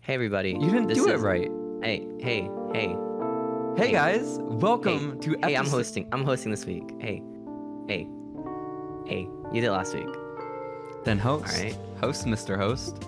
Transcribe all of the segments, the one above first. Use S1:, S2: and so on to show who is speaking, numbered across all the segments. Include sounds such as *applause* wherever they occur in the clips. S1: Hey, everybody.
S2: You didn't
S1: This
S2: do it
S1: is-
S2: right.
S1: Hey, hey, hey.
S2: Hey
S1: Hey.
S2: guys, welcome to
S1: Hey, I'm
S2: episode-
S1: hosting. I'm hosting this week. Hey, hey, hey. You did it
S2: *laughs*
S1: last week.
S2: Then host,
S1: Alright.
S2: host, Mr. *laughs* Host.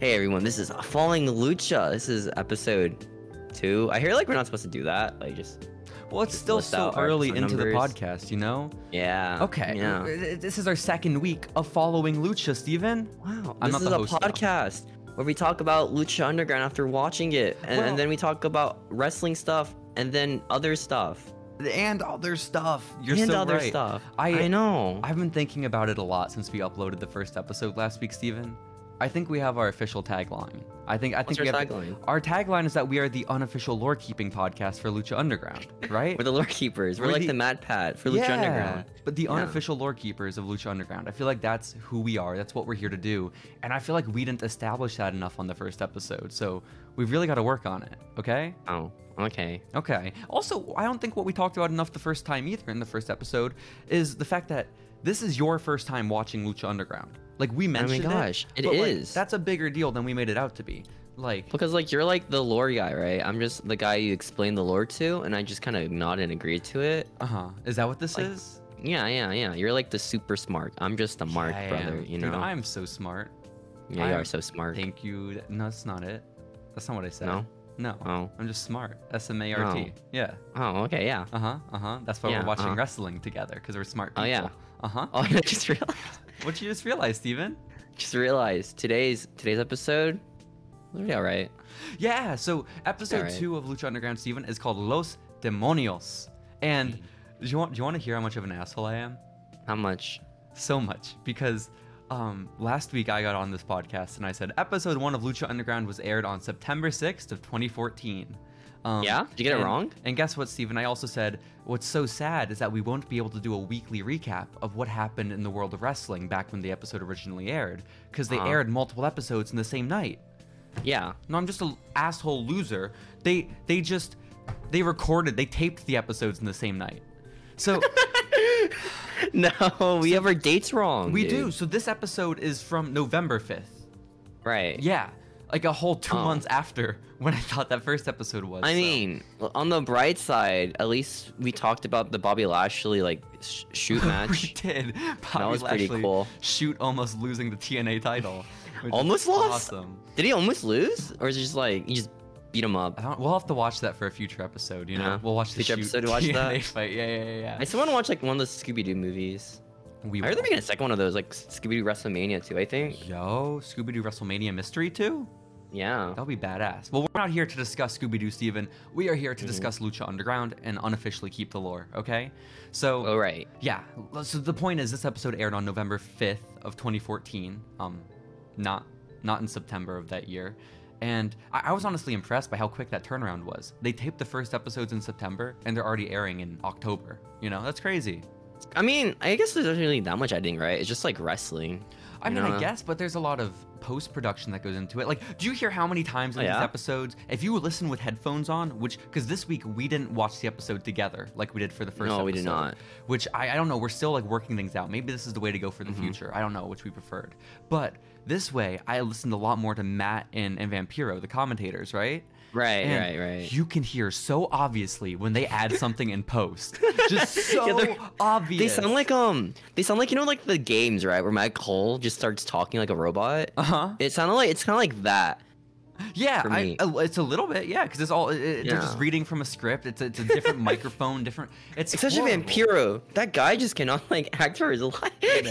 S1: hey, everyone. This is Falling Lucha. This is episode two. I hear like we're not supposed to do that. Like just
S2: Well, it's still
S1: list
S2: so
S1: out our-
S2: early
S1: our
S2: into the
S1: numbers.
S2: podcast, you know.
S1: yeah.
S2: Okay,
S1: Yeah.
S2: uh, this is our second week of following Lucha, Steven.
S1: Wow.
S2: I'm
S1: this
S2: not
S1: is
S2: the
S1: a
S2: host now.
S1: podcast where we talk about Lucha Underground after watching it, and,
S2: Well-
S1: and then we talk about wrestling stuff, and then other stuff,
S2: And other stuff. You're
S1: and
S2: so
S1: other
S2: right.
S1: stuff.
S2: I-
S1: I know.
S2: I've been thinking about it a lot since we uploaded the first episode last week, Steven. I think we have our official tagline. I think I
S1: What's
S2: think
S1: our
S2: we have
S1: tagline?
S2: our tagline is that we are the unofficial lore keeping podcast for Lucha Underground, right?
S1: *laughs* We're the lore keepers. We're,
S2: *laughs* We're
S1: like
S2: the-
S1: the, Mad Pat for Lucha Underground.
S2: But the
S1: Yeah.
S2: unofficial lore keepers of Lucha Underground. I feel like that's who we are. That's what we're here to do. And I feel like we didn't establish that enough on the first episode. So we've really got to work on it. Okay?
S1: Oh, okay.
S2: Okay. Also, I don't think what we talked about enough the first time either in the first episode is the fact that this is your first time watching Lucha Underground. Like we mentioned
S1: Oh gosh, it
S2: it but, like,
S1: is.
S2: that's a bigger deal than we made it out to be. Like
S1: Because like you're like the lore guy, right? I'm just the guy you explain the lore to, and I just kind of nod and agree to it.
S2: uh-huh. Is that what this
S1: Like,
S2: is?
S1: Yeah, yeah, yeah. You're like the super smart. I'm just a mark
S2: Yeah, I
S1: brother.
S2: am.
S1: You know?
S2: Dude, I'm so smart.
S1: yeah,
S2: I
S1: you
S2: am-
S1: are so smart.
S2: Thank you. No, that's not it. That's not what I said.
S1: No?
S2: No.
S1: Oh,
S2: I'm just smart. S M A R T.
S1: No.
S2: Yeah.
S1: oh, okay, yeah. *laughs*
S2: Uh huh. Uh huh. That's why
S1: Yeah,
S2: we're watching
S1: uh-huh.
S2: wrestling together because we're smart people.
S1: Oh, yeah.
S2: Uh huh.
S1: Oh, I just realized.
S2: What you just realized, Steven?
S1: *laughs* Just realized today's today's episode. It'll be all right.
S2: Yeah. So episode
S1: Alright.
S2: two of Lucha Underground, Steven, is called Los Demonios. And
S1: Mm.
S2: do you want do you want to hear how much of an asshole I am?
S1: How much?
S2: so much because um, last week I got on this podcast and I said episode one of Lucha Underground was aired on September 6th of 2014. Um,
S1: Yeah? Did you get it
S2: and-
S1: wrong?
S2: And guess what, Steven? I also said what's so sad is that we won't be able to do a weekly recap of what happened in the world of wrestling back when the episode originally aired because they
S1: Uh-huh.
S2: aired multiple episodes in the same night.
S1: Yeah. *laughs*
S2: No, I'm just an asshole loser. They they just they recorded, they taped the episodes in the same night.
S1: *laughs*
S2: So
S1: No, we have our dates wrong.
S2: we
S1: dude.
S2: do. So this episode is from November 5th.
S1: Right.
S2: Yeah, like a whole two
S1: Oh.
S2: months after when I thought that first episode was.
S1: I
S2: so-
S1: mean, l- on the bright side, at least we talked about the Bobby Lashley like sh- shoot
S2: *laughs* we
S1: match.
S2: did. Bobby
S1: was pretty
S2: Lashley
S1: cool.
S2: Shoot, almost losing the TNA
S1: *laughs*
S2: title. which is
S1: Almost lost?
S2: Awesome.
S1: Did he almost lose, or is it just like you just beat him
S2: I
S1: up?
S2: don't, we'll have to watch that for a future episode. You know,
S1: Yeah.
S2: we'll watch the
S1: Future
S2: shoot
S1: episode, watch
S2: TNA
S1: that.
S2: fight. Yeah, yeah, yeah.
S1: I
S2: yeah.
S1: still want to watch like one of those Scooby Doo movies.
S2: We
S1: I heard they're
S2: will.
S1: making a second one of those, like Scooby Doo WrestleMania too. I think.
S2: Yo, Scooby Doo WrestleMania Mystery too.
S1: Yeah.
S2: That'll be badass. Well, we're not here to discuss Scooby Doo, Steven. We are here
S1: Mm-hmm.
S2: to discuss Lucha Underground and unofficially keep the lore, okay? So,
S1: All right.
S2: Yeah. l- So the point is, this episode aired on November fifth of 2014. Um, not not in September of that year. And I, I was honestly impressed by how quick that turnaround was. They taped the first episodes in September, and they're already airing in October. You know, that's crazy.
S1: I mean, I guess there's not really that much editing, right? It's just like wrestling.
S2: I mean, I
S1: Yeah.
S2: guess, but there's a lot of post production that goes into it. Like, do you hear how many times in
S1: Oh,
S2: these
S1: yeah?
S2: episodes, if you listen with headphones on, which, because this week we didn't watch the episode together like we did for the first
S1: No,
S2: episode.
S1: we did not.
S2: Which I, I don't know, we're still like working things out. Maybe this is the way to go for the
S1: Mm-hmm.
S2: future. I don't know which we preferred. But this way, I listened a lot more to Matt and, and Vampiro, the commentators, right?
S1: Right.
S2: And
S1: right. Right.
S2: You can hear so obviously when they add something in
S1: *laughs*
S2: post. Just
S1: Yeah,
S2: so
S1: they're-
S2: obvious.
S1: They sound like um, they sound like you know like the games, right? Where Mike Cole just starts talking like a robot.
S2: Uh huh.
S1: It sounded like it's kind of like that.
S2: Yeah,
S1: for
S2: I,
S1: me.
S2: uh, it's a little bit. Yeah, because it's all it, it- they're just
S1: Yeah.
S2: reading from a script. It's a, it's a
S1: *laughs*
S2: different microphone, different. It's
S1: Especially
S2: horrible.
S1: Vampiro. That guy just cannot *laughs* like act for his life.
S2: know.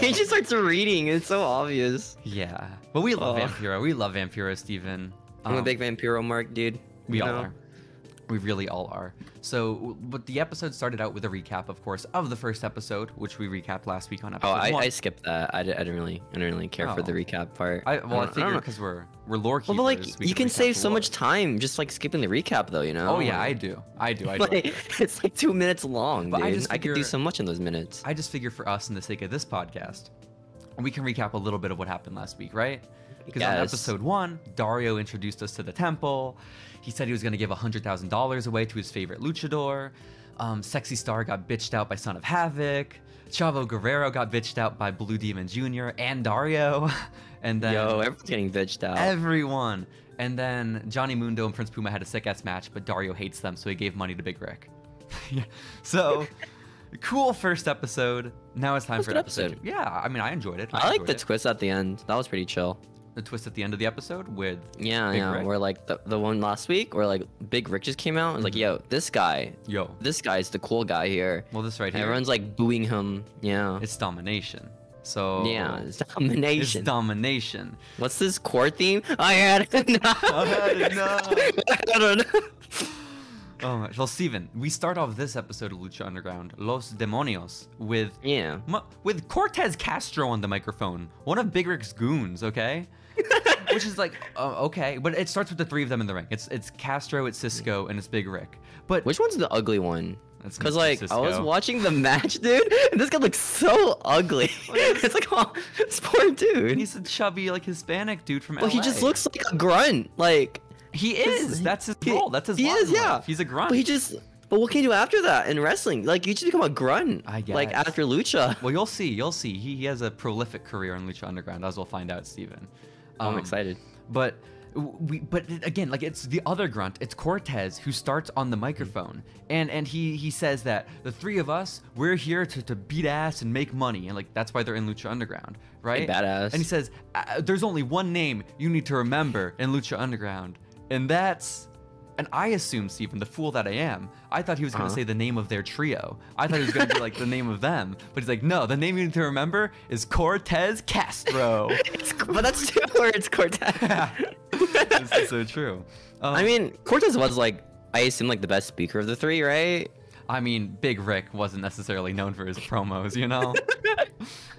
S1: *laughs* he just starts reading. It's so obvious.
S2: Yeah, but we love
S1: Oh.
S2: Vampiro. We love Vampiro, Steven.
S1: I'm a
S2: Um,
S1: big Vampiro mark, dude.
S2: We
S1: you
S2: all
S1: know?
S2: are. We really all are. So, but the episode started out with a recap, of course, of the first episode, which we recapped last week on episode
S1: Oh, I,
S2: one.
S1: I skipped that. I, di- I didn't really, I didn't really care for the
S2: Oh.
S1: recap part.
S2: I, well, I,
S1: don't- don't
S2: figured
S1: know.
S2: because we're we're lore keepers.
S1: Well, but
S2: we
S1: like, you can
S2: recap
S1: save
S2: the
S1: so
S2: lore.
S1: much time just like skipping the recap, though. You know?
S2: Oh
S1: *laughs*
S2: yeah, I
S1: Like,
S2: do. I do. I do. I do.
S1: like, it's like two minutes long,
S2: But
S1: dude.
S2: I
S1: I,
S2: just
S1: could do
S2: figure-
S1: so much in those minutes.
S2: I just figure for us, and the sake of this podcast, we can recap a little bit of what happened last week, right? Because on
S1: Yes.
S2: episode one, Dario introduced us to the temple. He said he was going to give $100,000 away to his favorite luchador. Um, Sexy Star got bitched out by Son of Havoc. Chavo Guerrero got bitched out by Blue Demon Jr. and Dario, *laughs* and then
S1: Yo, everyone's getting bitched out.
S2: everyone. And then Johnny Mundo and Prince Puma had a sick ass match, but Dario hates them, so he gave money to Big Rick. *laughs* Yeah. so, cool first episode. Now it's time
S1: was
S2: for
S1: a good
S2: episode.
S1: episode.
S2: two. Yeah, I mean, I enjoyed it.
S1: I like
S2: enjoyed
S1: the
S2: it.
S1: twist at the end. That was pretty chill.
S2: the twist at the end of the episode with
S1: Yeah,
S2: Big
S1: yeah.
S2: Rick?
S1: Where like the, the one last week where like Big Rick just came out and was like,
S2: Mm-hmm.
S1: yo, this guy,
S2: yo.
S1: this guy's the cool guy here.
S2: Well, this right
S1: And
S2: here,
S1: everyone's like booing him. Yeah.
S2: it's domination. So
S1: yeah, it's
S2: it's
S1: domination.
S2: domination.
S1: What's this core theme? I had *laughs* enough.
S2: I had enough.
S1: *laughs* I don't know.
S2: Oh my. Well, Steven, we start off this episode of Lucha Underground, Los Demonios, with
S1: Yeah.
S2: Mu- with Cortez Castro on the microphone, one of Big Rick's goons, okay? Which is like, uh, okay, but it starts with the three of them in the ring. It's it's Castro, it's Cisco, and it's Big Rick. But
S1: Which one's the ugly one?
S2: That's
S1: Because
S2: Mr.
S1: like I was
S2: Cisco.
S1: watching the match, *laughs* dude, and this guy looks so ugly. *laughs* it's like, oh, this poor dude.
S2: he's a chubby, like Hispanic dude from
S1: well, he
S2: LA.
S1: just looks like a grunt. Like,
S2: He is.
S1: He's-
S2: That's his
S1: he-
S2: role. That's his.
S1: he
S2: lot
S1: is,
S2: in
S1: yeah.
S2: life. He's a grunt.
S1: but he just. But what can you do after that in wrestling? Like, you just become a grunt.
S2: I
S1: Like
S2: guess.
S1: after lucha.
S2: well, you'll see. You'll see. He, he has a prolific career in Lucha Underground, as we'll find out, Steven.
S1: I'm
S2: Um,
S1: excited.
S2: But we, but it- again, like it's the other grunt. It's Cortez who starts on the
S1: Mm-hmm.
S2: microphone, and and he he says that the three of us we're here to, to beat ass and make money, and like that's why they're in Lucha Underground, right?
S1: badass.
S2: And he says, "Uh, "There's only one name you need to remember in Lucha Underground, and that's." And I assumed, Stephen, the fool that I am, I thought he was going to
S1: Uh-huh.
S2: say the name of their trio. I thought he was going to
S1: *laughs*
S2: be like the name of them. But he's like, no, the name you need to remember is Cortez
S1: *laughs*
S2: Castro.
S1: It's- but that's two words, Cortez.
S2: *laughs* this is so true.
S1: *laughs*
S2: Um,
S1: I mean, Cortez was like, I assume, like the best speaker of the three, right?
S2: I mean, Big Rick wasn't necessarily known for his promos,
S1: *laughs*
S2: you know?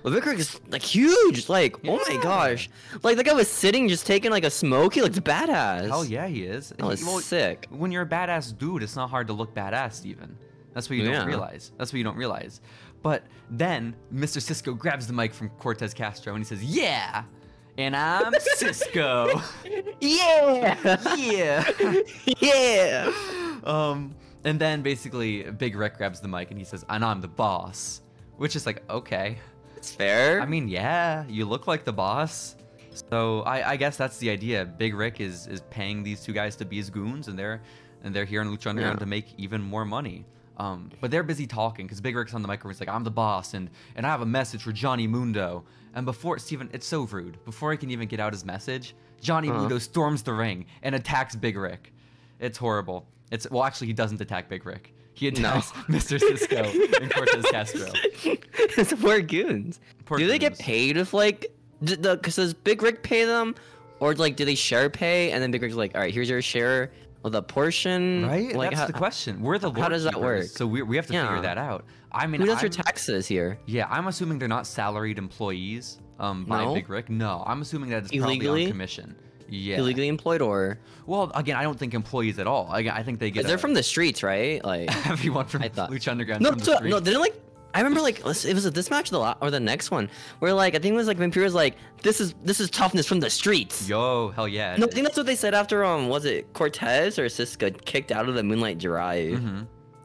S1: Well, Vic Rick is like huge. Like, oh my
S2: Yeah.
S1: gosh. Like, the guy was sitting just taking like a smoke. He looked badass.
S2: Hell yeah, he is.
S1: That was
S2: He- well,
S1: Oh, sick.
S2: When you're a badass dude, it's not hard to look badass, even. That's what you
S1: Yeah.
S2: don't realize. That's what you don't realize. But then Mr. Cisco grabs the mic from Cortez Castro and he says, Yeah! And I'm Cisco!
S1: *laughs* Yeah. *laughs*
S2: yeah!
S1: yeah.
S2: *laughs* um, and then basically, Big Rick grabs the mic and he says, And I'm the boss. Which is like, okay.
S1: It's fair.
S2: I mean, yeah, you look like the boss. So I, I guess that's the idea. Big Rick is is paying these two guys to be his goons, and they're and they're here in Lucha Underground
S1: Yeah.
S2: to make even more money. Um, but they're busy talking because Big Rick's on the microphone. He's like, "I'm the boss, and and I have a message for Johnny Mundo." And before Steven, it's so rude. Before he can even get out his message, Johnny
S1: Uh-huh.
S2: Mundo storms the ring and attacks Big Rick. It's horrible. It's well, actually, he doesn't attack Big Rick. He attacks *laughs* Mr. Cisco
S1: *laughs*
S2: and Cortez Castro.
S1: *laughs* it's poor goons.
S2: Poor
S1: do they get
S2: goons.
S1: paid if like, d- the, cause does Big Rick pay them, or like do they share pay? And then Big Rick's like, all right, here's your share of the portion.
S2: Right?
S1: Like,
S2: That's
S1: how-
S2: the question. We're the
S1: how does that
S2: lord-keepers,
S1: work?
S2: So we, we have to
S1: Yeah.
S2: figure that out. I mean,
S1: Who does your
S2: I'm-
S1: taxes here?
S2: yeah, I'm assuming they're not salaried employees um, by
S1: No?
S2: Big Rick. No, I'm assuming that it's probably
S1: Illegally?
S2: on commission. Yeah.
S1: Illegally employed or?
S2: Well, again, I don't think employees at all. I, I think they get.
S1: Cause they're
S2: a- *laughs*
S1: from the streets, right? Like.
S2: everyone from
S1: I thought-
S2: Lucha Underground.
S1: No,
S2: from the
S1: so,
S2: streets.
S1: no, didn't like. I remember like let's- it was at this match or the la- or the next one where like I think it was like Vampira's like this is this is toughness from the streets.
S2: Yo, hell yeah.
S1: No, I think that's what they said after um was it Cortez or Cisco kicked out of the Moonlight Drive.
S2: hmm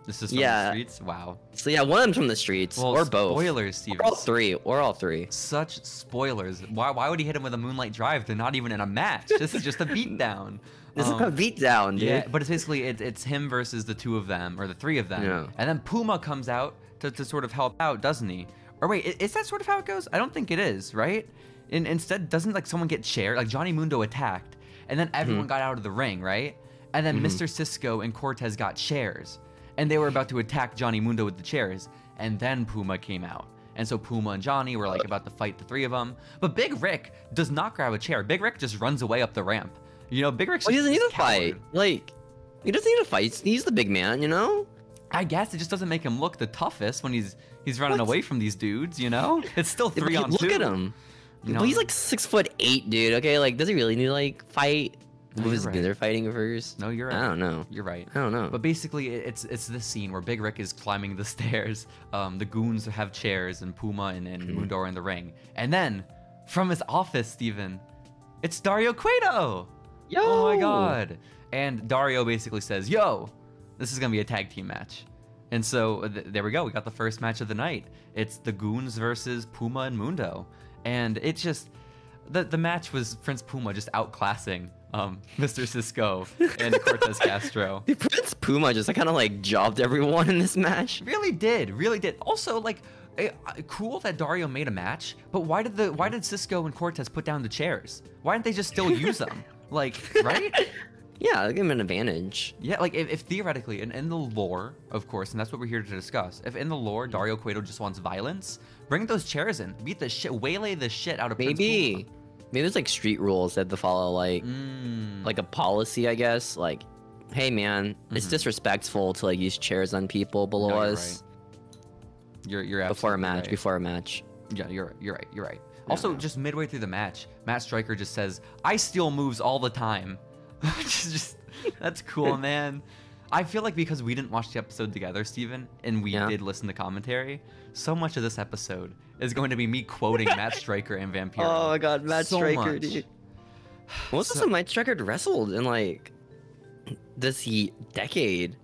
S2: This is from the
S1: Yeah.
S2: streets. Wow.
S1: So yeah, one of them's from the streets
S2: Well,
S1: or both.
S2: Spoilers, Steven.
S1: Or all three. Or all three.
S2: Such spoilers. Why? Why would he hit him with a moonlight drive? They're not even in a match. This is just a beatdown.
S1: *laughs* This
S2: Um,
S1: is a beatdown, dude.
S2: Yeah, but it's basically it, it's him versus the two of them or the three of them.
S1: Yeah.
S2: And then Puma comes out to, to sort of help out, doesn't he? Or wait, i- is that sort of how it goes? I don't think it is, right? In, instead, doesn't like someone get chair? Like Johnny Mundo attacked, and then everyone
S1: Hmm.
S2: got out of the ring, right? And
S1: Mm-hmm.
S2: then Mr. Cisco and Cortez got chairs, and they were about to attack Johnny Mundo with the chairs, and then Puma came out. And so Puma and Johnny were like about to fight the three of them, but Big Rick does not grab a chair. Big Rick just runs away up the ramp. You know, Big Rick's
S1: Well, he
S2: just
S1: doesn't need
S2: this
S1: to fight.
S2: coward.
S1: Like he doesn't need to fight. He's- He's the big man, you know.
S2: I guess it just doesn't make him look the toughest when he's he's running
S1: What?
S2: away from these dudes. You know, *laughs* it's still
S1: Yeah, but
S2: three
S1: you-
S2: on
S1: look
S2: two.
S1: at him.
S2: You know?
S1: But he's like six foot eight, dude. Okay, like does he really need to like fight?
S2: No,
S1: Who's
S2: you're right.
S1: they're fighting first?
S2: No, you're right.
S1: I don't know.
S2: You're right.
S1: I don't know.
S2: But basically, it- it's it's this scene where Big Rick is climbing the *laughs* stairs. Um, the goons have chairs, and Puma and, and
S1: Hmm.
S2: Mundo are in the ring. And then, from his office, Steven, it's Dario Cueto.
S1: Yo!
S2: Oh my god. And Dario basically says, "Yo, this is gonna be a tag team match." And so th- there we go. We got the first match of the night. It's the Goons versus Puma and Mundo, and it just the the match was Prince Puma just outclassing um, *laughs* Mr. Cisco and Cortez Castro.
S1: Dude, Prince Puma just kind of like jobbed everyone in this match.
S2: Really did, really did. Also, like, eh, uh, cool that Dario made a match, but why did the why did Cisco and Cortez put down the chairs? Why didn't they just still use them? Like, right?
S1: Yeah, give him an advantage.
S2: Yeah, like if, if theoretically, and in the lore, of course, and that's what we're here to discuss. If in the
S1: Hmm.
S2: lore Dario Cueto just wants violence, bring those chairs in, beat the shit, waylay the shit out of Prince
S1: Maybe, maybe there's like street rules that they follow, like
S2: Puma. Mm.
S1: like a policy, I guess. Like, hey man, it's
S2: Mhm.
S1: disrespectful to like use chairs on people below
S2: No, you're
S1: us
S2: you're you're
S1: before a
S2: absolutely
S1: match.
S2: right.
S1: Before a match.
S2: Yeah, you're you're right. You're right. Also, just midway through the match, Matt Stryker just says, "I steal moves all the time." *laughs* just, just that's
S1: *laughs*
S2: cool, man. I feel like because we didn't watch the episode together, Steven, and we
S1: Yeah.
S2: did listen to commentary, so much of this episode is going to be me quoting
S1: *laughs*
S2: Matt Stryker and Vampiro.
S1: Oh my god, Matt
S2: So
S1: Striker,
S2: much.
S1: dude. Most
S2: So-
S1: of Matt Striker wrestled in like this ye- decade.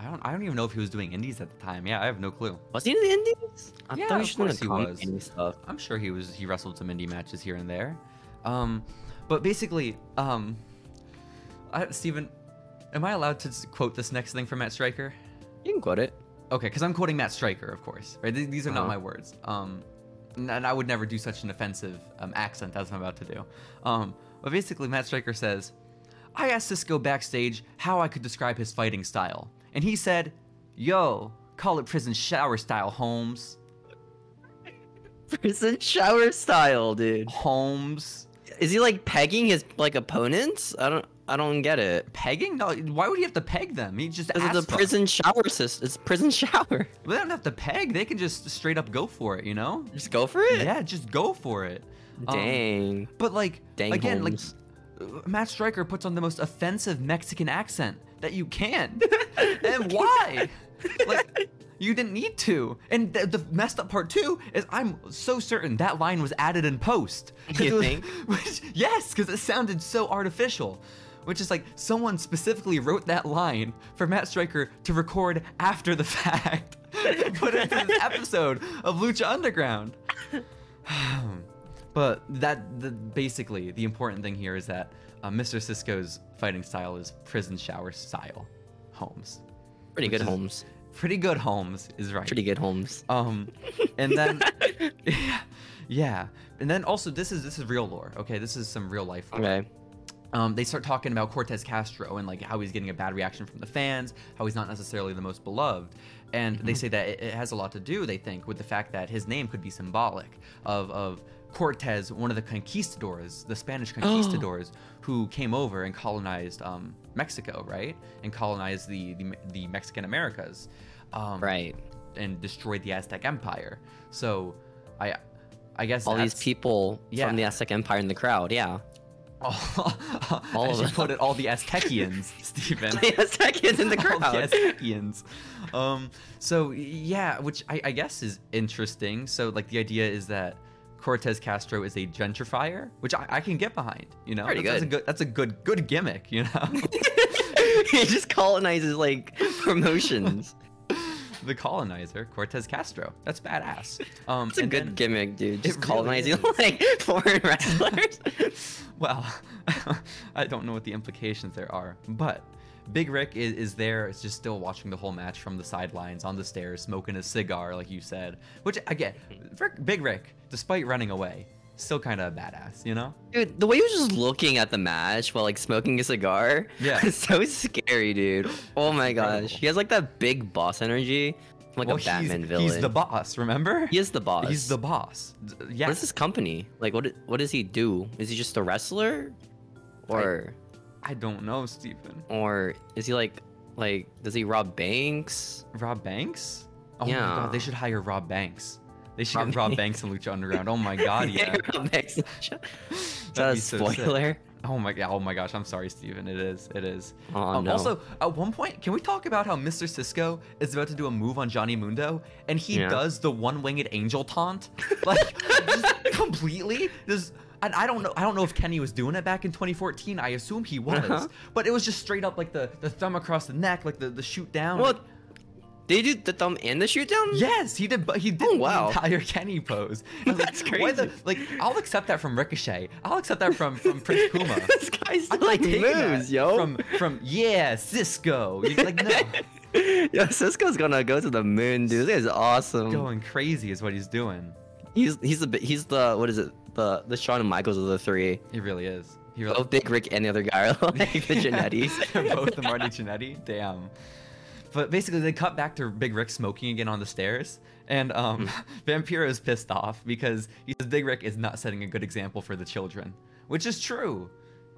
S2: I don't I don't even know if he was doing indies at the time. Yeah, I have no clue.
S1: Was he in the Indies? I
S2: Yeah,
S1: thought he
S2: of
S1: was just in the
S2: course he was.
S1: commentating stuff.
S2: I'm sure he was he wrestled some indie matches here and there. Um, but basically, um, I, Steven, am I allowed to s- quote this next thing from Matt Stryker?
S1: You can quote it. *laughs*
S2: Okay, because I'm quoting Matt Stryker, of course. Right? Th- These are not
S1: Uh-huh.
S2: my words. Um, and and I would never do such an offensive um, accent as I'm about to do. Um, but basically, Matt Stryker says, I asked Cisco backstage how I could describe his fighting style, and he said, "Yo, call it prison shower style, Holmes.
S1: Prison shower style, dude.
S2: Holmes."
S1: Is he like pegging his like opponents? I don't I don't get it.
S2: pegging? No, why would he have to peg them? He just
S1: Because
S2: asked
S1: it's a
S2: them.
S1: prison shower system. It's prison *laughs* shower.
S2: They don't have to peg. They can just straight up go for it. You know?
S1: Just go for it.
S2: Yeah, just go for it. Um,
S1: Dang.
S2: but like
S1: Dang
S2: again,
S1: Holmes.
S2: like uh, Matt Stryker puts on the most offensive Mexican accent that you
S1: *laughs*
S2: can, and why? Like. You didn't need to, and the, the messed up part too is I'm so certain that line was added in post. 'Cause
S1: You
S2: it was-
S1: think?
S2: *laughs* Which, yes, because it sounded so artificial. Which is like someone specifically wrote that line for Matt Stryker to record after the *laughs* fact, and put it
S1: *laughs*
S2: into this episode of Lucha Underground. but that the, basically the important thing here is that uh, Mr. Cisco's fighting style is prison shower style, Holmes.
S1: Pretty
S2: which
S1: good
S2: is-
S1: Holmes.
S2: Pretty good Holmes is right.
S1: Pretty good Holmes.
S2: *laughs* Um, and then *laughs* yeah, and then also this is this is real lore. Okay, this is some real life. lore.
S1: Okay.
S2: Um, they start talking about Cortez Castro and like how he's getting a bad reaction from the fans, how he's not necessarily the most beloved, and
S1: Mm-hmm.
S2: they say that it, it has a lot to do, they think, with the fact that his name could be symbolic of of Cortez, one of the conquistadors,
S1: *gasps*
S2: the Spanish conquistadors who came over and colonized um, Mexico, right, and colonized the the, the Mexican Americas. Um,
S1: Right.
S2: and destroyed the Aztec Empire. So, I, I guess
S1: All these
S2: that's-
S1: people
S2: yeah.
S1: from the Aztec Empire in the crowd. Yeah. *laughs*
S2: all, *laughs*
S1: All
S2: I
S1: of
S2: should
S1: them.
S2: put it all the Aztecians, *laughs* Stephen.
S1: *laughs* the Aztec is
S2: *laughs*
S1: in the
S2: All
S1: crowd.
S2: Aztecians. Um, so yeah, which I, I guess is interesting. So like the idea is that Cortez Castro is a gentrifier, which I, I can get behind. You know,
S1: Pretty
S2: that's,
S1: good.
S2: That's a good, that's a good, good gimmick. You know. *laughs*
S1: *laughs* he just colonizes like
S2: *laughs*
S1: promotions.
S2: the colonizer, Cortez Castro.
S1: *laughs*
S2: That's badass. Um,
S1: It's a
S2: and
S1: good
S2: then-
S1: gimmick, dude. Just
S2: really
S1: colonizing *laughs*
S2: is.
S1: like foreign wrestlers. *laughs*
S2: Well, *laughs* I don't know what the implications there are, but Big Rick is, is there, is just still watching the whole match from the sidelines on the stairs, smoking a cigar, like you said. Which again, Rick, Big Rick, despite running away, still kind of a badass, you know?
S1: dude, the way he was just looking at the match while like smoking a cigar.
S2: Yeah.
S1: was *laughs* so scary, dude. Oh my gosh.
S2: incredible.
S1: He has like that big boss energy. Like
S2: Well,
S1: a
S2: he's-
S1: Batman
S2: he's,
S1: villain.
S2: the boss. Remember?
S1: He is the boss.
S2: He's the boss. D-
S1: What is
S2: Yes.
S1: his company? Like, what? What does he do? Is he just a wrestler, or
S2: I don't know, Stephen.
S1: or is he like like does he rob banks?
S2: Rob Banks? Oh my
S1: Yeah.
S2: god, they should hire Rob Banks. They should
S1: Rob
S2: get Rob Banks and Lucha Underground.
S1: *laughs*
S2: Oh my god, yeah.
S1: rob banks. Is that
S2: That'd
S1: a
S2: be so sick.
S1: spoiler?
S2: Oh my god! Oh my gosh! I'm sorry, Steven. It is. It is.
S1: Oh,
S2: um,
S1: no.
S2: Also, at one point, can we talk about how Mr. Cisco is about to do a move on Johnny Mundo, and he
S1: Yeah.
S2: does the one-winged angel taunt, *laughs* like just completely? Just, and I don't know. I don't know if Kenny was doing it back in 2014. I assume he was,
S1: Uh-huh.
S2: but it was just straight up like the the thumb across the neck, like the the shoot down.
S1: Well,
S2: like-
S1: They do the thumb and the shoot down.
S2: Yes, he did. bu- He did
S1: Oh, wow.
S2: the entire Kenny pose.
S1: *laughs*
S2: I was
S1: That's
S2: like, why the-
S1: crazy.
S2: like, I'll accept that from Ricochet. I'll accept that from
S1: *laughs*
S2: from Prince Puma.
S1: this guy's still,
S2: I'm not
S1: like
S2: taking that
S1: moves, yo.
S2: From from yeah, Cisco. You're like
S1: *laughs*
S2: no,
S1: Yo, Cisco's gonna go to the moon, dude. This is awesome.
S2: going crazy is what he's doing.
S1: He's he's the bi- he's the what is it the the Shawn Michaels of the three.
S2: He really is. He really.
S1: Both *laughs* Big Rick and the other guy
S2: *laughs*
S1: are like the Genettis.
S2: They're both the Marty Jannetty. Damn. But basically, they cut back to Big Rick smoking again on the stairs, and
S1: Hmm.
S2: um, *laughs* Vampiro is pissed off because he says Big Rick is not setting a good example for the children, which is true.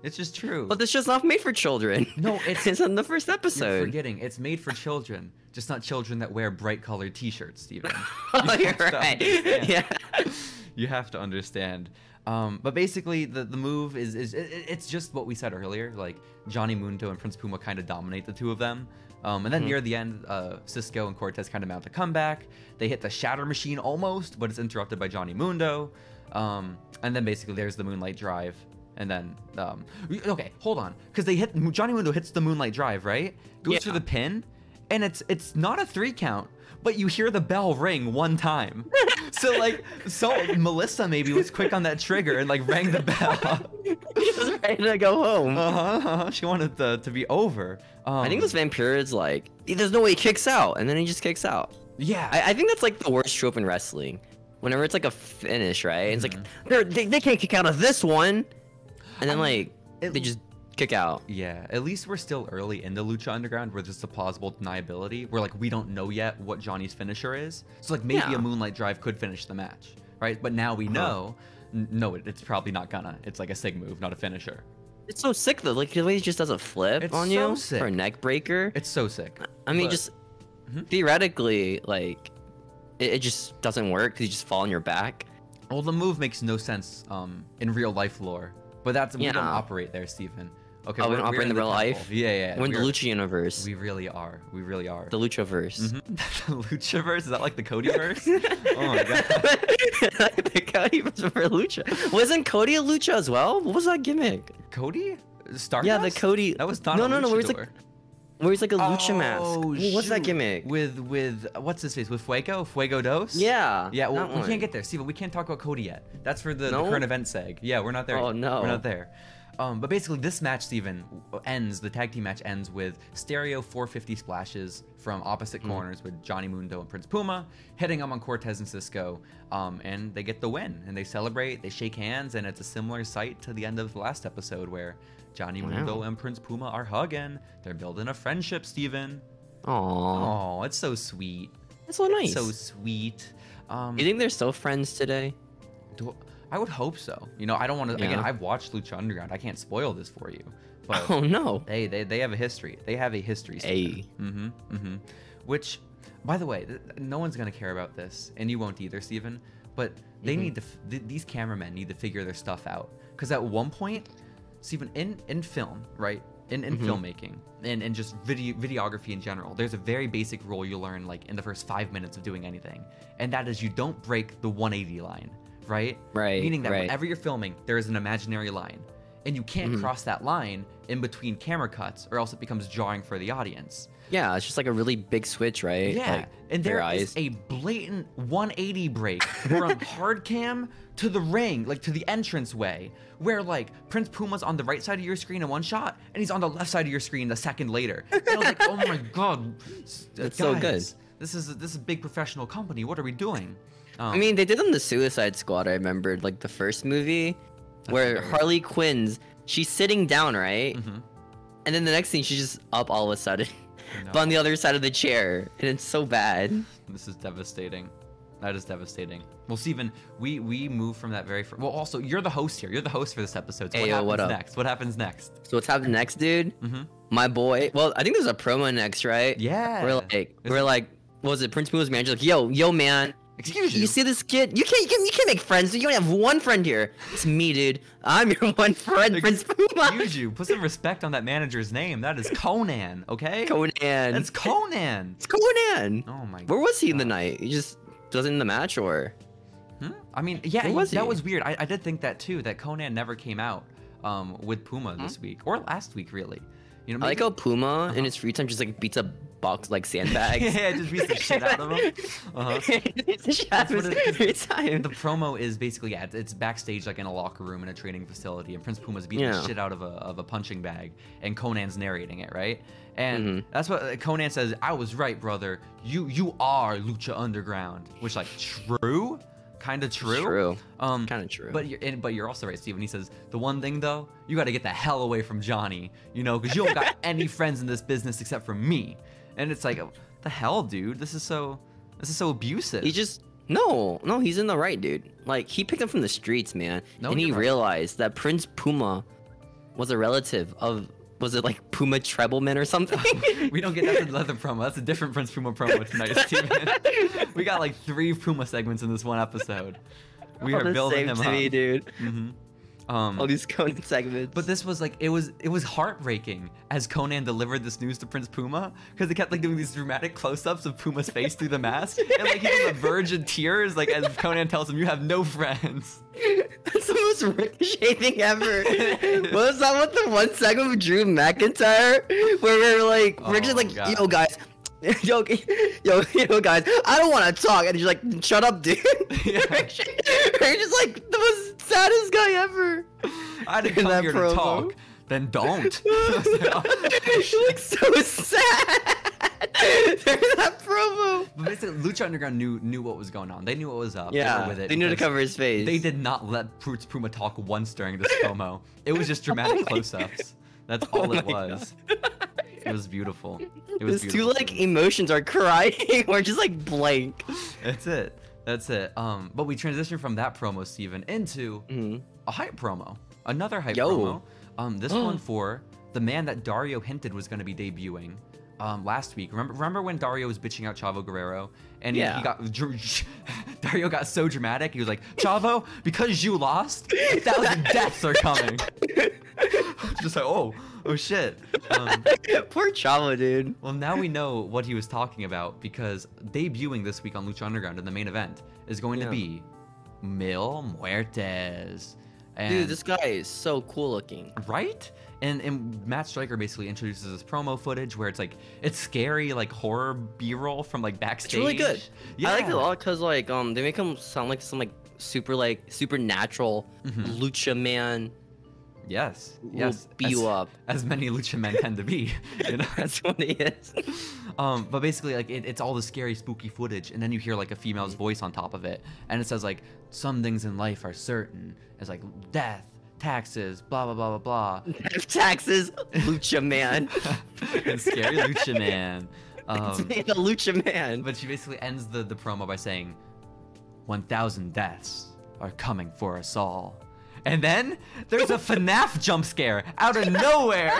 S2: It's just true.
S1: But this show's not made for children.
S2: No, it's-
S1: *laughs* it's in the first
S2: You're
S1: *laughs* episode.
S2: forgetting it's made for children, just not children that wear bright colored T-shirts, Steven.
S1: Oh,
S2: You
S1: you're
S2: *laughs* have
S1: *laughs*
S2: to
S1: right.
S2: understand.
S1: *laughs* Yeah.
S2: you have to understand. Um, but basically, the, the move is, is it, it- it's just what we said earlier. Like Johnny Mundo and Prince Puma kind of dominate the two of them. Um, and then near the end, uh, Cisco and Cortez kind of mount a comeback. They hit the shatter machine almost, but it's interrupted by Johnny Mundo. Um, and then basically, there's the Moonlight Drive. And then, um, y- okay, hold on, because they hit Johnny Mundo hits the Moonlight Drive, right? Goes
S1: Yeah.
S2: through the pin, and it's it's not a three count, but you hear the bell ring one time. so like, so Melissa maybe was quick on that trigger and like rang the bell. *laughs*
S1: He was ready to go home.
S2: Uh-huh, uh-huh. She wanted the to be over. Um,
S1: I think this vampire is like, there's no way he kicks out, and then he just kicks out.
S2: Um, Yeah.
S1: I, I think that's like the worst trope in wrestling. Whenever it's like a finish, right? It's
S2: Mhm.
S1: like they're, they they can't kick out of this one, and then
S2: I
S1: like
S2: it-
S1: they just kick out.
S2: Yeah, at least we're still early in the Lucha Underground where there's a plausible deniability where like we don't know yet what Johnny's finisher is. So like maybe
S1: Yeah.
S2: a Moonlight Drive could finish the match, right? But now we
S1: Uh-huh.
S2: know, n- no, it, it's probably not gonna. It's like a sig move, not a finisher.
S1: It's so sick though. Like the way he just does a flip
S2: It's
S1: on
S2: so
S1: you
S2: sick.
S1: for a neck breaker.
S2: It's so sick.
S1: I mean,
S2: but-
S1: just
S2: Mhm.
S1: theoretically, like it, it just doesn't work because you just fall on your back.
S2: Well, the move makes no sense um, in real life lore, but that's we don't
S1: Yeah.
S2: operate there, Stephen. Okay,
S1: Oh, we
S2: we're-
S1: don't
S2: we're
S1: operate in the real
S2: temple.
S1: life?
S2: Yeah, yeah.
S1: We're in the
S2: we're-
S1: Lucha universe,
S2: We really are. We really are.
S1: the Luchaverse.
S2: Mhm. *laughs* the Luchaverse is that like
S1: *laughs*
S2: the Codyverse? oh my god.
S1: the Cody was for Lucha. Wasn't Cody a Lucha as well? What was that gimmick?
S2: Cody? Stardust?
S1: Yeah, the Cody.
S2: That was not
S1: No,
S2: a
S1: no, no, where's the-
S2: luchador.
S1: Where he's like a Lucha mask.
S2: Oh,
S1: Well, What's that
S2: shoot.
S1: gimmick?
S2: With with what's his face? With Fuego? Fuego Dos?
S1: Yeah.
S2: Yeah,
S1: that
S2: well, we
S1: one.
S2: can't get there, Steven. We can't talk about Cody yet. That's for the,
S1: Uh, No?
S2: the current event seg. Yeah, we're not there.
S1: Oh,
S2: yet.
S1: no.
S2: we're not there. Um, but basically, this match, Steven, w- ends. The tag team match ends with stereo 450 splashes from opposite
S1: Mm-hmm.
S2: corners with Johnny Mundo and Prince Puma hitting them on Cortez and Cisco, um, and they get the win. And they celebrate, they shake hands, and it's a similar sight to the end of the last episode where Johnny Mundo and Prince Puma are hugging. They're building a friendship, Steven.
S1: Aww.
S2: Oh, it's so sweet.
S1: That's so nice.
S2: So sweet. Um,
S1: you think they're still friends today?
S2: do, I would hope so. You know, I don't want to. Again,
S1: Yeah.
S2: I've watched Lucha Underground. I can't spoil this for you,
S1: *laughs*
S2: but
S1: Oh no.
S2: they, they they have a history. They have a history.
S1: Hey.
S2: Mm-hmm. Mm-hmm. Which, by the way, th- no one's gonna care about this, and you won't either, Steven. But they
S1: Mm-hmm.
S2: need to. F- th- these cameramen need to figure their stuff out. Because at one point, Steven, in in film, right? In
S1: Mm-hmm.
S2: in filmmaking and and just video videography in general, there's a very basic rule you learn like in the first five minutes of doing anything, and that is you don't break the 180 line, right?
S1: Right,
S2: Meaning that
S1: right. Mm-hmm.
S2: whenever you're filming, there is an imaginary line, and you can't cross that line in between camera cuts, or else it becomes jarring for the audience.
S1: Yeah, it's just like a really big switch, right?
S2: Yeah,
S1: Like,
S2: and
S1: their
S2: there
S1: eyes.
S2: is a blatant 180 break
S1: *laughs*
S2: from hard cam to the ring, like to the entrance way, where like Prince Puma's on the right side of your screen in one shot, and he's on the left side of your screen the second later. And I was like, oh
S1: *laughs*
S2: my god, s-
S1: It's so good.
S2: guys, This is a, this is a big professional company. What are we doing? Um,
S1: I mean, they did on the Suicide Squad. I remembered, like the first movie,
S2: a
S1: where
S2: good one.
S1: Harley Quinn's she's sitting down, right?
S2: mhm.
S1: And then the next thing, she's just up all of a sudden,
S2: No.
S1: but *laughs* on the other side of the chair, and it's so bad.
S2: This is devastating. That is devastating. Well, Steven, we we move from that very. Fir- well, also you're the host here. You're the host for this episode. So what
S1: Hey, yo,
S2: happens
S1: what up?
S2: next? What happens next?
S1: So what's happening next, dude?
S2: Mm-hmm.
S1: My boy. Well, I think there's a promo next, right?
S2: Yeah.
S1: We're like,
S2: Is-
S1: we're like, what was it Prince Moo's manager? Like, yo, yo, man.
S2: Excuse
S1: You
S2: you.
S1: see this kid? You can't, you can't, you can't make friends. dude. You only have one friend here. It's me, dude. I'm your *laughs* one friend, Prince Puma.
S2: Excuse you. Put some respect on that manager's name. That is Conan. Okay.
S1: *laughs* Conan.
S2: That's
S1: It's
S2: Conan.
S1: Conan.
S2: Oh my.
S1: Where was he in the
S2: God.
S1: night? He just wasn't in the match, or
S2: Hmm? I mean, yeah,
S1: Where was
S2: that
S1: he?
S2: was weird. I, I did think that too. That Conan never came out um, with Puma this week or last week, really. You know,
S1: Hmm? I like
S2: maybe- Uh-huh.
S1: how Puma in his free time just like beats up box
S2: *laughs*
S1: like sandbags.
S2: yeah, just beats the shit out
S1: *laughs*
S2: of them. Uh-huh.
S1: it's a shit
S2: That's
S1: out
S2: what
S1: of
S2: it-
S1: his free time.
S2: The promo is basically yeah, it's- it's backstage like in a locker room in a training facility, and Prince Puma's beating the
S1: Yeah.
S2: shit out of a of a punching bag, and Conan's narrating it, right? And
S1: Mhm.
S2: that's what Conan says. I was right, brother. You you are Lucha Underground, which like true, kind of true.
S1: True.
S2: Um,
S1: Kind of true.
S2: But you're and, but you're also right, Steven. He says the one thing though, you got to get the hell away from Johnny, you know, because you
S1: *laughs*
S2: don't got any friends in this business except for me. And it's like, the hell, dude. This is so this is so abusive.
S1: He just no, no, he's in the right, dude. Like he picked him from the streets, man,
S2: No,
S1: and he
S2: you're right.
S1: realized that Prince Puma was a relative of was it like Puma tribal men or something?
S2: *laughs* We don't get that's a leather promo. That's a different Prince Puma
S1: *laughs*
S2: promo tonight, Steven. we got like three Puma segments in this one episode.
S1: *laughs*
S2: We
S1: All
S2: are
S1: the
S2: building
S1: same
S2: him
S1: to
S2: up.
S1: me, dude.
S2: Mhm. Um,
S1: All these Conan segments.
S2: but this was like it was it was heartbreaking as Conan delivered this news to Prince Puma because they kept like doing these dramatic close-ups of Puma's face through the mask and like he's on the verge of tears like as Conan tells him you have no friends.
S1: That's the most ricochet thing ever. was that with the one segment with Drew McIntyre where we're like, we're
S2: Oh
S1: just
S2: my
S1: like,
S2: God.
S1: yo guys, *laughs* yo, yo, yo guys, I don't want to talk, and he's like, shut up, dude.
S2: Yeah.
S1: *laughs* we're just like the most saddest guy
S2: *laughs*
S1: ever. *laughs*
S2: I didn't
S1: In
S2: come
S1: that
S2: here to
S1: promo.
S2: talk. Then
S1: *laughs*
S2: don't. *laughs*
S1: She looks so sad. *laughs* There's that promo.
S2: But basically, Lucha Underground knew knew what was going on. They knew what was up. they,
S1: Yeah,
S2: were with it
S1: they knew to
S2: because
S1: cover his face.
S2: They did not let Prince Puma talk once
S1: *laughs*
S2: during this promo. It was just
S1: Oh
S2: dramatic
S1: my
S2: close-ups. That's
S1: Oh
S2: all it
S1: my
S2: was.
S1: *laughs*
S2: It was beautiful. It was
S1: His two
S2: beautiful.
S1: like emotions are crying *laughs* or just like blank.
S2: That's it. That's it. Um, but we transitioned from that promo, Steven, into
S1: Mhm.
S2: a hype promo. Another hype
S1: Yo.
S2: promo. Um,
S1: *gasps*
S2: this one for the man that Dario hinted was going to be debuting um, last week. Remember, remember when Dario was bitching out Chavo Guerrero, and he- he
S1: Yeah.
S2: got dr- *laughs* Dario got so dramatic. He was like, "Chavo, because you lost,
S1: *laughs*
S2: a thousand deaths are coming." *laughs* Just like, oh, oh shit. Um,
S1: *laughs* Poor Chavo, dude.
S2: well, now we know what he was talking about because debuting this week on Lucha Underground in the main event is going to
S1: Yeah.
S2: be Mil Muertes. And,
S1: Dude, this guy is so cool looking.
S2: Right? And, and Matt Stryker basically introduces this promo footage where it's like, it's scary, like horror B roll from like backstage.
S1: It's really good.
S2: Yeah.
S1: I like it a lot because like um they make him sound like some like super like supernatural
S2: Mhm.
S1: lucha man
S2: Yes.
S1: who
S2: Yes.
S1: will beat
S2: as,
S1: you up.
S2: *laughs* as many lucha men tend to be. *laughs* You know?
S1: That's what he is.
S2: um, but basically, like it, it's all the scary, spooky footage, and then you hear like a female's voice on top of it, and it says like some things in life are certain. It's like death, taxes, blah blah blah blah
S1: *laughs*
S2: blah. *laughs*
S1: Taxes, lucha man.
S2: and scary lucha man.
S1: It's
S2: Um,
S1: me, the lucha man.
S2: but she basically ends the the promo by saying, "1,000 deaths are coming for us all." And then there's a FNAF jump scare out of nowhere.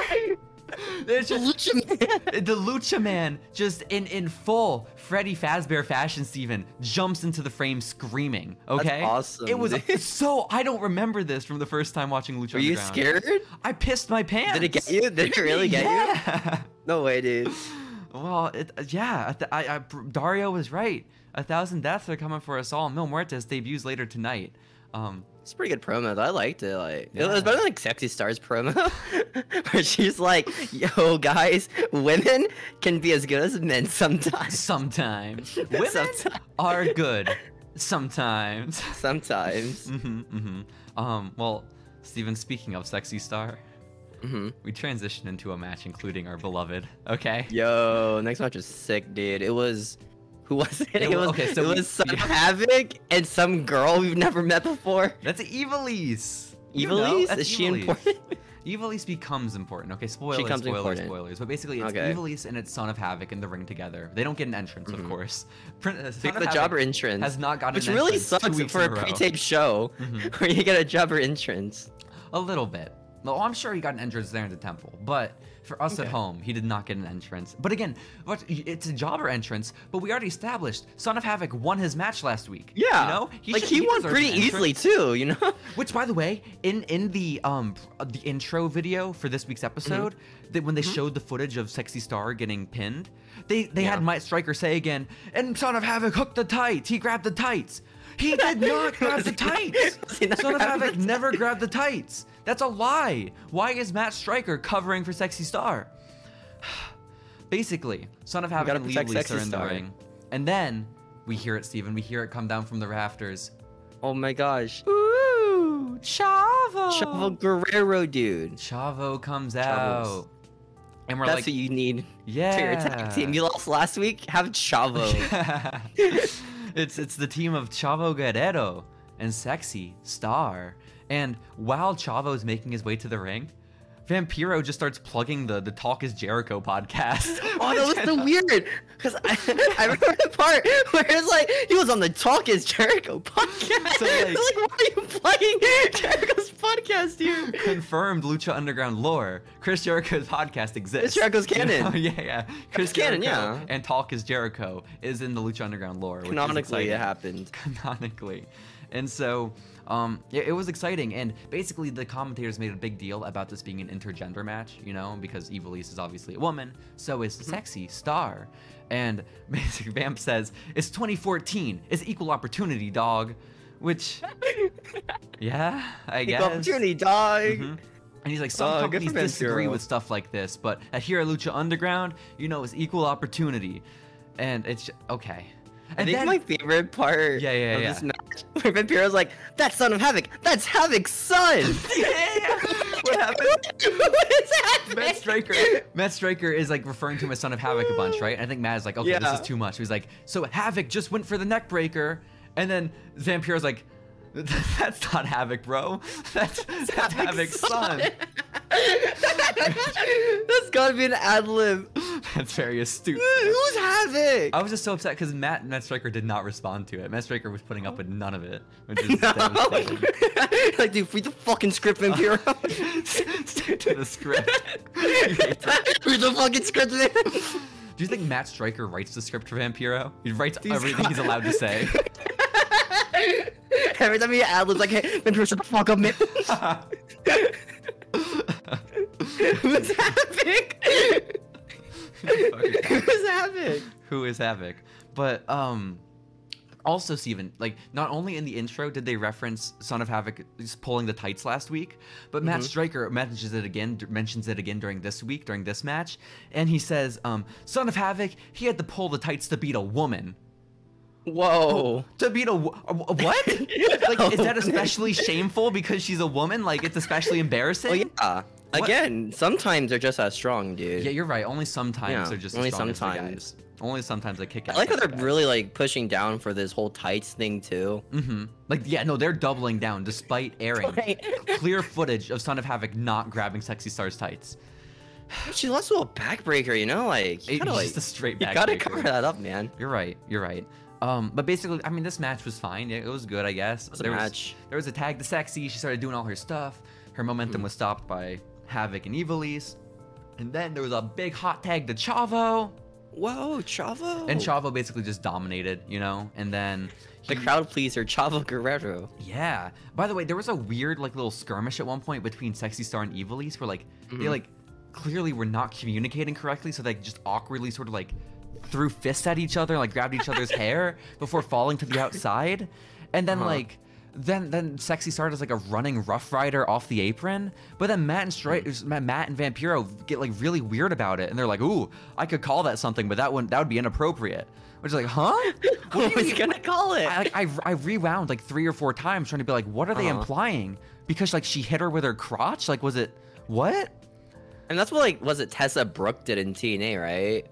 S1: *laughs*
S2: There's
S1: The
S2: just
S1: lucha man.
S2: the Lucha Man, just in in full Freddy Fazbear fashion, Steven, jumps into the frame screaming. Okay,
S1: awesome,
S2: It was
S1: dude.
S2: so I don't remember this from the first time watching Lucha.
S1: Were you
S2: Underground.
S1: scared?
S2: I pissed my pants.
S1: Did it get you? Did it really get you?
S2: yeah.
S1: No way, dude.
S2: Well, it, yeah, I th- I, I, Dario was right. A thousand deaths are coming for us all. Mil Muertes debuts later tonight. Um,
S1: It's a pretty good promo. though. I liked it. Like it
S2: Yeah.
S1: was better than like Sexy Stars promo, *laughs* where she's like, "Yo, guys, women can be as good as men sometimes. *laughs*
S2: sometimes women
S1: Sometime-
S2: are good. Sometimes.
S1: Sometimes."
S2: hmm hmm Um, well, Steven, speaking of sexy star,
S1: hmm
S2: Mm-hmm. we transitioned into a match including our beloved. Okay.
S1: Yo, next match was sick, dude. It was. Who was it?
S2: It
S1: It,
S2: wa-
S1: was.
S2: okay, so
S1: it
S2: we-
S1: was some
S2: *laughs* yeah.
S1: havoc and some girl we've never met before.
S2: That's Evilise. You know,
S1: Evilise?
S2: that's
S1: Is she
S2: Evilise.
S1: important?
S2: *laughs* Evilise becomes important. Okay, spoilers,
S1: becomes
S2: spoilers,
S1: important.
S2: spoilers. But basically, it's
S1: Okay.
S2: Evilise and its Son of Havoc in the ring together. They don't get an entrance, of
S1: Mhm.
S2: course. Prin- uh, Son
S1: Pick
S2: of
S1: the
S2: Havoc
S1: jobber entrance,
S2: has not gotten
S1: which
S2: an
S1: really
S2: entrance two
S1: sucks
S2: weeks
S1: for
S2: in
S1: a
S2: row.
S1: pre-taped show *laughs*
S2: Mhm.
S1: where you get a jobber entrance.
S2: A little bit. Well, I'm sure he got an entrance there in the temple, but for us at
S1: Okay.
S2: home, he did not get an entrance. But again, what, it's a jobber entrance, but we already established Son of Havoc won his match last week.
S1: Yeah,
S2: you know,
S1: like
S2: should-
S1: he, won
S2: deserves
S1: pretty
S2: an entrance.
S1: easily too, you know. *laughs*
S2: Which, by the way, in in the um pr- the intro video for this week's episode,
S1: Mm-hmm.
S2: that when they showed the footage of Sexy Star getting pinned, they they had
S1: Yeah.
S2: Mike Striker say again, "And Son of Havoc hooked the tights. He grabbed the tights.
S1: *laughs*
S2: He did not grab
S1: Was
S2: the
S1: he not- *laughs*
S2: tights.
S1: was he not
S2: Son of
S1: grabbing
S2: Havoc
S1: the
S2: never grabbed the tights. That's a lie. Why is Matt Striker covering for Sexy Star?" *sighs* Basically, Son of Havoc
S1: gotta
S2: and Lee
S1: protect
S2: Lisa
S1: Sexy
S2: are in the
S1: Star.
S2: ring. And then we hear it, Steven. We hear it come down from the rafters.
S1: Oh my gosh.
S2: Ooh, Chavo.
S1: Chavo Guerrero, dude.
S2: Chavo comes
S1: Chavos.
S2: out. And we're
S1: That's
S2: like,
S1: what you need
S2: yeah.
S1: for your tag team. You lost last week. Have Chavo.
S2: *laughs* it's it's the team of Chavo Guerrero and Sexy Star. And while Chavo is making his way to the ring, Vampiro just starts plugging the the Talk is Jericho podcast.
S1: Oh, that
S2: *laughs*
S1: was
S2: Which-
S1: so weird. Cause I, I remember the part where it's like he was on the Talk Is Jericho *laughs* podcast.
S2: So,
S1: It's
S2: like-
S1: like, why are you plugging Jericho's podcast
S2: *laughs*
S1: here?
S2: confirmed Lucha Underground lore. Chris Jericho's podcast exists.
S1: It's Jericho's canon.
S2: Oh *laughs* yeah, yeah. Chris
S1: canon,
S2: Jericho
S1: yeah.
S2: And Talk is Jericho is in the Lucha Underground lore. which is
S1: Canonically,
S2: exciting.
S1: it happened.
S2: *laughs* canonically. And so, um, yeah, it was exciting. And basically, the commentators made a big deal about this being an intergender match, you know, because Evil East is obviously a woman, so is
S1: Mm-hmm.
S2: Sexy Star. And *laughs* basically, Vamp says, It's 2014, it's equal opportunity, dog.
S1: *laughs*
S2: Which, yeah, I
S1: Equal
S2: guess.
S1: opportunity, dog.
S2: Mhm. And he's like, some
S1: Uh, good
S2: companies
S1: for Vince
S2: disagree
S1: Giroux.
S2: with stuff like this, but at here at Lucha Underground, you know, it's equal opportunity. And it's ju- okay.
S1: I
S2: And
S1: think
S2: then-
S1: my favorite part
S2: Yeah, yeah,
S1: of
S2: yeah.
S1: this match *laughs* where Vampiro's like, that's Son of Havoc! That's Havoc's
S2: *laughs*
S1: son!
S2: What happened?
S1: *laughs* what is happening?
S2: *laughs*
S1: *laughs*
S2: Matt Striker. Matt Striker is like referring to him as Son of Havoc a bunch, right? And I think Matt is like, okay,
S1: Yeah.
S2: this is too much. He's like, so Havoc just went for the neck breaker, and then Vampiro's like, *laughs* that's not Havoc, bro. *laughs* That's, that's Havoc's son. *laughs*
S1: *laughs* that's gotta be an ad lib.
S2: That's very astute.
S1: Who's Havoc?
S2: I was just so upset because Matt Matt Striker did not respond to it. Matt Striker was putting up with none of it, which
S1: *laughs*
S2: is devastating.
S1: No. *laughs* like, dude, read the fucking script, Vampiro.
S2: *laughs* Stick to the script. You hate
S1: *laughs*
S2: it.
S1: read the fucking script, man.
S2: Do you think Matt Stryker writes the script for Vampiro? He writes
S1: He's
S2: everything he's allowed
S1: *laughs*
S2: to say. *laughs*
S1: Every time he ad libs, like, hey, Vampiro, shut the fuck up, man. *laughs* Who's Havoc? *laughs* Who's Havoc?
S2: Who is Havoc? But um also Steven, like not only in the intro did they reference Son of Havoc is pulling the tights last week, but Matt Stryker mentions it again mentions it again during this week, during this match, and he says, um, Son of Havoc, he had to pull the tights to beat a woman.
S1: *laughs* Whoa.
S2: To beat a, wo- a- a
S1: *laughs*
S2: what? like, is
S1: Oh,
S2: that especially shameful because she's a woman? Like, it's especially embarrassing.
S1: Well, Oh, yeah. Again, sometimes they're just as strong, dude.
S2: Yeah, you're right. Only sometimes
S1: Yeah,
S2: they're just
S1: only
S2: only strong sometimes.
S1: sometimes.
S2: Only sometimes they kick ass.
S1: I like how they're really like pushing down for this whole tights thing too.
S2: hmm Like yeah, no, they're doubling down despite airing
S1: *laughs* Right.
S2: clear footage of Son of Havoc not grabbing Sexy Star's tights.
S1: She's also a backbreaker, you know, like you
S2: It-
S1: gotta
S2: it's
S1: like
S2: just a straight
S1: you
S2: back.
S1: gotta
S2: breaker.
S1: cover that up, man.
S2: You're right. You're right. Um, but basically, I mean, this match was fine. It, it was good, I guess.
S1: was a match.
S2: Was, there was a tag to Sexy. She started doing all her stuff. Her
S1: Hmm.
S2: momentum was stopped by Havoc and Evilise. And then there was a big hot tag to Chavo.
S1: Whoa, Chavo.
S2: And Chavo basically just dominated, you know? And then
S1: the crowd pleaser, Chavo Guerrero.
S2: Yeah. By the way, there was a weird like little skirmish at one point between Sexy Star and Evil East where like they
S1: Mhm.
S2: like clearly were not communicating correctly, so they just awkwardly sort of like threw fists at each other, like grabbed
S1: *laughs*
S2: each other's hair before falling to the outside. And then
S1: Uh-huh.
S2: like then then Sexy Star does like a running Rough Rider off the apron, but then Matt and Stri-
S1: Mm.
S2: Ma- Matt and Vampiro get like really weird about it, and they're like, "Ooh, I could call that something, but that one that would be inappropriate." Which is like, huh?
S1: *laughs* What
S2: do you
S1: was
S2: mean?
S1: gonna call it?
S2: I, like, I, I rewound like three or four times trying to be like, what are they
S1: Uh-huh.
S2: implying? Because like she hit her with her crotch. Like, was it what?
S1: and that's what like was it Tessa Brooke did in TNA, right?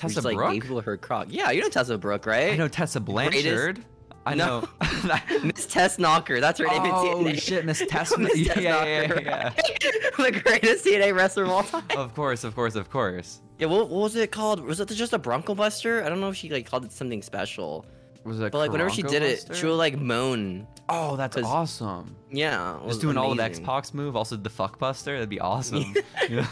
S1: Where she,
S2: Tessa
S1: like,
S2: Brooke?
S1: gave people her croc. Yeah, you know Tessa Brooke, right?
S2: I know Tessa
S1: greatest-
S2: Blanchard. I
S1: No.
S2: know.
S1: *laughs*
S2: *laughs*
S1: Miss Tess Knocker, that's her name
S2: Oh,
S1: in TNA. *laughs*
S2: shit, Miss Tess-
S1: Miss Tess
S2: yeah, yeah,
S1: Knocker,
S2: yeah,
S1: right? *laughs* the greatest TNA wrestler of all time.
S2: of course, of course, of course.
S1: Yeah, what, what was it called? Was it just a Bronco Buster? I don't know if she like called it something special,
S2: Was it?
S1: but like whenever she did it, she would like moan.
S2: oh, that's
S1: 'cause-
S2: awesome.
S1: Yeah, it was
S2: Just doing all of X
S1: amazing.
S2: Pac's move, also the fuck buster.
S1: *laughs*
S2: That'd be awesome. *laughs* Yeah.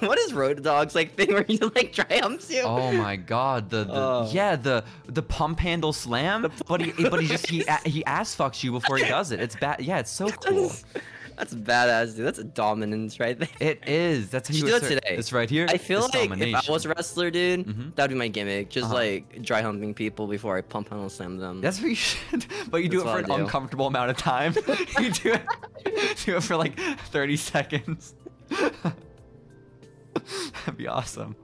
S1: what is Road Dogs like thing where he like triumphs you?
S2: Oh my god, the, the
S1: Oh.
S2: yeah the the pump handle slam, but he but he just he a- he ass fucks you before he does it. It's bad. Yeah, it's so cool.
S1: *laughs* That's, that's badass, dude. That's a dominance right there.
S2: It is. That's how
S1: She
S2: you
S1: did it
S2: assert-
S1: today.
S2: It's right here.
S1: *laughs* I feel
S2: It's
S1: like if I
S2: domination.
S1: was a wrestler, dude,
S2: Mhm.
S1: that'd be my gimmick. Just
S2: Uh-huh.
S1: like dry humping people before I pump and slam them.
S2: That's what you should. *laughs* But you do
S1: That's
S2: it for
S1: what
S2: an
S1: I do.
S2: uncomfortable amount of time. *laughs* you *laughs* do it. Do it for like thirty seconds. *laughs* That'd be awesome.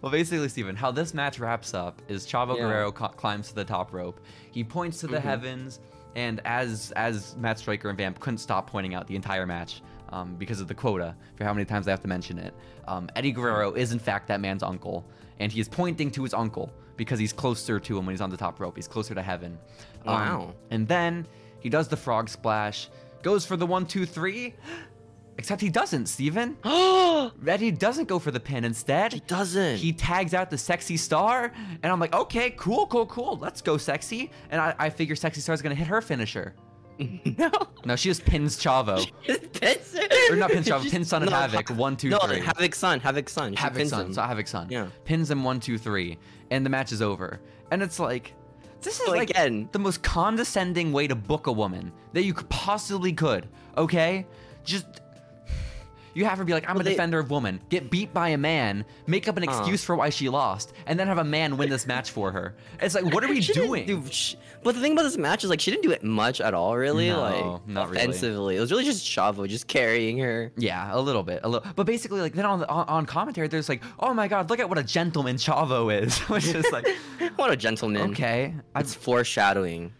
S2: Well, basically, Steven, how this match wraps up is Chavo
S1: Yeah.
S2: Guerrero co- climbs to the top rope. He points to the
S1: Mhm.
S2: heavens, and as as Matt Striker and Vamp couldn't stop pointing out the entire match um, because of the quota for how many times they have to mention it, um, Eddie Guerrero is in fact that man's uncle, and he is pointing to his uncle because he's closer to him when he's on the top rope. He's closer to heaven. Um,
S1: Wow.
S2: and then he does the frog splash, goes for the one, two, three, *gasps* except he doesn't, Steven.
S1: Oh,
S2: Eddie doesn't go for the pin. Instead,
S1: *gasps* he doesn't. *laughs*
S2: he tags out the sexy star, and I'm like, okay, cool, cool, cool. Let's go, sexy. And I, I figure sexy star's gonna hit her finisher.
S1: *laughs* no.
S2: No, she just pins Chavo.
S1: pins
S2: Or not
S1: *laughs*
S2: pins Chavo, pins Son of Havoc. One, two,
S1: no,
S2: three.
S1: Havoc Son. Havoc Son. She
S2: Havoc
S1: pins
S2: Son.
S1: him.
S2: So Havoc Son.
S1: Yeah.
S2: Pins him one, two, three, and the match is over. And it's like, this is
S1: So
S2: like
S1: again-
S2: the most condescending way to book a woman that you could possibly could. Okay, just you have her be like, I'm a
S1: they- Uh-huh.
S2: defender of woman. Get beat by a man. Make up an excuse for why she lost, and then have a man win this match for her. It's like, what are we
S1: She didn't
S2: doing?
S1: do sh- but the thing about this match is like she didn't do it much at all, really.
S2: No,
S1: like
S2: not really.
S1: offensively, it was really just Chavo just carrying her. *laughs*
S2: Yeah, a little bit, a little. But basically, like then on, the, on on commentary, there's like, oh my god, look at what a gentleman Chavo is, *laughs* which is
S1: *laughs*
S2: like,
S1: What a gentleman.
S2: okay, I've
S1: It's foreshadowing.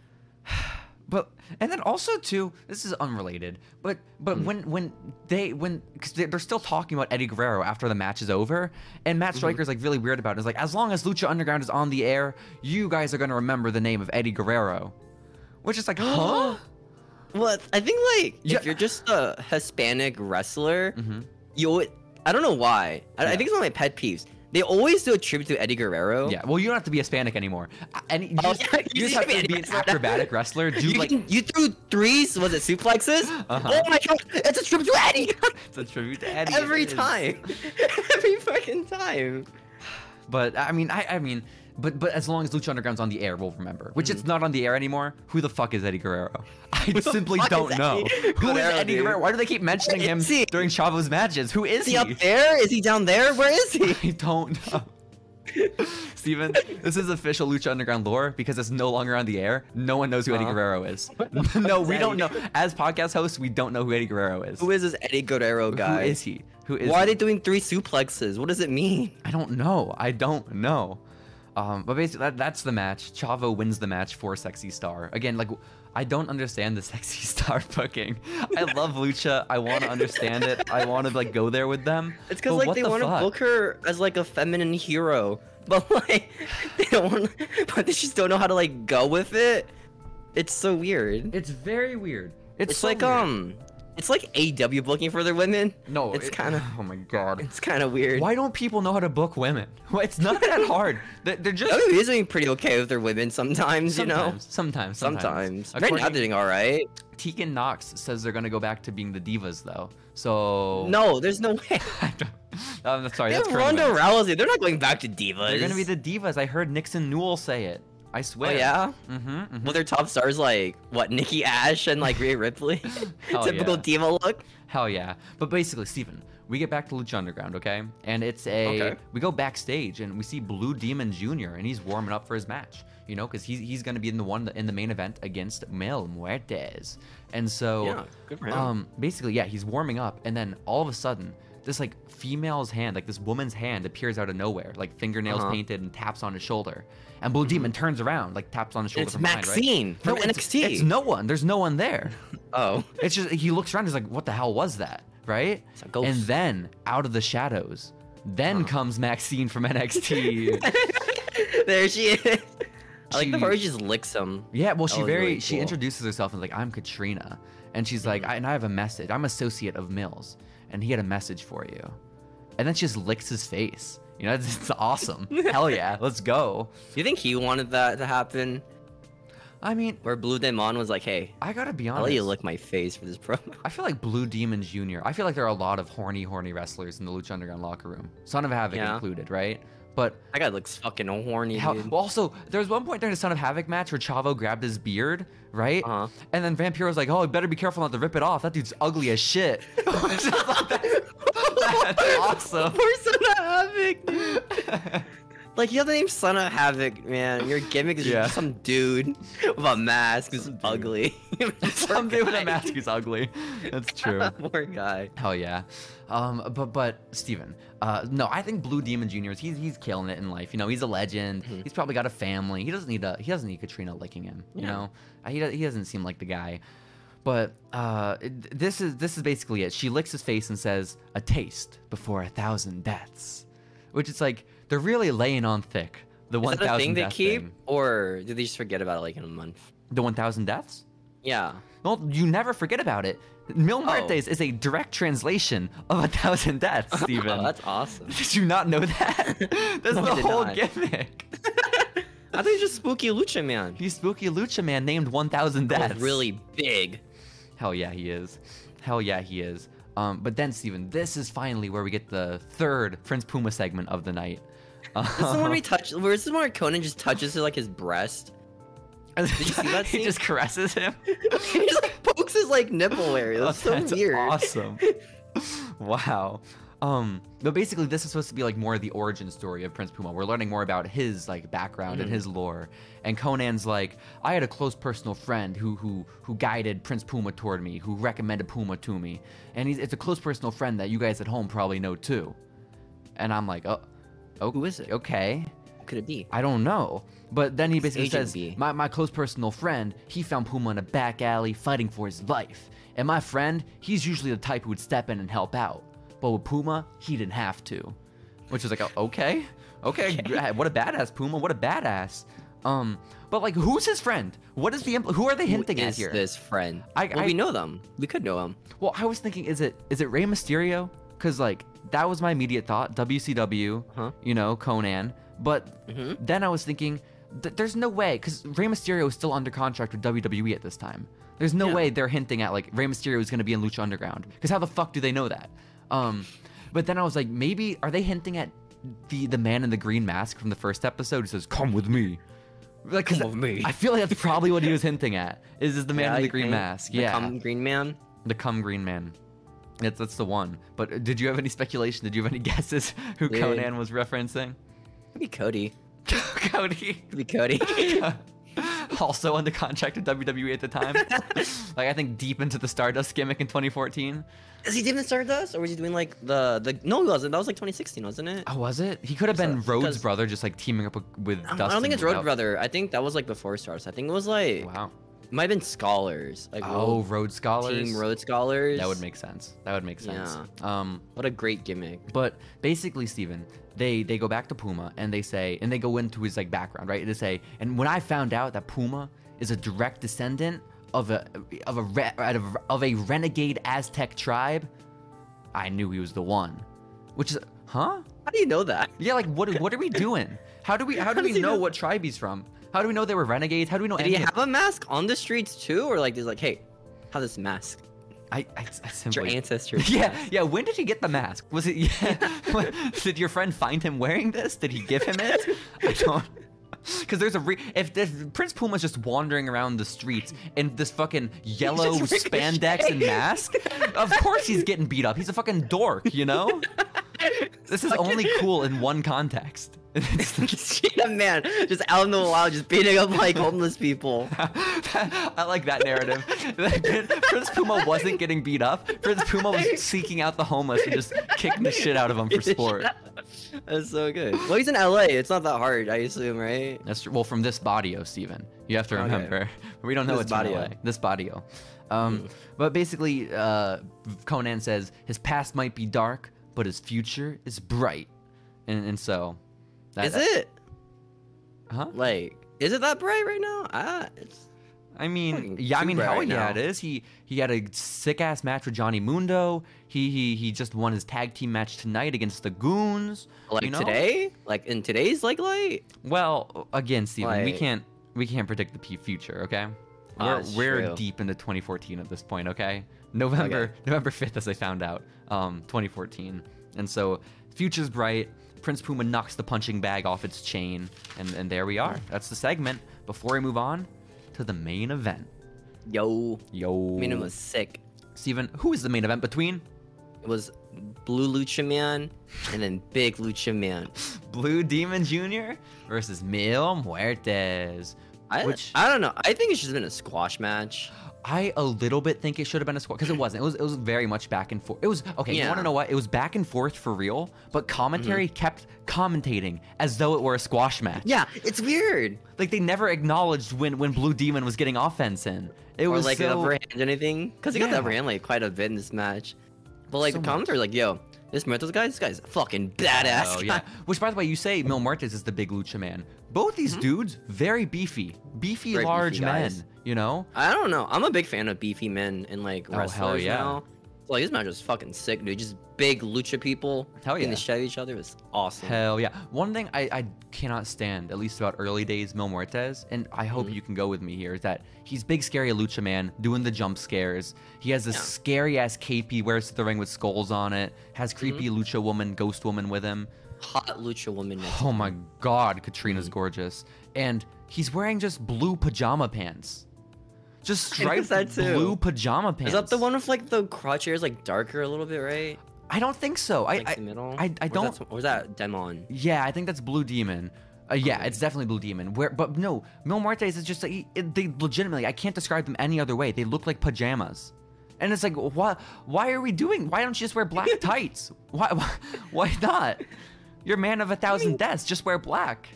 S2: But and then also too, this is unrelated. But but
S1: Hmm.
S2: when when they when because they're, they're still talking about Eddie Guerrero after the match is over, and
S1: Mm-hmm.
S2: Matt Striker's like really weird about it. It's like as long as Lucha Underground is on the air, you guys are gonna remember the name of Eddie Guerrero, which
S1: *gasps*
S2: is like huh.
S1: Well, I think like
S2: Yeah.
S1: if you're just a Hispanic wrestler,
S2: hmm
S1: you always, I don't know why. I, I
S2: Yeah.
S1: think it's one of my pet peeves. They always do a tribute to Eddie Guerrero.
S2: Yeah, well, you don't have to be Hispanic anymore. Uh, And you
S1: Oh,
S2: just,
S1: yeah,
S2: you
S1: you
S2: just
S1: can
S2: have
S1: be
S2: to be
S1: any
S2: an
S1: wrestler.
S2: acrobatic wrestler. Do
S1: *laughs* You,
S2: like
S1: can- you threw threes, was it suplexes?
S2: Uh-huh.
S1: Oh my god, it's a tribute to Eddie! *laughs*
S2: it's a tribute to Eddie it
S1: Every
S2: is.
S1: time. *laughs* Every fucking time.
S2: But I mean, I, I mean, but but as long as Lucha Underground's on the air, we'll remember. Which it's not on the air anymore. Who the fuck is
S1: *laughs*
S2: Eddie Guerrero? I
S1: Mm. the
S2: simply
S1: fuck
S2: don't
S1: is
S2: know.
S1: Eddie
S2: Who is
S1: Guerrero,
S2: Eddie
S1: dude?
S2: Guerrero? Why do they keep mentioning
S1: Where
S2: him
S1: is he?
S2: during Chavo's matches? Who is
S1: Is
S2: he?
S1: he up there? Is he down there? Where is he?
S2: *laughs* I don't know. *laughs* Steven, this is official Lucha Underground lore because it's no longer on the air. No one knows who Eddie
S1: Uh-huh.
S2: Guerrero is. *laughs*
S1: the fuck
S2: no,
S1: is
S2: we don't
S1: *laughs*
S2: know.
S1: Eddie?
S2: As podcast hosts, we don't know who Eddie Guerrero
S1: *laughs*
S2: is.
S1: Who is this Eddie Guerrero guy?
S2: Who is he? Who is
S1: Why are they
S2: he?
S1: doing three suplexes? What does it mean?
S2: I don't know. I don't know. Um, but basically, that, that's the match. Chavo wins the match for Sexy Star. Again, like, I don't understand the *laughs* Sexy Star booking. I love Lucha. I want to understand it. I want to, like, go there with them.
S1: *laughs* It's because
S2: but
S1: like
S2: what
S1: they
S2: the
S1: want to
S2: fuck?
S1: book her as like a feminine hero, *laughs* but like they don't want, *laughs* but they just don't know how to like go with it. It's so weird. It's,
S2: It's very weird. It's, so
S1: like
S2: weird.
S1: um, it's like AW booking for their women.
S2: No,
S1: it's
S2: it-
S1: kind of
S2: *sighs*
S1: *sighs*
S2: Oh my god.
S1: it's kind of weird. *laughs*
S2: Why don't people know how to book women? *laughs* It's not that hard. They're, they're just.
S1: WWE is doing pretty okay with their women sometimes, you Oh, know.
S2: Sometimes, sometimes,
S1: Sometimes,
S2: sometimes.
S1: right now they're
S2: According-
S1: doing all right.
S2: Tegan Knox says they're gonna go back to being the divas though. So
S1: No, there's no *laughs* way.
S2: *laughs* I don't- I'm sorry.
S1: They
S2: That's
S1: have
S2: Kurt
S1: Ronda
S2: Angle.
S1: Rousey. They're not going back to divas.
S2: They're gonna be the divas. I heard Nixon Newell say it. I
S1: Oh
S2: swear.
S1: yeah.
S2: Mm-hmm.
S1: Well, their top stars like what? Nikki Ash and like Rhea Ripley.
S2: *laughs* Hell
S1: *laughs* Typical
S2: yeah.
S1: diva look.
S2: Hell yeah. But basically, Steven, we get back to Lucha Underground, okay? And it's a
S1: Okay.
S2: we go backstage and we see Blue Demon Jr. and he's warming up for his match, you know, because he's he's gonna be in the one in the main event against Mel Muertes. And so,
S1: Yeah, good for him.
S2: um, basically, yeah, he's warming up, and then all of a sudden. This like female's hand, like this woman's hand, appears out of nowhere, like fingernails
S1: Uh-huh. Mm-hmm.
S2: painted, and taps on his shoulder. And Blue Demon turns around, like taps on his shoulder.
S1: It's
S2: from behind, right?
S1: Maxine from
S2: it's-
S1: NXT.
S2: It's no one. There's no one there.
S1: Oh. *laughs*
S2: It's just he looks around. He's like, "What the hell was that?" Right?
S1: It's a ghost. Uh-huh.
S2: And then out of the shadows, then comes Maxine
S1: *laughs*
S2: from *laughs* NXT.
S1: there she is. I like the
S2: She-
S1: part where she just licks him.
S2: yeah, well,
S1: That
S2: she
S1: was
S2: very
S1: really
S2: she
S1: cool. Mm-hmm.
S2: introduces herself and like, "I'm Katrina," and she's like, I, "And I have a message. I'm associate of Mills, and he had a message for you." And then she just licks his face. You know, *laughs* it's, it's awesome. hell
S1: *laughs*
S2: yeah, let's go.
S1: Do you think he wanted that to happen?
S2: I mean,
S1: Where Blue Demon was like, hey,
S2: I gotta be honest.
S1: I'll let you lick my face for this promo. *laughs*
S2: I feel like Blue Demon Jr. I feel like there are a lot of horny, horny wrestlers in the Lucha Underground locker room, Son of Havoc
S1: Yeah.
S2: included, right? But
S1: That guy looks fucking horny,
S2: How,
S1: dude.
S2: well, also, there was one point during the Son of Havoc match where Chavo grabbed his beard, right?
S1: Uh-huh.
S2: And then Vampiro's like, "Oh, I better be careful not to rip it off. That dude's ugly
S1: *laughs*
S2: as shit." *laughs* It's *laughs* just like, that's, that's awesome.
S1: Poor Son of Havoc, dude. *laughs* Like you have the name Son of Havoc, man. Your gimmick is
S2: Yeah.
S1: just some dude *laughs* with a mask who's
S2: Some dude. *laughs*
S1: ugly. *laughs*
S2: Someday with a mask is ugly. That's true.
S1: Poor guy.
S2: Hell yeah. Um, but but Steven, uh, no, I think Blue Demon Jr. is he's he's killing it in life. You know, he's a legend.
S1: Mhm.
S2: He's probably got a family. He doesn't need a he doesn't need Katrina licking him. You
S1: Yeah.
S2: know, Uh, he do- he doesn't seem like the guy. But uh, it- this is this is basically it. She licks his face and says, "A taste before a thousand deaths," which is like they're really laying on thick. The
S1: Is
S2: one
S1: that a thing
S2: thousand
S1: they
S2: death
S1: keep,
S2: thing.
S1: or do they just forget about it like in a month?
S2: The one thousand deaths.
S1: Yeah.
S2: Well, you never forget about it. Mil
S1: Oh.
S2: Muertes is a direct translation of a thousand deaths,
S1: *laughs*
S2: Steven.
S1: Oh, that's awesome.
S2: *laughs* Did you not
S1: *laughs*
S2: know that? That's
S1: No, I
S2: the
S1: did
S2: whole
S1: not.
S2: gimmick. *laughs*
S1: I think it's just Spooky Lucha Man.
S2: He's spooky lucha man named 1000
S1: Oh,
S2: Deaths.
S1: really big.
S2: Hell yeah, he is. Hell yeah, he is. Um, but then, Steven, this is finally where we get the third Prince Puma segment of the night.
S1: *laughs* This is the one
S2: *laughs*
S1: where he touch. Where this is where Conan just touches like his breast. *laughs*
S2: Did
S1: you see that
S2: *laughs* he
S1: scene?
S2: just caresses him.
S1: he just like pokes his like nipple area.
S2: Oh,
S1: That's so *laughs*
S2: that's
S1: weird.
S2: Awesome. *laughs* wow. Um, but basically, this is supposed to be like more of the origin story of Prince Puma. We're learning more about his like background and
S1: Mhm.
S2: his lore. And Conan's like, I had a close personal friend who who who guided Prince Puma toward me, who recommended Puma to me, and he's, it's a close personal friend that you guys at home probably know too. And I'm like, oh, oh
S1: Who is it?
S2: Okay.
S1: What could it be?
S2: I don't know. But then he basically
S1: Agent
S2: says,
S1: B.
S2: my, my close personal friend, he found Puma in a back alley fighting for his life. And my friend, he's usually the type who would step in and help out. But with Puma, he didn't have to. Which is like, oh, okay. Okay. gra- What a badass, Puma. What a badass. Um, but like, who's his friend? What is the, impl- who are they hinting
S1: Who
S2: at
S1: is
S2: here?
S1: this friend?
S2: I-
S1: well,
S2: I-
S1: we know them. We could know them.
S2: Well, I was thinking, is it, is it Rey Mysterio? Cause like, that was my immediate thought. WCW,
S1: Huh?
S2: you know, Conan. But
S1: Mhm.
S2: Then I was thinking, th- there's no way, because Rey Mysterio is still under contract with WWE at this time. There's no
S1: Yeah.
S2: way they're hinting at like Rey Mysterio is going to be in Lucha Underground, because how the fuck do they know that? Um, but then I was like, maybe are they hinting at the the man in the green mask from the first episode who says, "Come with me." Like, 'cause
S1: Come with me.
S2: I feel like that's probably what he
S1: *laughs*
S2: was hinting at. Is, is the man
S1: Yeah,
S2: in the
S1: you
S2: green
S1: think?
S2: mask?
S1: The
S2: yeah,
S1: cum green man.
S2: the cum green man. That's that's the one. But uh, did you have any speculation? Did you have any *laughs* guesses who
S1: Dude.
S2: Conan was referencing? *laughs*
S1: Could be Cody.
S2: Cody. *laughs*
S1: Could be Cody.
S2: also under contract with WWE E at
S1: *laughs*
S2: the time. like I think deep into the Stardust gimmick in 2014.
S1: Is he doing the Stardust, or was he doing like the the? No, he wasn't. That was like 2016, wasn't it?
S2: Oh, was it? He could have been
S1: So-
S2: Rhodes'
S1: because-
S2: brother, just like teaming up with, with
S1: I don't,
S2: Dustin.
S1: I don't think it's Road
S2: without-
S1: Brother. I think that was like before Stars. I think it was like
S2: Wow.
S1: it might have been Scholars. Like
S2: Oh,
S1: Road-
S2: Rhodes Scholars.
S1: Team Road Scholars.
S2: That would make sense. That would make sense. Um,
S1: what a great gimmick.
S2: But basically, Steven, they they go back to Puma and they say, and they go into his like background, right? They say, and when I found out that Puma is a direct descendant of a of a re, of a- of a renegade Aztec tribe, I knew he was the one. Which is, huh?
S1: How do you know that?
S2: Yeah, like what what are we doing? How do we how do
S1: How
S2: we
S1: does he
S2: know
S1: know?
S2: what tribe he's from? How do we know they were renegades? How do we know
S1: Did
S2: any?
S1: he
S2: of-
S1: have a mask on the streets too, or like he's like, hey, have this mask?
S2: I, I, I
S1: It's your
S2: simply
S1: ancestors.
S2: *laughs* Yeah, yeah. When did he get the mask? Was it? *laughs* Yeah. when- did your friend find him wearing this? Did he give him it? I don't. *laughs* Because there's a re- if, if Prince Puma's just wandering around the streets in this fucking yellow
S1: ricochets.
S2: spandex and mask, of course he's getting beat up. He's a fucking dork,
S1: *laughs*
S2: you know. This is only cool in one context. *laughs*
S1: *laughs* Shit, a man just out in the wild, just beating up like homeless
S2: *laughs*
S1: people.
S2: I like that narrative. *laughs* Prince Puma wasn't getting beat up. Prince
S1: *laughs*
S2: Puma was seeking out the homeless and just kicking the shit out of them for sport.
S1: *laughs* That's so good. Well, he's in LA. It's not that hard, I assume, right?
S2: That's well from this bodio, Steven. You have to
S1: Okay.
S2: remember. *laughs* We don't know
S1: This
S2: it's in
S1: bodio.
S2: LA. This bodio. Um, But basically, uh, Conan says his past might be dark, but his future is bright. And, and so, that,
S1: Is it
S2: Huh?
S1: like? Is it that bright right now? Ah, it's
S2: I mean,
S1: Fucking
S2: yeah, I mean,
S1: super
S2: hell
S1: right
S2: yeah,
S1: now.
S2: it is. He he had a sick ass match with Johnny Mundo. He he he just won his tag team match tonight against the Goons.
S1: like
S2: you know?
S1: today, like in today's like light.
S2: Well, again, Steven, we
S1: Like-
S2: can't we can't predict the p- future, okay?
S1: Ah,
S2: We're,
S1: that's
S2: we're
S1: true.
S2: deep into 2014 at this point, okay? November November 5th, as I found out, um, 2014, and so future's bright. Prince Puma knocks the punching bag off its chain, and and there we are. That's the segment. Before we move on to the main event,
S1: Yo,
S2: yo,
S1: I mean, it was sick.
S2: Steven, who is the main event between?
S1: was Blue Lucha Man and then Big Lucha Man.
S2: Blue Demon Jr. versus Mil Muertes.
S1: I,
S2: Which-
S1: I don't know. I think it's just been a squash match.
S2: I a little bit think it should have been a squat because it wasn't. It was it was very much back and forth. It was okay. You want
S1: Yeah. Mm-hmm.
S2: to know what? It was back and forth for real, but commentary kept commentating as though it were a squash match.
S1: Yeah, it's weird.
S2: Like they never acknowledged when when Blue Demon was getting offense in. It
S1: It
S2: was
S1: was like
S2: so,
S1: an overhand or anything. Because he got
S2: Yeah.
S1: the upper hand like quite a bit in this match. But like
S2: So
S1: the comments are like, yo, this Mertos guy, this guy's a fucking badass.
S2: Oh,
S1: guy."
S2: yeah. Which, by the way, you say Mil Martes is the big lucha man. Both these dudes, very beefy,
S1: Mm-hmm.
S2: beefy,
S1: Very beefy
S2: large men.
S1: guys.
S2: You know,
S1: *laughs* I don't know. I'm a big fan of beefy men and like
S2: Oh, hell
S1: wrestlers
S2: yeah.
S1: now. So, like this match was fucking sick, dude. Just big lucha people
S2: Hell
S1: in
S2: yeah.
S1: the shit of each other was awesome.
S2: hell yeah. One thing I, I cannot stand, at least about early days Mil Martes, and I hope
S1: Mm-hmm.
S2: you can go with me here, is that he's big, scary lucha man, doing the jump scares. He has this
S1: Yeah.
S2: scary ass cape he wears to the ring with skulls on it. Has
S1: Mm-hmm.
S2: creepy lucha woman, ghost woman with him.
S1: Hot lucha woman. next
S2: Oh my god, Katrina's
S1: Mm-hmm.
S2: gorgeous. And he's wearing just blue pajama pants.
S1: *laughs*
S2: Just striped
S1: noticed that too.
S2: blue pajama
S1: Is
S2: pants.
S1: that the one with like the crotch hair is like darker a little bit, right?
S2: I don't think so. I,
S1: Like
S2: I
S1: the middle.
S2: I,
S1: Or
S2: I
S1: is that
S2: don't.
S1: some- Or is that Demon?
S2: Yeah, I think that's Blue Demon. Uh, yeah, it's definitely Blue Demon. Where, but no, Mil Martes is just like he- it- they legitimately. I can't describe them any other way. They look like pajamas, and it's like what? Why are we doing? Why don't you just wear black tights? Why? Why, why not? You're a man of a thousand deaths. Just wear black.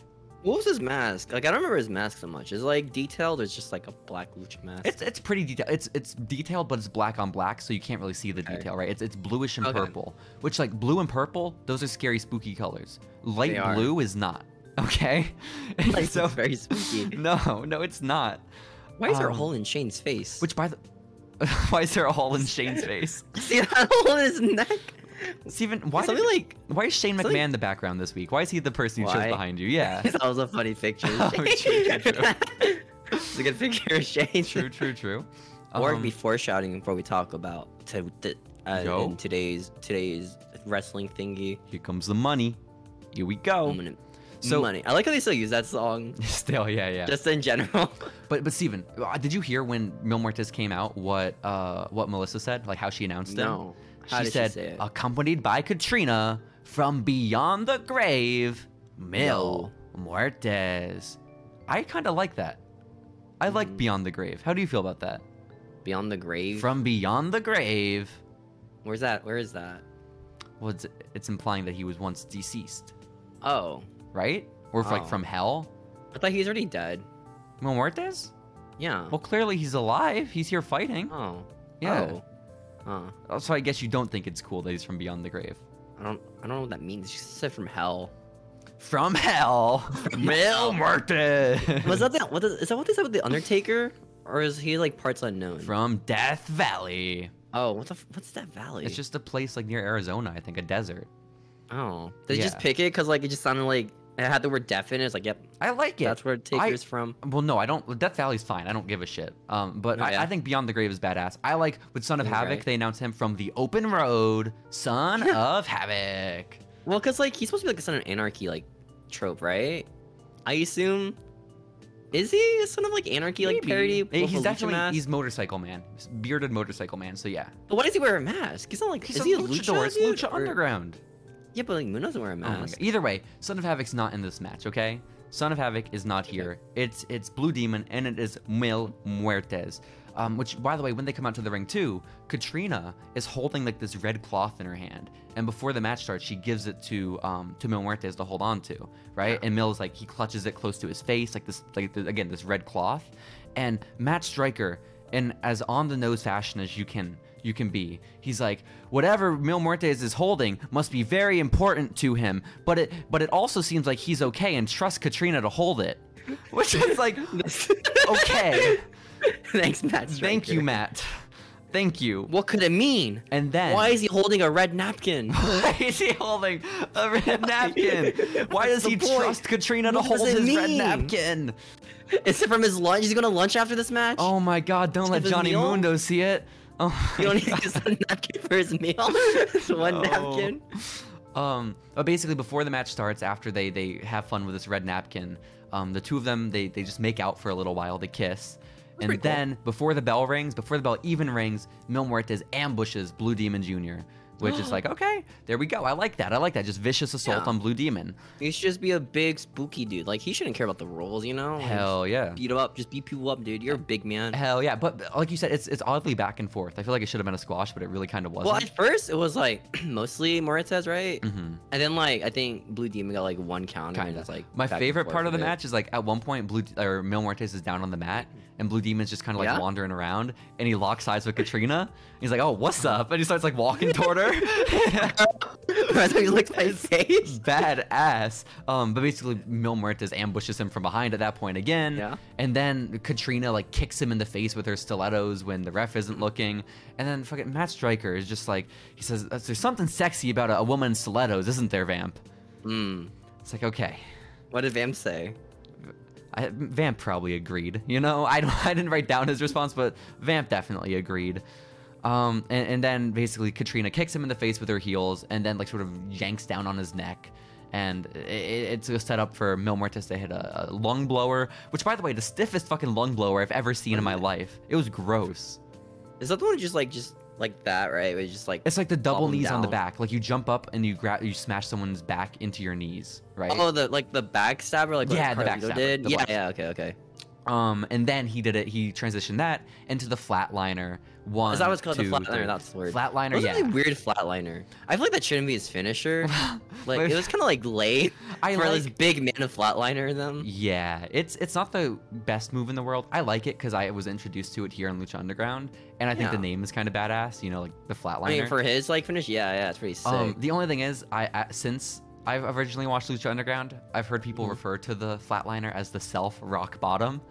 S1: What was his mask? Like I don't remember his mask so much. It's like detailed. or It's just like a black lucha mask.
S2: It's it's pretty detailed. It's it's detailed, but it's black on black, so you can't really see the
S1: Okay.
S2: detail, right? It's it's bluish and
S1: Okay.
S2: purple, which like blue and purple, those are scary, spooky colors. Light
S1: They are.
S2: blue is not. *laughs* Okay,
S1: *laughs*
S2: And *laughs*
S1: Like, it's very spooky.
S2: No, no, it's not.
S1: Why is there a
S2: um,
S1: hole in Shane's face?
S2: Which by the *laughs* why is there a hole in Shane's face?
S1: *laughs* see that hole in his
S2: *laughs*
S1: neck?
S2: Steven, why
S1: Something
S2: did-
S1: like-
S2: why is Shane
S1: something-
S2: McMahon the background this week? Why is he the person you chose
S1: Why? *laughs*
S2: behind you? Yeah,
S1: that was a funny
S2: *laughs*
S1: picture.
S2: Oh, true, true, true.
S1: *laughs* it's a good picture of Shane.
S2: true, true, true.
S1: or
S2: Um,
S1: be foreshadowing before we talk about to, th- uh,
S2: Yo.
S1: in today's today's wrestling thingy.
S2: here comes the money. Here we go.
S1: I'm gonna-
S2: Oh. So-
S1: money. I like how they still use that song
S2: *laughs* Still, yeah, yeah.
S1: just in
S2: *laughs*
S1: general.
S2: But but Steven, uh, did you hear when Mil Muertes came out what uh what Melissa said? Like how she announced him?
S1: no. How
S2: she
S1: did
S2: said uh,
S1: she say it?
S2: accompanied by Katrina from beyond the grave, Mil Muertes. I kind of like that. I like
S1: Mhm.
S2: beyond the grave. How do you feel about that?
S1: Beyond the grave.
S2: From beyond the grave.
S1: Where's that? Where is that?
S2: Well, it's, it's implying that he was once deceased,
S1: Oh,
S2: right? Or if, like
S1: Oh.
S2: from hell.
S1: I thought he's already dead.
S2: Mil Muertes?
S1: Yeah.
S2: Well, clearly he's alive. He's here fighting.
S1: Oh.
S2: Oh. Yeah.
S1: Oh. Huh.
S2: So I guess you don't think it's cool that he's from beyond the grave.
S1: I don't. I don't know what that means. She said from hell.
S2: From hell, Mil Muertes.
S1: Was that that? What is, is that? What they said with the Undertaker? Or is he like parts unknown?
S2: *laughs* From Death Valley.
S1: oh, what the? f- What's that valley?
S2: It's just a place like near Arizona, I think, a desert.
S1: Oh, they just
S2: Yeah.
S1: pick it because like it just sounded like it had the word deaf in it. It's like, yep,
S2: I like it.
S1: that's where
S2: I-
S1: Taker's from.
S2: well, no, I don't. Death Valley's fine. I don't give a shit. Um, but
S1: Oh,
S2: I,
S1: yeah.
S2: I think Beyond the Grave is badass. I like with Son of
S1: That's
S2: Havoc.
S1: right.
S2: They announced him from the open road, Son of Havoc.
S1: Well, because like he's supposed to be like a son of anarchy like trope, right? I assume. Is he a son of like anarchy like
S2: Maybe.
S1: parody?
S2: Eh,
S1: with a
S2: He's
S1: lucha
S2: definitely
S1: mask?
S2: he's motorcycle man, bearded motorcycle man. So yeah,
S1: But why does he wear a mask? He's not like
S2: he's
S1: is
S2: a
S1: he a
S2: luchador.
S1: lucha?
S2: It's
S1: dude?
S2: Lucha
S1: Or-
S2: Underground.
S1: Yeah, but like Moon doesn't wear a
S2: Oh my
S1: mask.
S2: God. Either way, Son of Havoc's not in this match, okay? Son of Havoc is not here. It's it's Blue Demon and it is Mil Muertes. Um, which, by the way, when they come out to the ring too, Katrina is holding like this red cloth in her hand, and before the match starts, she gives it to um, to Mil Muertes to hold on to, right? And Mil's like he clutches it close to his face, like this, like the, again this red cloth, and Matt Striker, in as on the nose fashion as you can you can be. He's like, whatever Mil Muertes is holding must be very important to him, but it but it also seems like he's okay and trusts Katrina to hold it.
S1: *laughs*
S2: Which is like okay.
S1: *laughs* Thanks, Matt.
S2: Thank you,
S1: Stryker.
S2: Matt. Thank you.
S1: What could it mean?
S2: And then
S1: Why is he holding a red napkin?
S2: why is he holding a
S1: *laughs*
S2: red napkin? Why
S1: That's
S2: does
S1: the
S2: he
S1: point.
S2: trust Katrina to
S1: What does
S2: hold his
S1: it
S2: red
S1: mean?
S2: napkin?
S1: Is it from his lunch? Is he going to lunch after this match?
S2: Oh my god, don't let
S1: his
S2: Johnny
S1: meal?
S2: Mundo see it. Oh
S1: You don't
S2: my
S1: need just a napkin for his *laughs* meal. Just one
S2: No.
S1: napkin.
S2: Um, but basically, before the match starts, after they they have fun with this red napkin, um, the two of them they they just make out for a little while, they kiss,
S1: pretty
S2: and
S1: cool.
S2: then before the bell rings, before the bell even rings, Mil Muertes ambushes Blue Demon Jr. which
S1: *gasps*
S2: is like, okay, there we go. I like that. I like that. Just vicious assault
S1: Yeah.
S2: on Blue Demon.
S1: He should just be a big spooky dude. Like he shouldn't care about the rules, you know? Like,
S2: Hell yeah.
S1: Beat him up, just beat people up, dude. You're a big man.
S2: Hell yeah. But but like you said, it's it's oddly back and forth. I feel like it should have been a squash, but it really kind of
S1: Well,
S2: wasn't.
S1: at first it Mm-hmm. was like *clears throat* mostly Moritz, right?
S2: hmm
S1: And then like I think Blue Demon got like one counter. and
S2: Kinda.
S1: just, like
S2: My
S1: back and
S2: favorite
S1: forth
S2: part of the
S1: with it. *laughs*
S2: match is like at one point, Blue or Mil Muertes is down on the mat, and Blue Demon's just kind of like
S1: Yeah.
S2: wandering around, and he locks eyes with Katrina. He's like, "Oh, what's up?" And he starts like walking toward her. *laughs*
S1: That's how he looked at my face.
S2: badass. Um, but basically, Mil Muertes ambushes him from behind at that point again.
S1: Yeah.
S2: And then Katrina like kicks him in the face with her stilettos when the ref isn't looking. And then fucking Matt Stryker is just like he says, "There's something sexy about a, a woman in stilettos, isn't there, Vamp?"
S1: Hmm.
S2: It's like okay.
S1: *laughs* What did Vam say?
S2: I, Vamp probably agreed. You know, *laughs* I, don't- I didn't write down his response, but Vamp definitely agreed. Um, and, and then basically Katrina kicks him in the face with her heels, and then like sort of yanks down on his neck. And i- i it's a setup for Mil Muertes to hit a, a lung blower, which by the way, the stiffest fucking lung blower I've ever seen in my life. It was gross.
S1: Is that the one who just like just like that, right? It just like
S2: It's like the double
S1: Bottom
S2: knees on the
S1: down.
S2: back. Like you jump up and you grab, you smash someone's back into your knees, right?
S1: oh the like the backstabber, like what
S2: Yeah, the
S1: Carlito
S2: backstabber,
S1: did.
S2: the
S1: yeah,
S2: one-
S1: yeah, okay, okay.
S2: Um, and then he did it. He transitioned that into the flatliner. One,
S1: Is that what's called the
S2: two,
S1: flatliner?
S2: three.
S1: That's the word. It
S2: Flatliner,
S1: was a
S2: yeah.
S1: really weird flatliner. I feel like that shouldn't be his
S2: *laughs*
S1: finisher. Like it was kind of like late
S2: I
S1: for
S2: like,
S1: this big man of flatliner in them.
S2: yeah. It's it's not the best move in the world. I like it because I was introduced to it here on Lucha Underground, and I think the
S1: Yeah.
S2: name is kind of badass. You know, like the flatliner.
S1: I mean, for his like finish, yeah, yeah, it's pretty sick.
S2: um, the only thing is, I uh, since I've originally watched Lucha Underground, I've heard people
S1: Mhm.
S2: refer to the flatliner as the self rock bottom,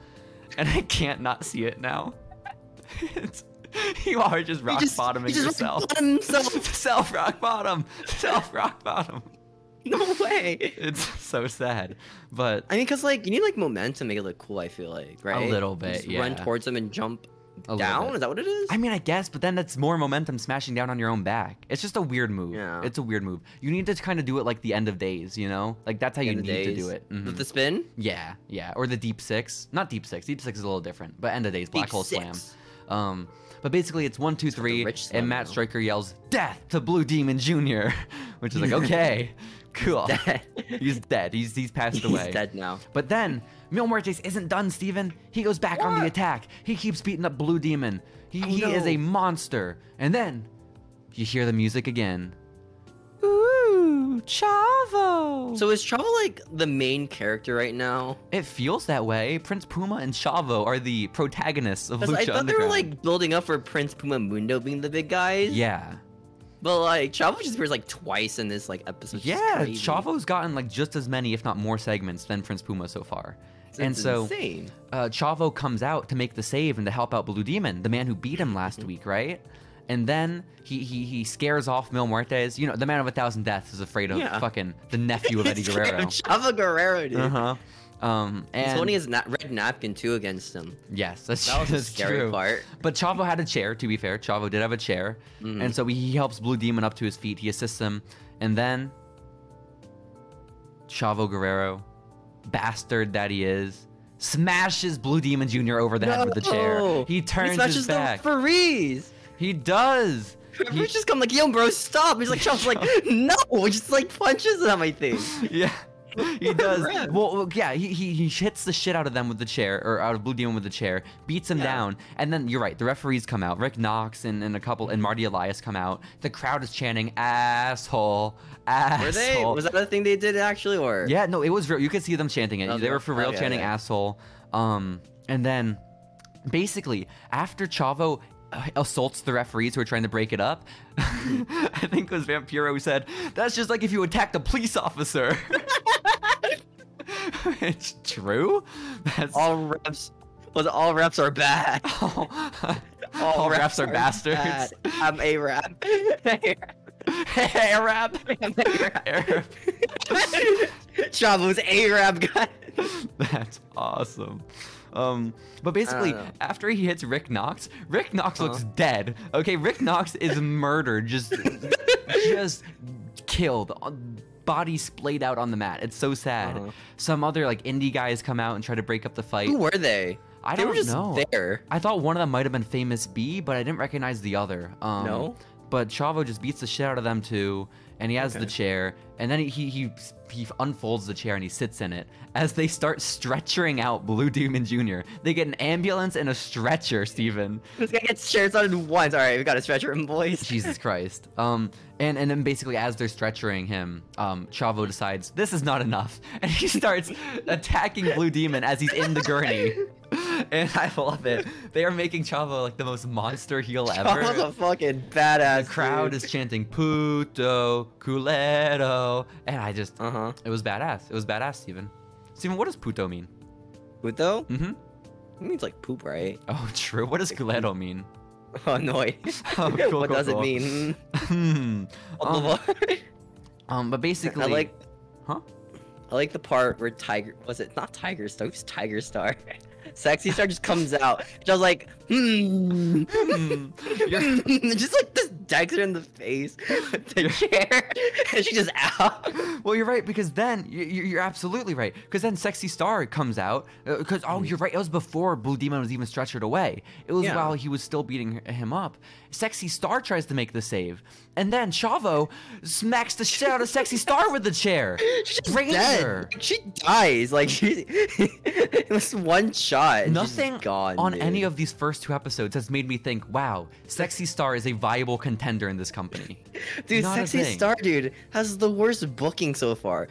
S2: and I can't not see it now. *laughs* it's, you are just rock bottoming yourself. self rock bottom self rock bottom
S1: *laughs* no way.
S2: it's so sad but
S1: I mean, cause like you need like momentum to make it look cool. I feel like right
S2: little
S1: You
S2: bit,
S1: Just Run
S2: yeah.
S1: towards him and jump
S2: A little
S1: down.
S2: bit.
S1: Is that what it is?
S2: i mean i guess but then that's more momentum smashing down on your own back it's just a weird move
S1: Yeah.
S2: it's a weird move you need to kind of do it like the end of days you know like that's how you
S1: End
S2: need
S1: of
S2: to
S1: days.
S2: do it
S1: With
S2: Mhm.
S1: the spin.
S2: yeah yeah or the deep six not deep six deep six is a little different but end of days black
S1: Deep
S2: hole
S1: six.
S2: slam um but basically it's one two
S1: the
S2: three
S1: rich slam
S2: and matt
S1: now.
S2: striker yells death to blue demon jr *laughs* which is like
S1: *laughs*
S2: okay cool
S1: Dead.
S2: he's dead he's he's passed
S1: He's
S2: away
S1: dead now.
S2: But then, Mil Muertes isn't done, Steven. He goes back on the
S1: What?
S2: attack. He keeps beating up Blue Demon. He,
S1: Oh,
S2: he is
S1: no.
S2: a monster. And then, you hear the music again. Ooh, Chavo. So
S1: So is Chavo like the main character right now?
S2: it feels that way. Prince Puma and Chavo are the protagonists of
S1: 'Cause
S2: Lucha
S1: I thought they were
S2: Underground.
S1: like building up for Prince Puma Mundo being the big guys.
S2: yeah,
S1: But like Chavo just appears like twice in this like episode. which is
S2: yeah.
S1: crazy.
S2: Chavo's gotten like just as many, if not more, segments than Prince Puma so far.
S1: It's
S2: and so,
S1: insane.
S2: uh, Chavo comes out to make the save and to help out Blue Demon, the man who beat him last
S1: Mm-hmm.
S2: week, right? And then he, he he scares off Mil Muertes. You know, the man of a thousand deaths is afraid of
S1: Yeah.
S2: fucking the nephew
S1: *laughs*
S2: of Eddie
S1: He's scared of
S2: Guerrero.
S1: Chavo Guerrero, dude.
S2: Uh huh. Um,
S1: He's holding
S2: and
S1: his na- red napkin too against him.
S2: yes, that's,
S1: That was the
S2: that's
S1: scary
S2: true.
S1: part.
S2: But Chavo had a chair. To be fair, Chavo did have a chair,
S1: Mhm.
S2: and so he helps Blue Demon up to his feet. He assists him, and then Chavo Guerrero, bastard that he is, smashes Blue Demon Jr. over the head with the chair.
S1: No!
S2: He turns
S1: smashes
S2: his back.
S1: the referees.
S2: He does. He-
S1: Referees just come like, yo, bro, stop. He's like, Chavo's
S2: *laughs*
S1: like, no, just like punches them. I think.
S2: yeah. He does.
S1: Ref.
S2: Well, well, yeah, he, he, he hits the shit out of them with the chair, or out of Blue Demon with the chair, beats him
S1: Yeah.
S2: down, and then you're right, the referees come out. Rick Knox and, and a couple, and Marty Elias come out. The crowd is chanting, asshole, asshole.
S1: Were they? Was that a thing they did actually, or
S2: Yeah, no, it was real. You could see them chanting it.
S1: Oh,
S2: They
S1: yeah.
S2: were for real
S1: Oh, yeah,
S2: chanting
S1: yeah.
S2: asshole. Um, and then basically after Chavo uh, assaults the referees who are trying to break it up, *laughs* I think it was Vampiro who said, "That's just like if you attacked a police officer." *laughs* it's true. That's *laughs* all.
S1: all reps? Was it all reps are bad?
S2: All, refs are bastards.
S1: bad. I'm a *laughs* rap.
S2: *laughs* hey, Arab.
S1: I'm a rap.
S2: Arab.
S1: Chavo's a rap guy.
S2: *laughs* That's awesome. Um, but basically,
S1: know.
S2: after he hits Rick Knox, Rick Knox looks
S1: Uh. Uh-huh.
S2: dead. Okay, Rick
S1: *laughs*
S2: Knox is murdered, just, just killed, uh, body splayed out on the mat. It's so sad.
S1: Uh-huh.
S2: Some other like indie guys come out and try to break up the fight.
S1: Who were they?
S2: I
S1: they
S2: don't
S1: were just
S2: know.
S1: there.
S2: I thought one of them might have been Famous B, but I didn't recognize the other. Um,
S1: No?
S2: but Chavo just beats the shit out of them too, and he has the
S1: Okay.
S2: chair, and then he, he he he unfolds the chair and he sits in it as they start stretchering out Blue Demon Jr. They get an ambulance and a stretcher, Steven.
S1: This guy gets shirts on once. All right, we got to stretch him, boys. *laughs*
S2: Jesus Christ. Um, and and then basically as they're stretchering him, um, Chavo decides this is not enough, *laughs* and he starts attacking Blue Demon as he's in the gurney. *laughs* And I love it. They are making Chavo like the most monster heel ever.
S1: Chavo's a fucking badass.
S2: the crowd is chanting puto culero and i just
S1: Uh huh.
S2: it was badass it was badass steven steven what does puto mean
S1: Puto?
S2: mm-hmm
S1: It means like poop, right?
S2: oh *laughs* true what does culero mean
S1: *laughs*
S2: *laughs*
S1: Oh, no. wait.
S2: Oh,
S1: *laughs*
S2: cool,
S1: what
S2: cool,
S1: does
S2: cool.
S1: it mean?
S2: Hmm. um,
S1: Um,
S2: um but basically
S1: I like.
S2: Huh?
S1: I like the part where Tiger was it not Tiger Star? It was Tiger Star. *laughs* Sexy Star just comes out. Just like, *laughs* hmm.
S2: Hmm.
S1: *laughs*
S2: You're-
S1: just like this Dexter in the face with the chair, *laughs* and she just out.
S2: well, you're right because then you- you- you're absolutely right because then Sexy Star comes out because oh, you're right. It was before Blue Demon was even stretchered away. It was
S1: Yeah.
S2: while he was still beating h- him up. Sexy Star tries to make the save, and then Chavo smacks the shit out of Sexy Star with the chair,
S1: She's just
S2: braining
S1: dead.
S2: her.
S1: Like, She dies. Like she, *laughs* it was one shot. and she's
S2: Nothing
S1: gone,
S2: on any
S1: dude.
S2: of these first two episodes has made me think, wow, Sexy Star is a viable contender in this company.
S1: Dude,
S2: Not a
S1: Sexy
S2: thing.
S1: Star Dude has the worst booking so far.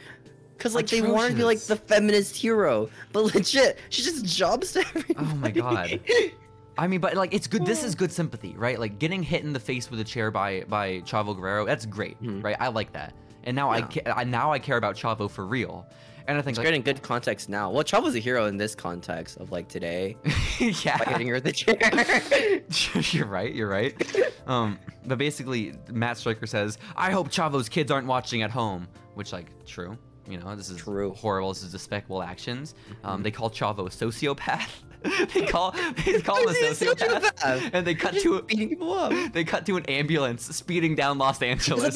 S1: Cause like they want to be like
S2: Atrocious.
S1: the feminist hero, but legit, she just jobs to *laughs* everybody.
S2: Oh my
S1: *laughs*
S2: god. I mean, but like it's good.
S1: Hmm.
S2: This is good sympathy, right? Like getting hit in the face with a chair by by Chavo Guerrero. That's great,
S1: Mhm.
S2: right? I like that. And now I,
S1: Yeah.
S2: ca- I now I care about Chavo for real. And I think
S1: It's
S2: like
S1: great in good context now. Well, Chavo's a hero in this context of like today by
S2: *laughs* yeah,
S1: hitting her with the chair.
S2: you're right.
S1: *laughs*
S2: You're right. Um, but basically, Matt Stryker says, "I hope Chavo's kids aren't watching at home," which like true. You know, this is
S1: True. Mm-hmm.
S2: horrible. This is despicable actions. Um, they call Chavo a sociopath. *laughs* they call they call
S1: *laughs*
S2: him a
S1: Is he a
S2: sociopath,
S1: sociopath?
S2: and they cut
S1: Just
S2: *laughs* to
S1: *laughs* beating people up.
S2: *laughs* They cut to an ambulance speeding down Los Angeles.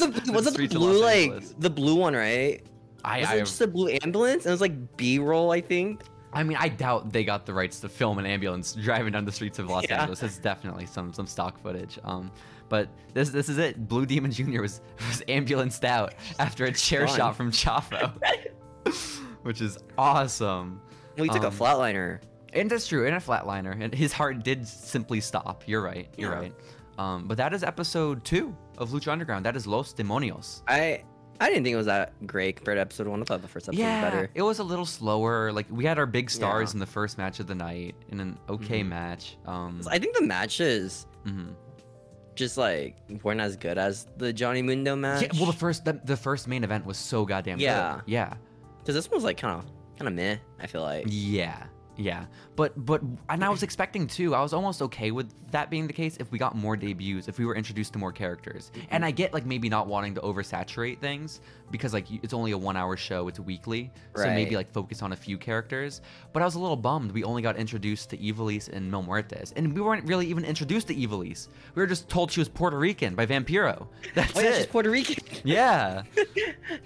S1: *laughs* Was it
S2: *laughs* the
S1: the, was it the
S2: streets of
S1: blue
S2: Los
S1: like
S2: Angeles.
S1: the blue one right?
S2: I,
S1: Was
S2: I,
S1: it just a blue ambulance? And it was like B roll, I think.
S2: I mean, I doubt they got the rights to film an ambulance *laughs* driving down the streets of Los
S1: Yeah.
S2: Angeles. That's definitely some some stock footage. Um, but this this is it. Blue Demon Jr. was *laughs* was ambulanced out after a chair
S1: Done.
S2: shot from
S1: *laughs*
S2: Chavo, *laughs* which is awesome.
S1: We took
S2: Um,
S1: a flatliner.
S2: And that's true. And a flatliner. And his heart did simply stop. You're right. You're
S1: Yeah.
S2: right. Um, but that is episode two of Lucha Underground. That is Los Demonios.
S1: I I didn't think it was that great compared to episode one. I thought the first episode was better.
S2: It was a little slower. Like we had our big stars
S1: Yeah.
S2: in the first match of the night in an okay
S1: Mhm.
S2: match. Um,
S1: I think the matches
S2: mhm.
S1: just like weren't as good as the Johnny Mundo match.
S2: yeah, well, the first the, the first main event was so goddamn good.
S1: Yeah.
S2: yeah,
S1: because this one's like kind of kind of meh. I feel like.
S2: yeah, yeah. But but and I was expecting too. I was almost okay with that being the case if we got more debuts, if we were introduced to more characters. And I get like maybe not wanting to oversaturate things because like you- it's only a one hour show, it's weekly, so maybe
S1: Right.
S2: like focus on a few characters. But I was a little bummed we only got introduced to Evilise and Mil Muertes, and we weren't really even introduced to Evilise. We were just told she was Puerto Rican by Vampiro. *laughs* That's
S1: Oh yeah, she's
S2: it.
S1: Puerto Rican. *laughs*
S2: Yeah,
S1: Did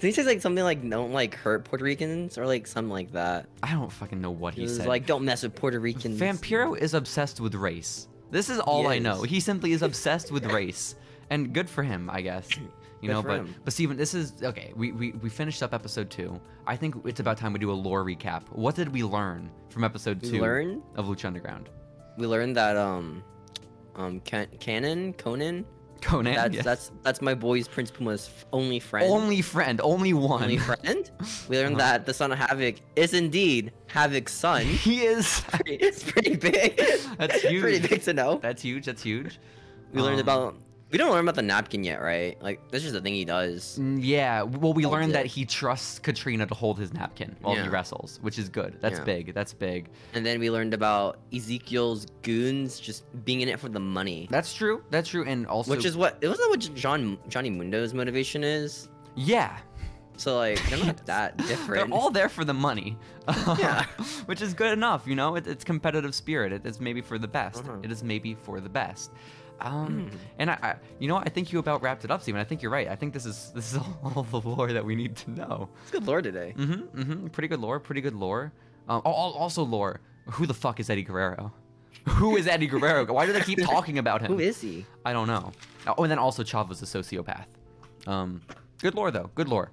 S1: he say like something like don't like hurt Puerto Ricans or like something like that?
S2: I don't fucking know what
S1: He
S2: he
S1: was
S2: said.
S1: like don't mess with Puerto Ricans.
S2: Vampiro is obsessed with race. This is all I
S1: He
S2: know.
S1: is.
S2: He simply is obsessed with race, and good for him, I guess. You
S1: Good
S2: know,
S1: for
S2: but
S1: him.
S2: but Steven, this is okay. We, we we finished up episode two. I think it's about time we do a lore recap. What did we learn from episode
S1: We
S2: two
S1: learned
S2: of Lucha Underground?
S1: we learned that um um Can- Canon Conan
S2: Conan,
S1: that's
S2: yes.
S1: that's that's my boy's Prince Puma's f- only friend.
S2: only friend, only one.
S1: Only friend. We learned
S2: Uh-huh.
S1: that the son of Havoc is indeed Havoc's
S2: *laughs*
S1: son.
S2: *laughs* He is.
S1: it's pretty big. *laughs*
S2: That's
S1: pretty
S2: huge.
S1: big to know.
S2: That's huge. That's huge.
S1: We learned
S2: Um,
S1: about. We don't learn about the napkin yet, right? Like that's just the thing he does.
S2: Mm, Yeah, well, we
S1: Holds
S2: learned that
S1: it.
S2: he trusts Katrina to hold his napkin while he
S1: Yeah.
S2: wrestles, which is good. That's
S1: Yeah.
S2: big. That's big.
S1: And then we learned about Ezekiel's goons just being in it for the money,
S2: That's true. That's true. And also,
S1: which is what it wasn't that what John Johnny Mundo's motivation is.
S2: yeah,
S1: So like they're
S2: *laughs*
S1: not that different.
S2: They're all there for the money.
S1: *laughs* Yeah.
S2: *laughs* Which is good enough, you know? It, it's competitive spirit. It, it's maybe for the best.
S1: Uh-huh.
S2: It is maybe for the best. Um,
S1: Mm.
S2: And I, I, you know, what? I think you about wrapped it up, Steven. I think you're right. I think this is this is *laughs* all, all the lore that we need to know.
S1: It's good lore today.
S2: Uh, Mm-hmm, mm-hmm. Pretty good lore. Pretty good lore. Um, al- al- also lore. Who the fuck is Eddie Guerrero? *laughs* Who is Eddie Guerrero? Why do they
S1: *laughs*
S2: keep talking about him?
S1: Who is he?
S2: I don't know. Oh, and then also Chava's a sociopath. Um, good lore though. Good lore.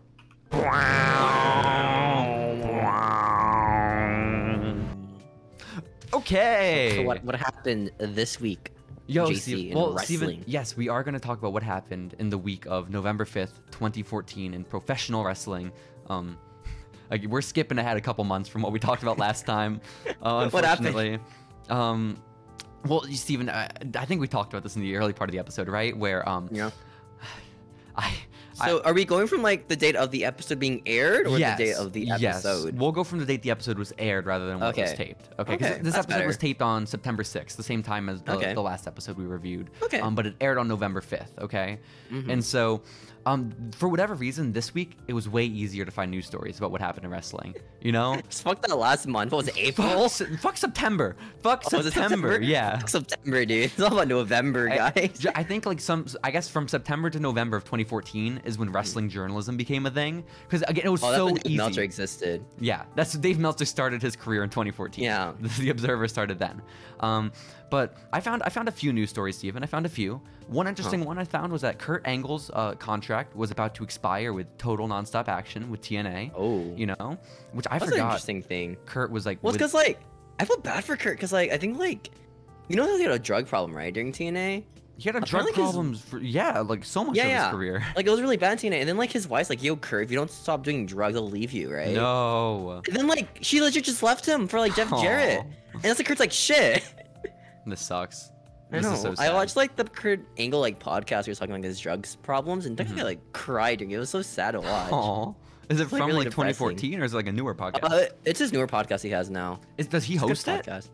S2: Okay.
S1: So what what happened this week?
S2: Yo,
S1: JC
S2: Steve-
S1: in
S2: well,
S1: wrestling.
S2: Steven, yes, we are going to talk about what happened in the week of November 5th, 2014, in professional wrestling. Um, *laughs* like, we're skipping ahead a couple months from what we talked about
S1: *laughs*
S2: last time, uh,
S1: What happened?
S2: unfortunately. Um, well, you- Steven, I, I think we talked about this in the early part of the episode, right? Where um,
S1: Yeah.
S2: I, I-
S1: So are we going from like the date of the episode being aired or the date of the
S2: yes.
S1: episode?
S2: We'll go from the date the episode was aired rather than when it was
S1: Okay.
S2: taped. Okay. 'cause
S1: Okay,
S2: This
S1: that's
S2: episode was
S1: better.
S2: taped on September 6th, the same time as the,
S1: Okay.
S2: the last episode we reviewed.
S1: Okay.
S2: Um, but it aired on November 5th. Okay.
S1: Mhm.
S2: And so, um, for whatever reason, this week it was way easier to find news stories about what happened in wrestling. You know.
S1: Just fuck that last month. *laughs* What was it, April?
S2: Fuck, Se- fuck September. Fuck
S1: Oh, was it
S2: September. Yeah.
S1: *laughs* Fuck September, dude. It's all about November,
S2: I-
S1: guys. *laughs*
S2: j- I think like some, I guess from September to November of 2014 is when wrestling journalism became a thing. Because again, it was
S1: Hmm. oh, that's when
S2: so
S1: Dave
S2: easy.
S1: Meltzer existed.
S2: Yeah, that's Dave Meltzer started his career in 2014.
S1: Yeah.
S2: *laughs* the Observer started then. Um, but I found I found a few news stories, Stephen. I found a few. One interesting one I found was that Kurt Angle's uh, contract was about to expire with Total Nonstop Action with TNA.
S1: Oh.
S2: you know, which I
S1: That's an
S2: forgot.
S1: interesting thing.
S2: Kurt was like,
S1: Well,
S2: with-
S1: it's because like I feel bad for Kurt because like I think like you know he had a drug problem right during TNA.
S2: he had a drug
S1: apparently 'cause-
S2: problems for yeah, like so much
S1: Yeah,
S2: of
S1: yeah.
S2: his career. *laughs*
S1: Like it was really bad in TNA, and then like his wife's like, "Yo, Kurt, if you don't stop doing drugs, I'll leave you." Right?
S2: No,
S1: And then like she legit just left him for like Jeff Jarrett,
S2: Aw,
S1: and that's like Kurt's like shit.
S2: This sucks.
S1: I
S2: This
S1: know.
S2: is so
S1: I
S2: sad.
S1: watched like the Kurt Angle like podcast. He was talking like his drugs problems, and
S2: Mhm.
S1: I like cried. during It It was so sad to watch.
S2: Aw. Is it
S1: It's,
S2: from
S1: like,
S2: like,
S1: really
S2: 2014 or is it like a newer podcast?
S1: Uh, it's his newer podcast he has now.
S2: is, does he
S1: It's a good
S2: host it?
S1: podcast.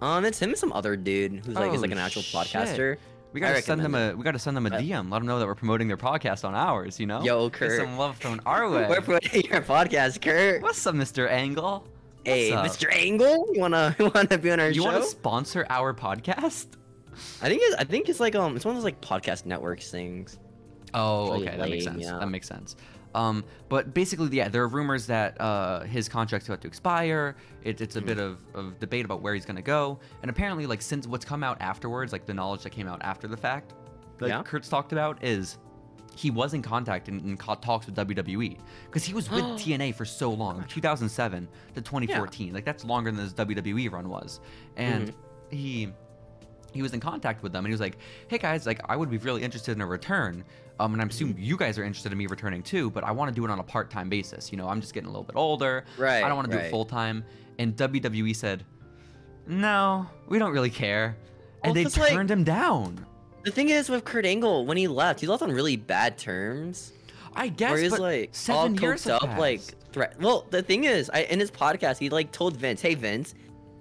S1: Um, it's him and some other dude who's like is like
S2: Oh,
S1: an actual
S2: shit.
S1: podcaster.
S2: We
S1: I
S2: gotta send them a
S1: recommend
S2: we gotta send them a
S1: But-
S2: DM. Let them know that we're promoting their podcast on ours. You know,
S1: Yo,
S2: Get
S1: Kurt.
S2: some love thrown our way.
S1: *laughs* We're promoting your podcast, Kurt.
S2: What's up, Mr. Angle?
S1: hey,
S2: What's
S1: Mr. Angle, you wanna *laughs* you wanna be on our
S2: You
S1: show?
S2: want to sponsor our podcast?
S1: I think it's I think it's like um it's one of those like podcast networks things.
S2: Oh,
S1: Really
S2: okay, that makes
S1: lame,
S2: sense.
S1: yeah.
S2: That makes sense. Um, but basically, yeah, there are rumors that uh, his contract's about to expire. It, it's a
S1: Hmm.
S2: bit of, of debate about where he's gonna go, and apparently, like since what's come out afterwards, like the knowledge that came out after the fact, that
S1: Yeah.
S2: Kurt's talked about is he was in contact and, and caught talks with WWE because he was with
S1: *gasps*
S2: TNA for so long, 2007 to 2014. Like that's longer than his WWE run was, and
S1: Mm-hmm.
S2: he he was in contact with them and he was like, "Hey guys, like I would be really interested in a return, um, and I'm
S1: Mm.
S2: assuming you guys are interested in me returning too, but I want to do it on a part-time basis. You know, I'm just getting a little bit older. I
S1: Right,
S2: don't want to do it
S1: right.
S2: full-time." And WWE said, "No, we don't really care," and
S1: Well,
S2: they
S1: 'cause, like-
S2: turned him down.
S1: The thing is with Kurt Angle, when he left, he left on really bad terms.
S2: I guess.
S1: where he's
S2: but
S1: like
S2: seven
S1: all
S2: years
S1: coked
S2: have
S1: up, like
S2: passed.
S1: threat. Well, the thing is, I in his podcast, he like told Vince, "Hey Vince,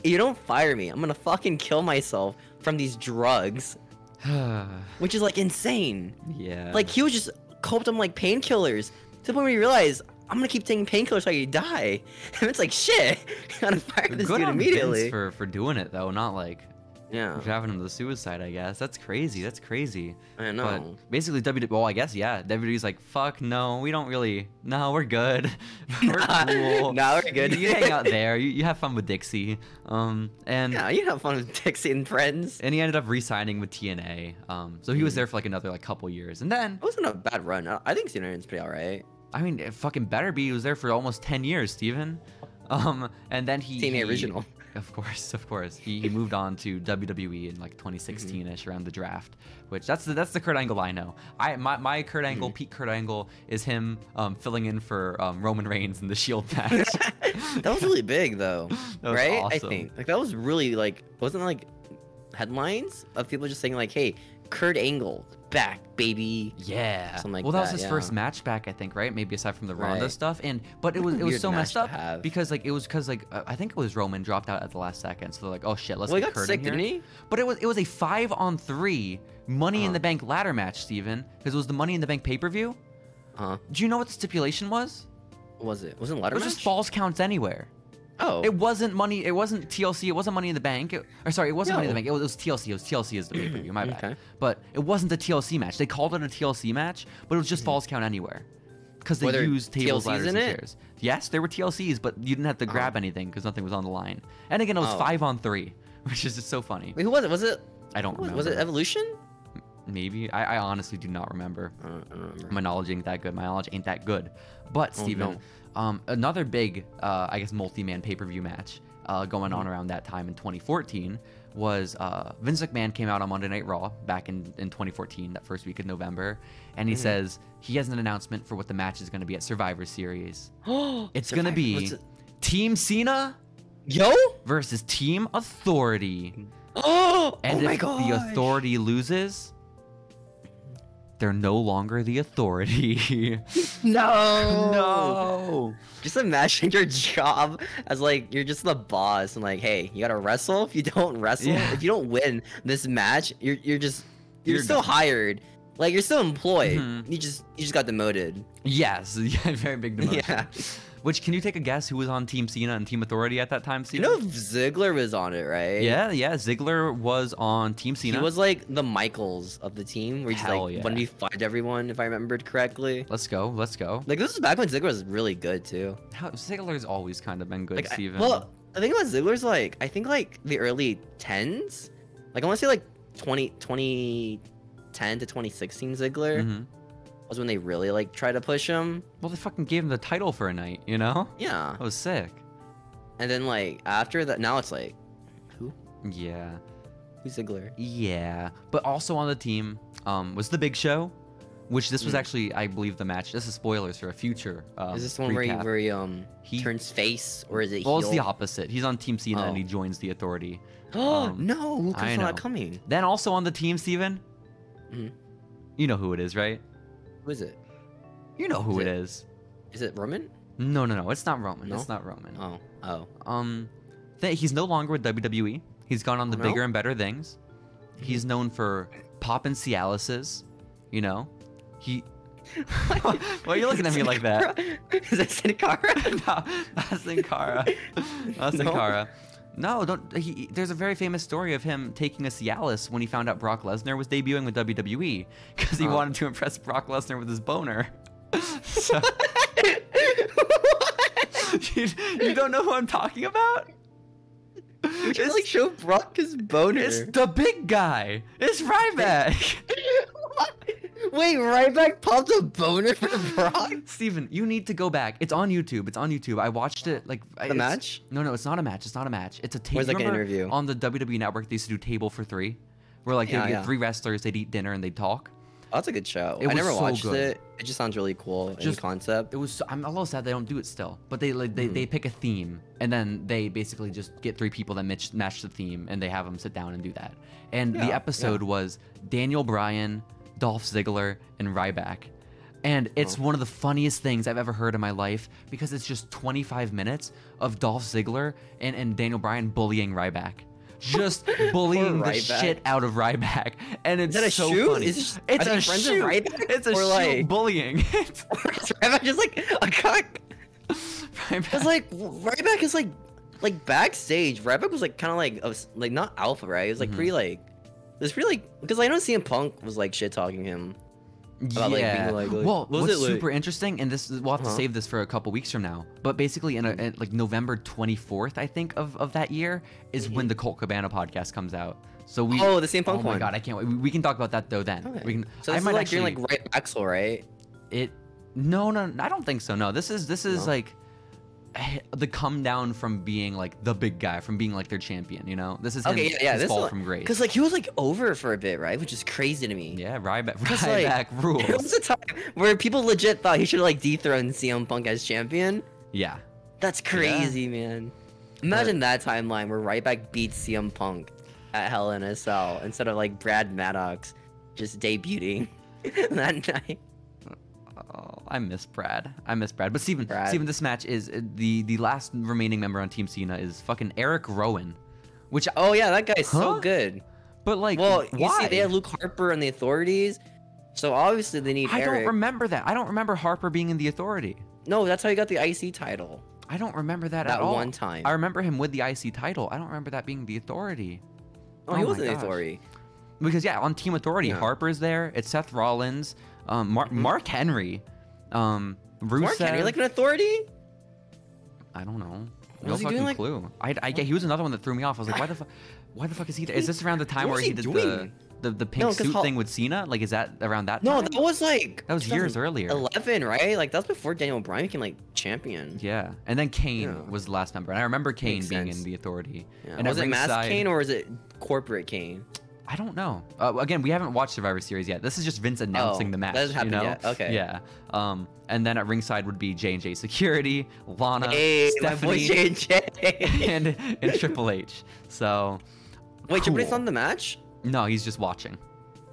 S1: if you don't fire me, I'm gonna fucking kill myself from these drugs,"
S2: *sighs*
S1: *sighs* which is like insane.
S2: yeah.
S1: Like he was just coped on like painkillers to the point where he realized I'm gonna keep taking painkillers till you die. *laughs* And it's like shit. *laughs* Gotta fire this
S2: good
S1: dude
S2: on
S1: immediately.
S2: Vince for for doing it though, not like
S1: yeah,
S2: driving him to suicide. I guess that's crazy. That's crazy.
S1: I know.
S2: But basically, WWE. Well, I guess yeah. WWE's like, fuck no, we don't really. No, we're good. *laughs* we're
S1: *laughs* Nah,
S2: cool.
S1: nah, we're good."
S2: You, you hang out there. You, you have fun with Dixie. Um, and
S1: yeah, you have fun with Dixie and friends.
S2: and he ended up re-signing with TNA. Um, so he was
S1: Mhm.
S2: there for like another like couple years, and then
S1: It wasn't a bad run. I I think Cena's pretty alright.
S2: I mean, it fucking better be. He was there for almost ten years, Steven. *laughs* Um, and then he
S1: TNA
S2: he-
S1: original.
S2: Of course, of course. He, he moved on to WWE in
S1: Mm-hmm.
S2: like 2016ish around the draft, which that's the that's the Kurt Angle I know. I my, my Kurt Angle,
S1: Mm-hmm.
S2: Pete Kurt Angle, is him um, filling in for um, Roman Reigns in the Shield
S1: *laughs*
S2: match.
S1: that was really big though,
S2: *laughs* That was
S1: right? I
S2: awesome.
S1: think like that was really like wasn't there, like headlines of people just saying like, "Hey, Kurt Angle back, baby."
S2: yeah.
S1: Something like
S2: well, that, was
S1: that,
S2: his
S1: yeah.
S2: first match back, I think, right? Maybe aside from the Ronda
S1: Right.
S2: stuff, and but it was it was
S1: Weird
S2: so
S1: match
S2: messed
S1: to
S2: up
S1: have.
S2: because like it was because like uh, I think it was Roman dropped out at the last second, so they're like, oh shit, let's
S1: well, he
S2: get
S1: got
S2: Kurt
S1: sick,
S2: in here.
S1: didn't he?
S2: But it was it was a five on three Money in
S1: Uh-huh.
S2: the Bank ladder match, Steven, because it was the Money in the Bank pay per view.
S1: Huh?
S2: Do you know what the stipulation was?
S1: What was it? Wasn't
S2: It
S1: Ladder
S2: was just falls counts anywhere.
S1: Oh,
S2: It wasn't money. It wasn't TLC. It wasn't Money in the Bank. It, or sorry, it wasn't Money in the
S1: No.
S2: Bank. It was, it was TLC. It was TLC is the pay per
S1: *clears throat*
S2: view. My bad.
S1: Okay.
S2: But it wasn't a TLC match. They called it a TLC match, but it was just falls count anywhere because they
S1: Mm-hmm. Were there
S2: used tables,
S1: TLCs
S2: ladders,
S1: in
S2: and
S1: it? Uh-huh.
S2: chairs. Yes, there were TLCs, but you didn't have to grab anything because nothing was on the line. And again, it was
S1: Oh.
S2: five on three, *laughs* which is just so funny.
S1: Wait, who was it? Was it?
S2: I don't
S1: who was,
S2: remember.
S1: was it Evolution?
S2: Maybe I, I honestly do not remember.
S1: I don't, I don't remember.
S2: My knowledge ain't that good. My knowledge ain't that good. But
S1: Oh,
S2: Steven, um, another big, uh, I guess, multi-man pay-per-view match uh, going
S1: Mm-hmm.
S2: on around that time in 2014 was uh, Vince McMahon came out on Monday Night Raw back in, in 2014, that first week of November, and
S1: Mm-hmm.
S2: he says he has an announcement for what the match is going to be at Survivor Series. *gasps* It's going to
S1: Survivor-
S2: be
S1: was it-
S2: Team Cena
S1: Yo.
S2: versus Team Authority.
S1: Oh.
S2: *gasps* And
S1: oh my
S2: if
S1: gosh.
S2: the authority loses, they're no longer the authority. *laughs*
S1: No. Just imagine *laughs* your job as like you're just the boss and like, hey, you gotta wrestle. If you don't wrestle,
S2: Yeah.
S1: if you don't win this match, you're you're just you're,
S2: You're
S1: still
S2: done.
S1: hired. Like you're still employed.
S2: Mhm.
S1: You just you just got demoted.
S2: Yes, *laughs* yeah, very big demotion.
S1: Yeah.
S2: Which can you take a guess who was on Team Cena and Team Authority at that time?
S1: You
S2: Steven?
S1: know Ziggler was on it, right?
S2: Yeah, yeah. Ziggler was on Team
S1: He
S2: Cena.
S1: was like the Michaels of the team, where he's
S2: Hell
S1: like
S2: yeah.
S1: one v five everyone, if I remembered correctly.
S2: Let's go. Let's go.
S1: Like this is back when Ziggler was really good too.
S2: How, Ziggler's always kind of been good,
S1: Like, I-
S2: Steven.
S1: well, I think about Ziggler's like I think like the early tens, like I want to say like 20, 2010 to twenty sixteen Ziggler
S2: Mhm.
S1: was when they really like tried to push him.
S2: well, they fucking gave him the title for a night, you know?
S1: Yeah,
S2: That was sick.
S1: and then like after that, now it's like who
S2: Yeah.
S1: who's Ziggler?
S2: Yeah, but also on the team um, was the Big Show, which this was
S1: Mm.
S2: actually, I believe, the match. This is spoilers for a future. Um,
S1: is this the one where he,
S2: recap.
S1: where he um
S2: He-
S1: turns face or is it?
S2: Well, it's the
S1: heel?
S2: opposite. He's on Team Cena
S1: Oh.
S2: and he joins the Authority.
S1: Oh
S2: um,
S1: *gasps* no, Luke
S2: I
S1: is not
S2: know.
S1: coming.
S2: Then also on the team, Steven,
S1: Mhm.
S2: you know who it is, right?
S1: Who is it?
S2: You know who
S1: Is
S2: it
S1: it-
S2: is.
S1: Is it Roman?
S2: No, no, no. It's not Roman.
S1: No?
S2: It's not Roman.
S1: Oh, oh. *laughs*
S2: Um, th- he's no longer with WWE. He's gone on the
S1: Oh, no? Mm-hmm.
S2: bigger and better things. He's known for pop and Cialises, you know.
S1: *laughs*
S2: He. *laughs* *laughs* Why are you looking at me like that?
S1: Is that Sin Cara?
S2: no, *laughs* not Sin Cara. Not
S1: *laughs*
S2: Sin
S1: No?
S2: Cara. No, don't. He, he- there's a very famous story of him taking a Cialis when he found out Brock Lesnar was debuting with WWE because he
S1: Oh.
S2: wanted to impress Brock Lesnar with his boner. *laughs* so, you, you don't know who I'm talking about?
S1: Would you
S2: It's,
S1: like show Brock his boner?
S2: it's the big guy. It's Ryback.
S1: *laughs* Wait, Ryback popped a boner for Brock?
S2: Steven, you need to go back. It's on YouTube. It's on YouTube. I watched it like I-
S1: The
S2: it's-
S1: match?
S2: No, no, it's not a match. It's not a match. It's a table.
S1: Or is it like an interview?
S2: on the WWE Network. They used to do Table for Three, where like
S1: Yeah,
S2: they'd get
S1: yeah.
S2: three wrestlers, they'd eat dinner, and they'd talk.
S1: That's a good show.
S2: It
S1: I
S2: was
S1: never
S2: so
S1: watched
S2: good.
S1: it. It just sounds really cool in
S2: Just-
S1: concept. *laughs*
S2: It was. So, I'm a little sad they don't do it still, but they like they,
S1: Mhm.
S2: they pick a theme and then they basically just get three people that match, match the theme and they have them sit down and do that. And
S1: Yeah,
S2: the
S1: yeah.
S2: episode was Daniel Bryan, Dolph Ziggler, and Ryback. And it's one of the funniest things I've ever heard in my life because it's just 25 minutes of Dolph Ziggler and, and Daniel Bryan bullying Ryback.
S1: *laughs*
S2: Just bullying the
S1: Ryback.
S2: shit out of Ryback. And it's
S1: that a
S2: so
S1: shoe?
S2: funny.
S1: Is this-
S2: it's
S1: are they
S2: a
S1: friends of
S2: shoot.
S1: Ryback?
S2: It's a
S1: Or
S2: shoot
S1: like-
S2: bullying. *laughs* It's
S1: Is Ryback just like a cock?
S2: Ryback.
S1: Cause like Ryback is like, like backstage. Ryback was like kind of like, a s- like not alpha, right? It was like
S2: Mhm.
S1: pretty like, it was pretty like, because I know CM Punk was like shit talking him. about, like, being,
S2: yeah.
S1: like, like-
S2: well,
S1: was
S2: what's
S1: it, like-
S2: super interesting, and this is- we'll have to
S1: Uh-huh.
S2: save this for a couple weeks from now. But basically, in, a, in like November twenty fourth, I think of, of that year is when the Colt Cabana podcast comes out. So we
S1: Mm-hmm. Oh, the CM Punk
S2: oh my
S1: one.
S2: god, I can't wait. We, we can talk about that though. Then
S1: Okay.
S2: we can.
S1: So
S2: I
S1: this
S2: might
S1: is like
S2: actually
S1: during like right Axel, right?
S2: it. No, no, no, I don't think so. No, this is this is
S1: No?
S2: like eh, the come down from being like the big guy, from being like their champion. You know, this is
S1: Okay,
S2: him,
S1: yeah, yeah.
S2: his
S1: this
S2: fall
S1: is
S2: from grace.
S1: Because like he was like over for a bit, right? Which is crazy to me.
S2: yeah, Ryback,
S1: *laughs* 'Cause, like,
S2: Ryback
S1: *laughs* There was
S2: rules.
S1: a time where people legit thought he should like dethrone CM Punk as champion.
S2: Yeah.
S1: That's crazy, man. Imagine that timeline where Ryback beats CM Punk at Hell in a Cell instead of like Brad Maddox just debuting *laughs* that night.
S2: Oh, I miss Brad. I miss Brad. But Steven,
S1: Brad.
S2: Steven, this match is uh, the the last remaining member on Team Cena is fucking Eric Rowan, which I-
S1: Oh yeah, that guy's
S2: Huh?
S1: so good.
S2: but like
S1: Well, you
S2: why?
S1: see, they had Luke Harper and the authorities, so obviously they need
S2: I
S1: Eric.
S2: don't remember that. I don't remember Harper being in the Authority.
S1: no, that's how he got the IC title
S2: I don't remember that,
S1: that
S2: at all.
S1: one time.
S2: I remember him with the IC title. I don't remember that being the Authority.
S1: oh, he
S2: oh
S1: was
S2: my
S1: in the
S2: gosh.
S1: authority.
S2: Because yeah, on Team Authority,
S1: Yeah.
S2: Harper's there. It's Seth Rollins, um, Mark Mark Henry, um, Rusev.
S1: Mm-hmm. Mark Henry, like an authority?
S2: I don't know.
S1: What
S2: No
S1: was he
S2: fucking
S1: doing, like-
S2: clue. I, I, yeah, he was another one that threw me off. I was like, why the fuck? Why the fuck is he? Is this around the time
S1: What
S2: where
S1: was
S2: he,
S1: he
S2: did the,
S1: doing?
S2: the the pink
S1: 'cause
S2: suit
S1: Hol-
S2: thing with Cena? Like, is that around that?
S1: No,
S2: time?
S1: that was like
S2: That was years earlier.
S1: 2011, right? Like that's before Daniel Bryan became like champion.
S2: Yeah, and then Kane
S1: Yeah.
S2: was the last member, and I remember Kane being in
S1: sense.
S2: the Authority.
S1: Yeah.
S2: And at
S1: was it Mask
S2: ringside-
S1: Kane or is it corporate Kane?
S2: I don't know. Uh, again, we haven't watched Survivor Series yet. This is just Vince announcing
S1: Oh,
S2: the
S1: that
S2: match.
S1: hasn't
S2: you
S1: happened
S2: know?
S1: yet. Okay.
S2: Yeah. Um, and then at ringside would be J and J Security, Lana,
S1: hey,
S2: Uh, Stephanie,
S1: my boy JJ.
S2: and and Triple H. So
S1: *laughs* Wait, Triple H's not
S2: cool.
S1: in the match?
S2: No, he's just watching.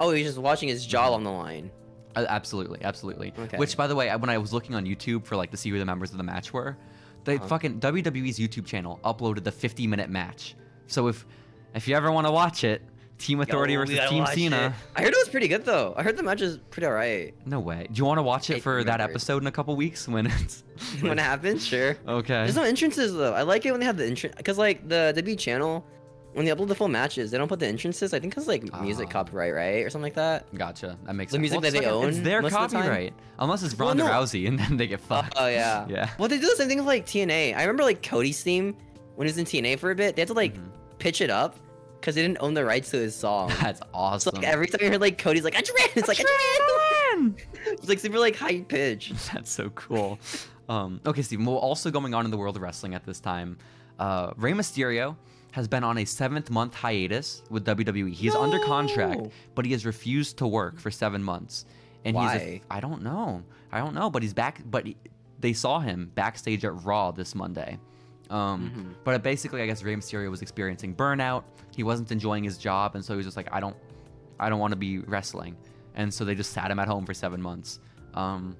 S1: Oh, he's just watching his jaw on the line.
S2: Uh, absolutely, absolutely.
S1: Okay.
S2: Which, by the way, I- when I was looking on YouTube for like to see who the members of the match were, the
S1: Uh-huh.
S2: fucking WWE's YouTube channel uploaded the 50-minute match. So if if you ever want to watch it, Team Authority
S1: Yo, we
S2: versus
S1: gotta
S2: Team
S1: watch
S2: Cena.
S1: it. I heard it was pretty good though. I heard the match is pretty *laughs* alright.
S2: No way. Do you want to watch it
S1: Can't
S2: for that
S1: remember.
S2: episode in a couple weeks when it's
S1: *laughs* when it happens, sure.
S2: okay?
S1: There's no entrances though. I like it when they have the entrance because like the W channel, when they upload the full matches, they don't put the entrances. I think because like music
S2: Ah.
S1: copyright, right, or something like that.
S2: Gotcha. That makes
S1: The
S2: sense.
S1: music
S2: Well,
S1: that they
S2: fucking- It's
S1: own
S2: their
S1: most of the time?
S2: copyright, unless it's
S1: Well,
S2: Ronda
S1: no.
S2: Rousy, and then they get fucked.
S1: Oh yeah.
S2: *laughs* Yeah.
S1: Well, they do the same thing with like TNA. I remember like Cody's theme when he was in TNA for a bit. They had to like
S2: Mhm.
S1: pitch it up because they didn't own the rights to his
S2: *laughs*
S1: song.
S2: That's
S1: So
S2: awesome.
S1: like every time you heard like Cody's like I ran, it's like I ran. It's like super like high pitch.
S2: *laughs* That's so cool. Um, okay, Steven. Well, also going on in the world of wrestling at this time, uh, Rey Mysterio has been on a seventh month hiatus with WWE. He's under contract,
S1: No.
S2: but he has refused to work for seven months. And he's
S1: Why?
S2: I I don't know. I don't know. But he's back. But he- they saw him backstage at Raw this Monday. Um,
S1: Mm-hmm.
S2: But basically, I guess Rey Mysterio was experiencing burnout. He wasn't enjoying his job, and so he was just like, I don't, I don't want to be wrestling. And so they just sat him at home for seven months. Um,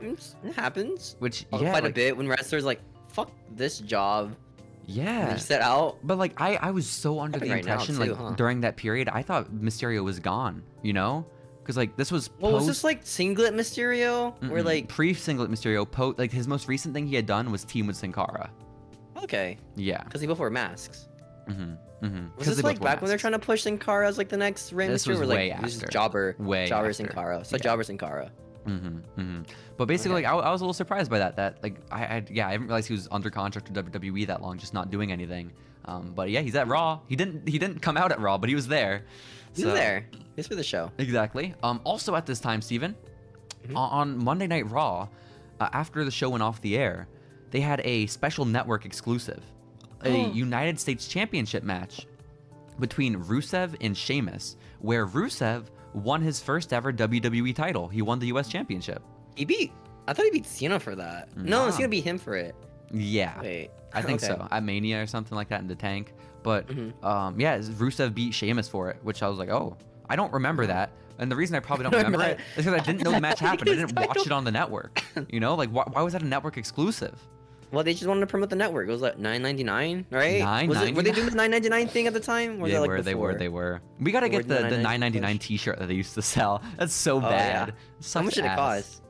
S1: It's- Mm, It happens
S2: which
S1: uh,
S2: yeah,
S1: quite
S2: like-
S1: a bit when wrestlers like fuck this job and they
S2: Yeah.
S1: set out.
S2: But like I, I was so under the
S1: Happening right now,
S2: impression
S1: too,
S2: like
S1: huh?
S2: during that period I thought Mysterio was gone, you know? Because like this was
S1: Well, was
S2: post-
S1: this like singlet Mysterio? Where
S2: Mm-mm.
S1: like
S2: pre singlet Mysterio post like his most recent thing he had done was team with Sin Cara.
S1: okay,
S2: Yeah.
S1: because they both wear masks.
S2: Mm-hmm. Mm-hmm.
S1: Was this like back when they're trying to push Sin Cara as like the next Rey
S2: This
S1: Mysterio?
S2: was
S1: or, like,
S2: way
S1: it was just
S2: after.
S1: Jobber,
S2: Way
S1: Jobber
S2: after.
S1: Sin Cara. So
S2: Yeah.
S1: Jobber Sin Cara.
S2: Mm-hmm. Mm-hmm. But basically,
S1: Okay.
S2: like I, I was a little surprised by that. That like I, I yeah I didn't realize he was under contract with WWE that long, just not doing anything. Um, but yeah, he's at Raw. He didn't he didn't come out at Raw, but he was there.
S1: He's
S2: So-
S1: there. He's for the show.
S2: Exactly. Um, also at this time, Steven,
S1: Mhm.
S2: o- on Monday Night Raw, uh, after the show went off the air, they had a special network exclusive, a
S1: Oh.
S2: United States Championship match between Rusev and Sheamus, where Rusev won his first ever WWE title. He won the U.S. Championship.
S1: He beat. I thought he beat Cena for that. No, it's
S2: Nah.
S1: gonna be him for it.
S2: Yeah.
S1: Wait,
S2: I think
S1: *laughs* Okay.
S2: so. At Mania or something like that in the tank. But
S1: Mhm.
S2: um, yeah, Rusev beat Sheamus for it, which I was like, oh, I don't
S1: Mm-hmm.
S2: remember that. And the reason
S1: *laughs*
S2: I probably don't
S1: I
S2: remember it
S1: remember
S2: is because I didn't know
S1: *laughs*
S2: the match happened. I didn't watch
S1: Title.
S2: it on
S1: *laughs*
S2: the network. You know, like why, why was that a network exclusive?
S1: Well, they just wanted to promote the network. It was like nine ninety nine, right? Was it- Were they doing the nine ninety nine thing at the time? Or was
S2: they
S1: that, like,
S2: were, they were,
S1: before?
S2: they were. We gotta
S1: They were
S2: get the,
S1: doing
S2: the
S1: 9.99
S2: 9.99 T-shirt that they used to sell. *laughs* That's so
S1: Oh, yeah.
S2: bad.
S1: How
S2: Sucks
S1: much did it
S2: ass.
S1: cost?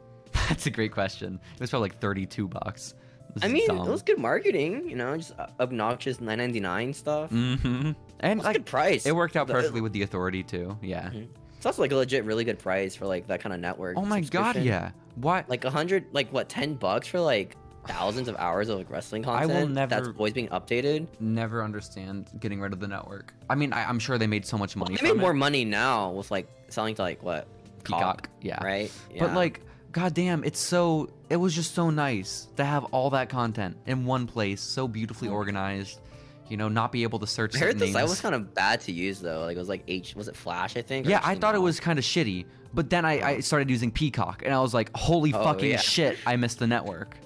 S2: *laughs* That's a great question. It was probably like thirty-two bucks.
S1: I mean, it was good marketing. You know, just uh, obnoxious nine ninety nine stuff.
S2: hmm And
S1: It's a good
S2: like,
S1: price.
S2: it worked out
S1: The- uh, mm-hmm. it-
S2: perfectly with the authority too. Yeah.
S1: It's also like a legit, really good price for like that kind of network.
S2: Oh my god,
S1: subscription.
S2: yeah. What?
S1: Like a hundred, like what, ten bucks for like thousands of hours of like wrestling
S2: I
S1: content.
S2: will
S1: That's
S2: never-
S1: always being updated.
S2: never understand getting rid of the network. I mean, I, I'm sure they made so much money.
S1: They made
S2: from
S1: more
S2: it.
S1: money now with like selling to like what
S2: Peacock, yeah.
S1: right?
S2: But
S1: Yeah.
S2: like, goddamn, it's so. It was just so nice to have all that content in one place, so beautifully organized. You know, not be able to search.
S1: Mm. I heard
S2: certain
S1: the site
S2: names.
S1: was kind of bad to use though. Like it was like H, was it Flash? I think. or
S2: yeah, I thought it
S1: HTML?
S2: was kind of shitty, but then I, I started using Peacock, and I was like, holy
S1: Oh,
S2: fucking
S1: yeah.
S2: shit, I missed the network.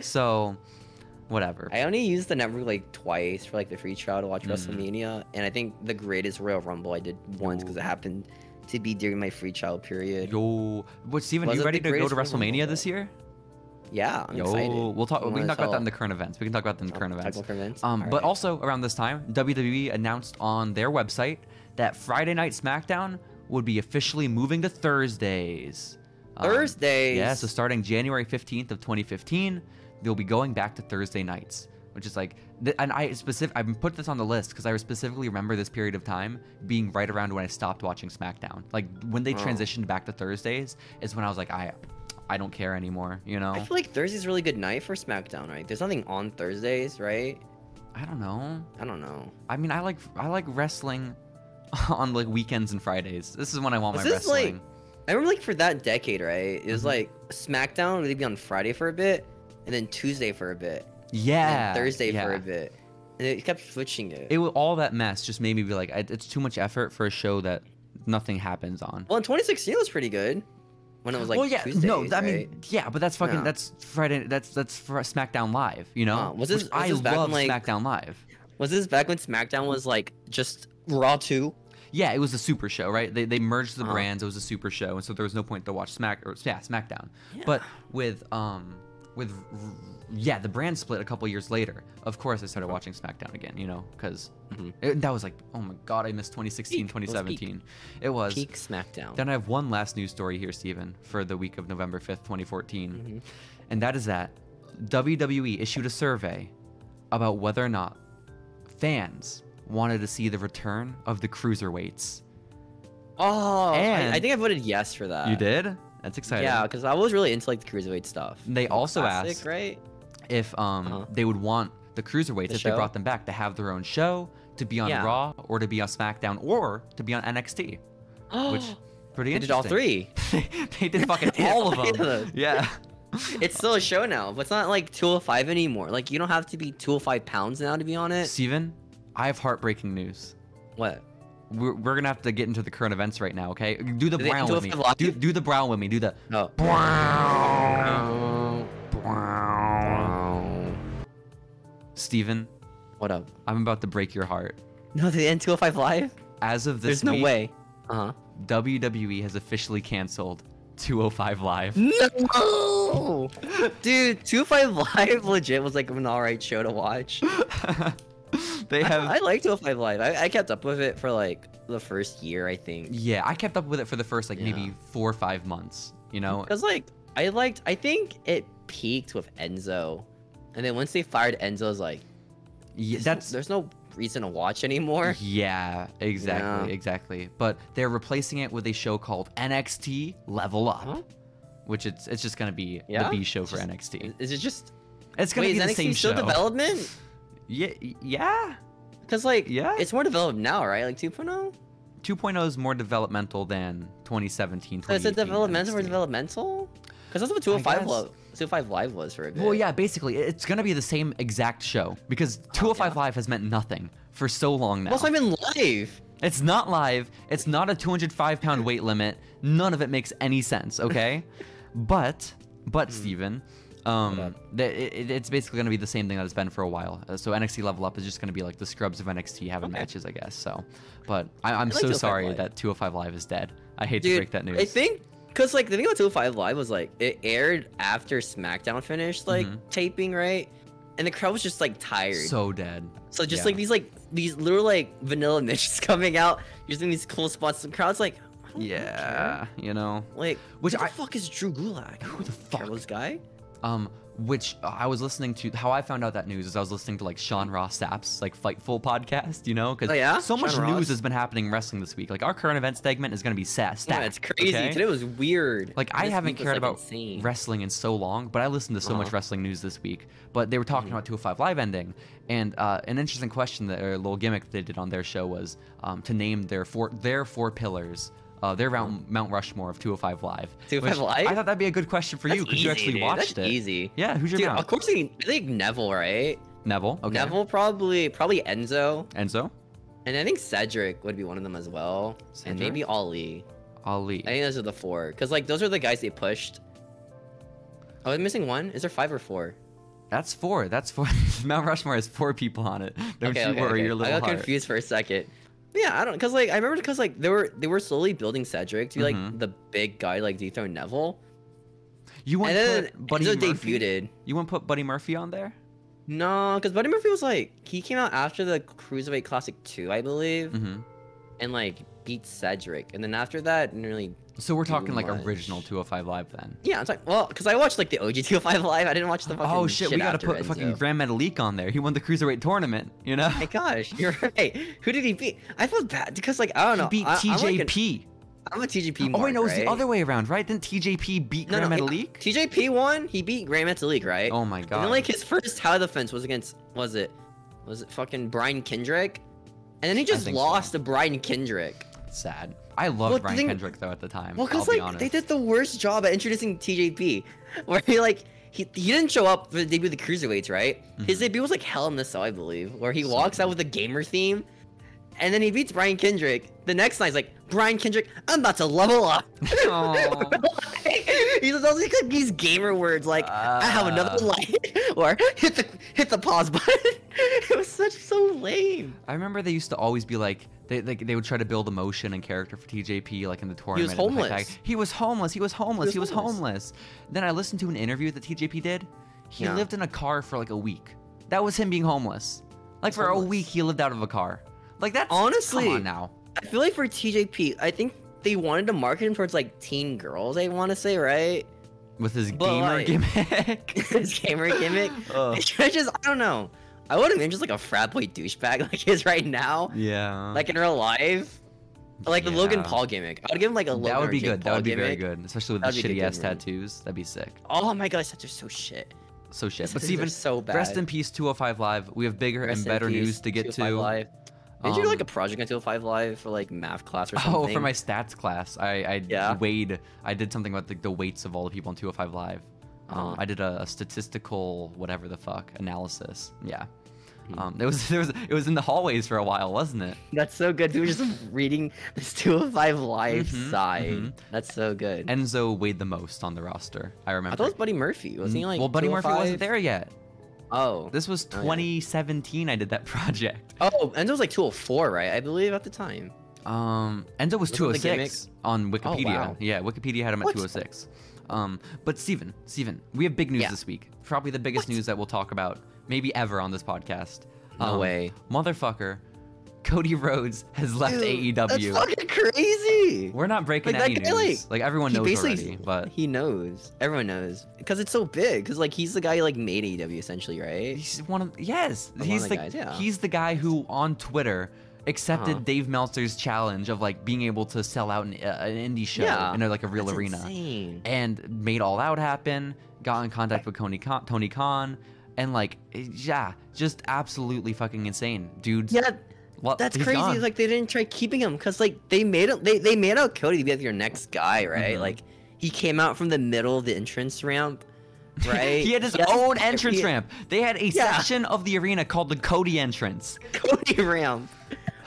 S2: So, whatever.
S1: I only used the network like twice for like the free trial to watch
S2: Mhm.
S1: WrestleMania, and I think the greatest Royal Rumble I did once because it happened to be during my free trial period.
S2: Yo, what Steven,
S1: Was it
S2: you
S1: the
S2: ready to go to
S1: greatest Royal Rumble,
S2: WrestleMania
S1: though?
S2: this year?
S1: Yeah, I'm
S2: Yo,
S1: excited.
S2: we'll talk.
S1: I
S2: We
S1: wanna
S2: can talk about that
S1: tell-
S2: in the current events. We can talk about that in the current
S1: Talk
S2: events.
S1: about current events?
S2: Um,
S1: All
S2: but
S1: right.
S2: also around this time, WWE announced on their website that Friday Night SmackDown would be officially moving to Thursdays. Um,
S1: Thursdays.
S2: Yeah, so starting January fifteenth of twenty fifteen, they'll be going back to Thursday nights, which is like, th- and I specific, I put this on the list because I specifically remember this period of time being right around when I stopped watching SmackDown. Like when they
S1: Oh.
S2: transitioned back to Thursdays is when I was like, I, I don't care anymore. You know.
S1: I feel like Thursday's a really good night for SmackDown, right? There's nothing on Thursdays, right?
S2: I don't know.
S1: I don't know.
S2: I mean, I like I like wrestling *laughs* on like weekends and Fridays. This is when I want
S1: Was
S2: my
S1: this, like-
S2: wrestling.
S1: I remember like for that decade, right? It was
S2: Mhm.
S1: like SmackDown would be on Friday for a bit, and then Tuesday for a bit, and
S2: yeah,
S1: then Thursday for
S2: yeah.
S1: a bit, and it kept switching it.
S2: It was all that mess just made me be like, I, it's too much effort for a show that nothing happens on.
S1: well, in 2016 it was pretty good when it was like
S2: well, yeah,
S1: Tuesdays,
S2: no, I
S1: right?
S2: mean, yeah, but that's fucking
S1: No.
S2: that's Friday. That's that's for SmackDown Live. You know,
S1: Uh, was
S2: Which
S1: this- was
S2: I
S1: this back in,
S2: love
S1: like-
S2: SmackDown Live.
S1: was this back when SmackDown was like just Raw two?
S2: Yeah, it was a super show, right? They, they merged the
S1: Uh-huh.
S2: brands. It was a super show, and so there was no point to watch Smack or yeah SmackDown.
S1: Yeah.
S2: But with um with r- yeah the brand split a couple years later. Of course, I started watching SmackDown again. You know, because
S1: Mhm.
S2: that was like oh my god, I missed 2016,
S1: Peak. It was peak.
S2: 2017. It was.
S1: Peak SmackDown.
S2: Then I have one last news story here, Steven, for the week of November 5th, 2014.
S1: Mhm.
S2: And that is that WWE issued a survey about whether or not fans wanted to see the return of the cruiserweights.
S1: Oh, I-
S2: And-
S1: I, think I voted yes for that.
S2: you did? That's exciting.
S1: Uh, Yeah, because I was really into like the cruiserweight stuff.
S2: They also
S1: Classic,
S2: asked
S1: right? *gasps*
S2: if um,
S1: Uh-huh.
S2: they would want the cruiserweights,
S1: The
S2: if
S1: show?
S2: they brought them back, to have their own show, to be on
S1: Yeah.
S2: Raw, or to be on SmackDown, or to be
S1: *gasps*
S2: on NXT. Which, pretty
S1: they
S2: interesting.
S1: did all three.
S2: *laughs*
S1: *laughs*
S2: they did fucking all
S1: All
S2: of
S1: three of
S2: them.
S1: them. *laughs*
S2: Yeah.
S1: It's still a show now, but it's not like 205 anymore. Like you don't have to be 205 pounds now to be on it.
S2: Steven, I have heartbreaking news.
S1: What?
S2: We're, we're gonna have to get into the current events right now, okay? Do the
S1: Do they-
S2: brown
S1: do
S2: with
S1: a
S2: me.
S1: Fibonacci?
S2: Do, do the brown with me. Do the.
S1: No.
S2: Steven,
S1: What up? *laughs*
S2: I'm about to break your heart.
S1: No, the end 205 live.
S2: As of this
S1: There's no
S2: week,
S1: way. Uh huh.
S2: WWE has officially canceled 205 Live.
S1: No, *laughs* dude, 205 live *laughs* legit was like an all right show to watch.
S2: *laughs* *laughs* they have.
S1: I, I like 205 live. I, I kept up with it for like the first year, I think.
S2: yeah, I kept up with it for the first like
S1: Yeah.
S2: maybe four or five months. You know,
S1: Because like I liked, I think it peaked with Enzo, and then once they fired Enzo, I was like,
S2: yeah,
S1: "There's no-
S2: that's
S1: there's no reason to watch anymore.
S2: Yeah, exactly,
S1: Yeah.
S2: exactly. But they're replacing it with a show called NXT Level Up,
S1: Huh?
S2: which it's it's just gonna be
S1: Yeah?
S2: the B show for
S1: Just-
S2: NXT.
S1: Is it just
S2: It's gonna
S1: wait?
S2: be
S1: Is
S2: the
S1: NXT
S2: same
S1: still
S2: show.
S1: development?
S2: Yeah, yeah.
S1: Because like
S2: Yeah.
S1: it's more developed now, right? Like oh? 2.0.
S2: 2.0 is more developmental than 2017.
S1: So is it
S2: 2018
S1: developmental or
S2: NXT.
S1: developmental? Because that's what 205
S2: guess.
S1: lo- 205 live was for a bit.
S2: Well, yeah, basically, it- it's gonna be the same exact show because
S1: Oh,
S2: 205 Live has meant nothing for so long now.
S1: Plus, I've been live.
S2: It's not live. It's not a 205 pound weight limit. None of it makes any
S1: *laughs*
S2: sense. Okay, but
S1: Hmm.
S2: but Steven, um,
S1: What
S2: th- it, it- it's basically gonna be the same thing that it's been for a while. Uh, So NXT Level Up is just gonna be like the scrubs of NXT having
S1: Okay.
S2: matches, I guess. So, but I, I'm
S1: like
S2: so
S1: 205
S2: sorry
S1: Live.
S2: that 205 Live is dead. I hate to
S1: Dude,
S2: break that news.
S1: I think because like the thing about 205 Live was like it aired after SmackDown finished like
S2: Mhm.
S1: taping, right? And the crowd was just like tired. So,
S2: so dead.
S1: just
S2: yeah.
S1: like these like these little like vanilla *laughs* niches coming out using these cool spots. The crowd's like, I don't- I don't
S2: Yeah, you know.
S1: care. Like,
S2: Which
S1: who the
S2: I-
S1: fuck is Drew Gulak?
S2: Who the fuck?
S1: Carlos guy?
S2: Um, which uh, I was listening to. How I found out that news is I was listening to like Sean Ross Sapp's like Fightful podcast. You know, because
S1: Oh, yeah?
S2: so much
S1: Sean Ross?
S2: news has been happening in wrestling this week. Like our current event segment is gonna be Seth.
S1: Yeah, it's crazy.
S2: okay?
S1: Today was weird.
S2: Like I
S1: This
S2: haven't
S1: week was,
S2: cared
S1: like,
S2: about
S1: insane.
S2: wrestling in so long, but I listened to so much
S1: Uh-huh. Mm-hmm.
S2: wrestling news this week. But they were talking about 205 Live ending, and uh, an interesting question that or a little gimmick they did on their show was um, to name their four their four pillars. Uh, their Mount,
S1: Mm-hmm.
S2: Mount Rushmore of 205 Live.
S1: 205
S2: which
S1: Live?
S2: I thought that'd be a good question for you
S1: That's
S2: because
S1: easy,
S2: you actually
S1: dude.
S2: watched
S1: That's
S2: it.
S1: Easy.
S2: Yeah, who's your
S1: Dude,
S2: Mount?
S1: of course they, I think Neville, right?
S2: Neville. Okay.
S1: Neville probably, probably Enzo,
S2: Enzo.
S1: and I think Cedric would be one of them as well, and
S2: Cedric?
S1: maybe Ali.
S2: Ali.
S1: I think those are the four, because like those are the guys they pushed. Oh, I'm missing one. Is there five or four?
S2: That's four. That's four. *laughs* Mount Rushmore has four people on it. *laughs* Don't
S1: okay,
S2: you
S1: okay,
S2: worry
S1: okay.
S2: your little
S1: I got
S2: heart.
S1: confused for a second. But yeah, I don't, cause like I remember, cause like they were they were slowly building Cedric to be like
S2: Mhm.
S1: the big guy, like dethrone Neville,
S2: You want
S1: and
S2: to
S1: then
S2: put Buddy
S1: Enzo
S2: Murphy?
S1: debuted.
S2: You want to put Buddy Murphy on there?
S1: No, because Buddy Murphy was like he came out after the Cruiserweight Classic two, I believe,
S2: Mm-hmm.
S1: and like beat Cedric, and then after that, didn't really.
S2: So we're
S1: Too
S2: talking like
S1: much.
S2: original 205 Live then.
S1: Yeah, I'm talking. Well, because I watched like the OG 205 *laughs* live. I didn't watch the fucking.
S2: Oh shit, we gotta
S1: after
S2: put
S1: Enzo.
S2: fucking Grand Metalik on there. He won the cruiserweight tournament. You know.
S1: *laughs* My gosh, *laughs* you're right. Who did he beat? I feel bad because like I don't know.
S2: *laughs* He beat
S1: I, I'm, like, an-
S2: TJP.
S1: I'm a TJP.
S2: oh wait,
S1: mark,
S2: no, it was
S1: right?
S2: the other way around, right? Didn't TJP beat
S1: No, no,
S2: Grand
S1: it-
S2: Metalik?
S1: TJP won. He beat Grand Metalik, right?
S2: Oh my
S1: And
S2: god.
S1: then like his first how defense was against was it was it fucking Brian Kendrick? And then he
S2: I
S1: just
S2: think so.
S1: lost to Brian Kendrick.
S2: Sad. I loved
S1: Well, the
S2: Brian
S1: thing-
S2: Kendrick though at the time.
S1: Well,
S2: I'll
S1: because
S2: be
S1: like
S2: honest.
S1: they did the worst job at introducing TJP, *laughs* where he like he, he didn't show up for the debut of the cruiserweights, right? His
S2: Mhm.
S1: debut was like Hell in the Cell, I believe, where he
S2: So-
S1: walks out with a gamer theme, and then he beats Brian Kendrick. The next night, he's like Brian Kendrick, I'm about to level up. *laughs*
S2: Aw.
S1: he does all these, like, these gamer words like I have another *laughs*
S2: Ah.
S1: life, or hit the hit the pause button. *laughs* it was such so lame.
S2: I remember they used to always be like they like they would try to build emotion and character for TJP like in the tournament. and the high
S1: homeless.
S2: tag. He was homeless. He was homeless. He was homeless.
S1: homeless.
S2: Then I listened to an interview that TJP did. He
S1: Yeah.
S2: lived in a car for like a week. That was him being homeless. Like
S1: He's
S2: for a
S1: homeless.
S2: week he lived out of a car. Like that's
S1: Honestly,
S2: Come on now.
S1: I feel like for TJP, I think they wanted to market him towards like teen girls. I want to say right. *laughs*
S2: With his
S1: but,
S2: gamer
S1: like- *laughs*
S2: gimmick.
S1: His
S2: *laughs*
S1: gamer gimmick.
S2: Ugh.
S1: *laughs* I just I don't know. I would imagine just like a frat boy douchebag *laughs* like he is right now,
S2: yeah.
S1: like in real life. Like the Logan
S2: Yeah.
S1: Paul gimmick. I would give him like a Logan
S2: that would
S1: or
S2: be
S1: Jake
S2: good.
S1: Paul
S2: That would be very
S1: gimmick.
S2: good, especially with
S1: That'd be
S2: the
S1: a
S2: shitty
S1: good
S2: ass
S1: one.
S2: tattoos. That'd be sick.
S1: Oh my gosh, that's just so shit.
S2: So shit.
S1: His
S2: But
S1: tattoos are
S2: Steven,
S1: so bad.
S2: rest in peace, 205 Live. We have bigger
S1: Rest
S2: and
S1: in
S2: better
S1: peace,
S2: news to get
S1: 205
S2: to.
S1: Live. Did you do like a
S2: Um,
S1: project on 205 Live for like math class or
S2: *laughs* *laughs* Oh,
S1: something?
S2: for my stats class, I, I
S1: Yeah.
S2: weighed. I did something about the, the weights of all the people on 205 Live. Um,
S1: Uh-huh.
S2: I did a, a statistical whatever the fuck analysis. Yeah.
S1: Hmm.
S2: Um, it was *laughs* there was it was in the hallways for a while, wasn't
S1: *laughs*
S2: it?
S1: That's so good. We were just reading this 205 Live
S2: Mhm,
S1: side.
S2: mhm.
S1: That's so good.
S2: Enzo weighed the most on the roster. I
S1: I
S2: remember.
S1: thought it was Buddy Murphy. Wasn't he
S2: Mm,
S1: like
S2: well, Buddy Murphy
S1: 205?
S2: wasn't there yet.
S1: Oh.
S2: This was
S1: Oh, yeah.
S2: 2017. I did that *laughs* project.
S1: Oh, Enzo was like 204, right? I believe at the time.
S2: Um, Enzo
S1: Was
S2: was
S1: it the Oh,
S2: 206 on Wikipedia.
S1: wow.
S2: Yeah, Wikipedia had him at
S1: What?
S2: 206. Um, but Steven, Steven, we have big news
S1: Yeah.
S2: this week. Probably the biggest
S1: What?
S2: news that we'll talk about maybe ever on this podcast. Um,
S1: No way.
S2: Motherfucker, Cody Rhodes has left E
S1: Dude,
S2: AEW.
S1: That's fucking crazy.
S2: We're not breaking
S1: Like,
S2: any
S1: that guy,
S2: news. Like, everyone
S1: he
S2: knows
S1: basically,
S2: already, but
S1: he knows. Everyone knows because it's so big. Because like he's the guy who like made AEW essentially, right?
S2: he's one of yes,
S1: One
S2: he's
S1: of
S2: the
S1: the guys, yeah.
S2: he's the guy who on Twitter accepted
S1: Uh-huh.
S2: Dave Meltzer's challenge of like being able to sell out an, uh, an indie show
S1: Yeah.
S2: in a, like a real
S1: That's
S2: arena.
S1: Insane.
S2: and made all out happen got in contact with Tony Khan, Tony Khan and like yeah just absolutely fucking insane dudes
S1: Yeah,
S2: lo-
S1: that's
S2: he's
S1: crazy.
S2: gone.
S1: Like *laughs* they didn't try keeping him because like they made him. They they made out Cody to be like your next guy, right?
S2: Mhm.
S1: Like he came out from the middle of the entrance ramp, right?
S2: *laughs* he had his
S1: Yes,
S2: own entrance
S1: *laughs* he-
S2: ramp they had a
S1: Yeah.
S2: section of the arena called the Cody entrance
S1: Cody ramp,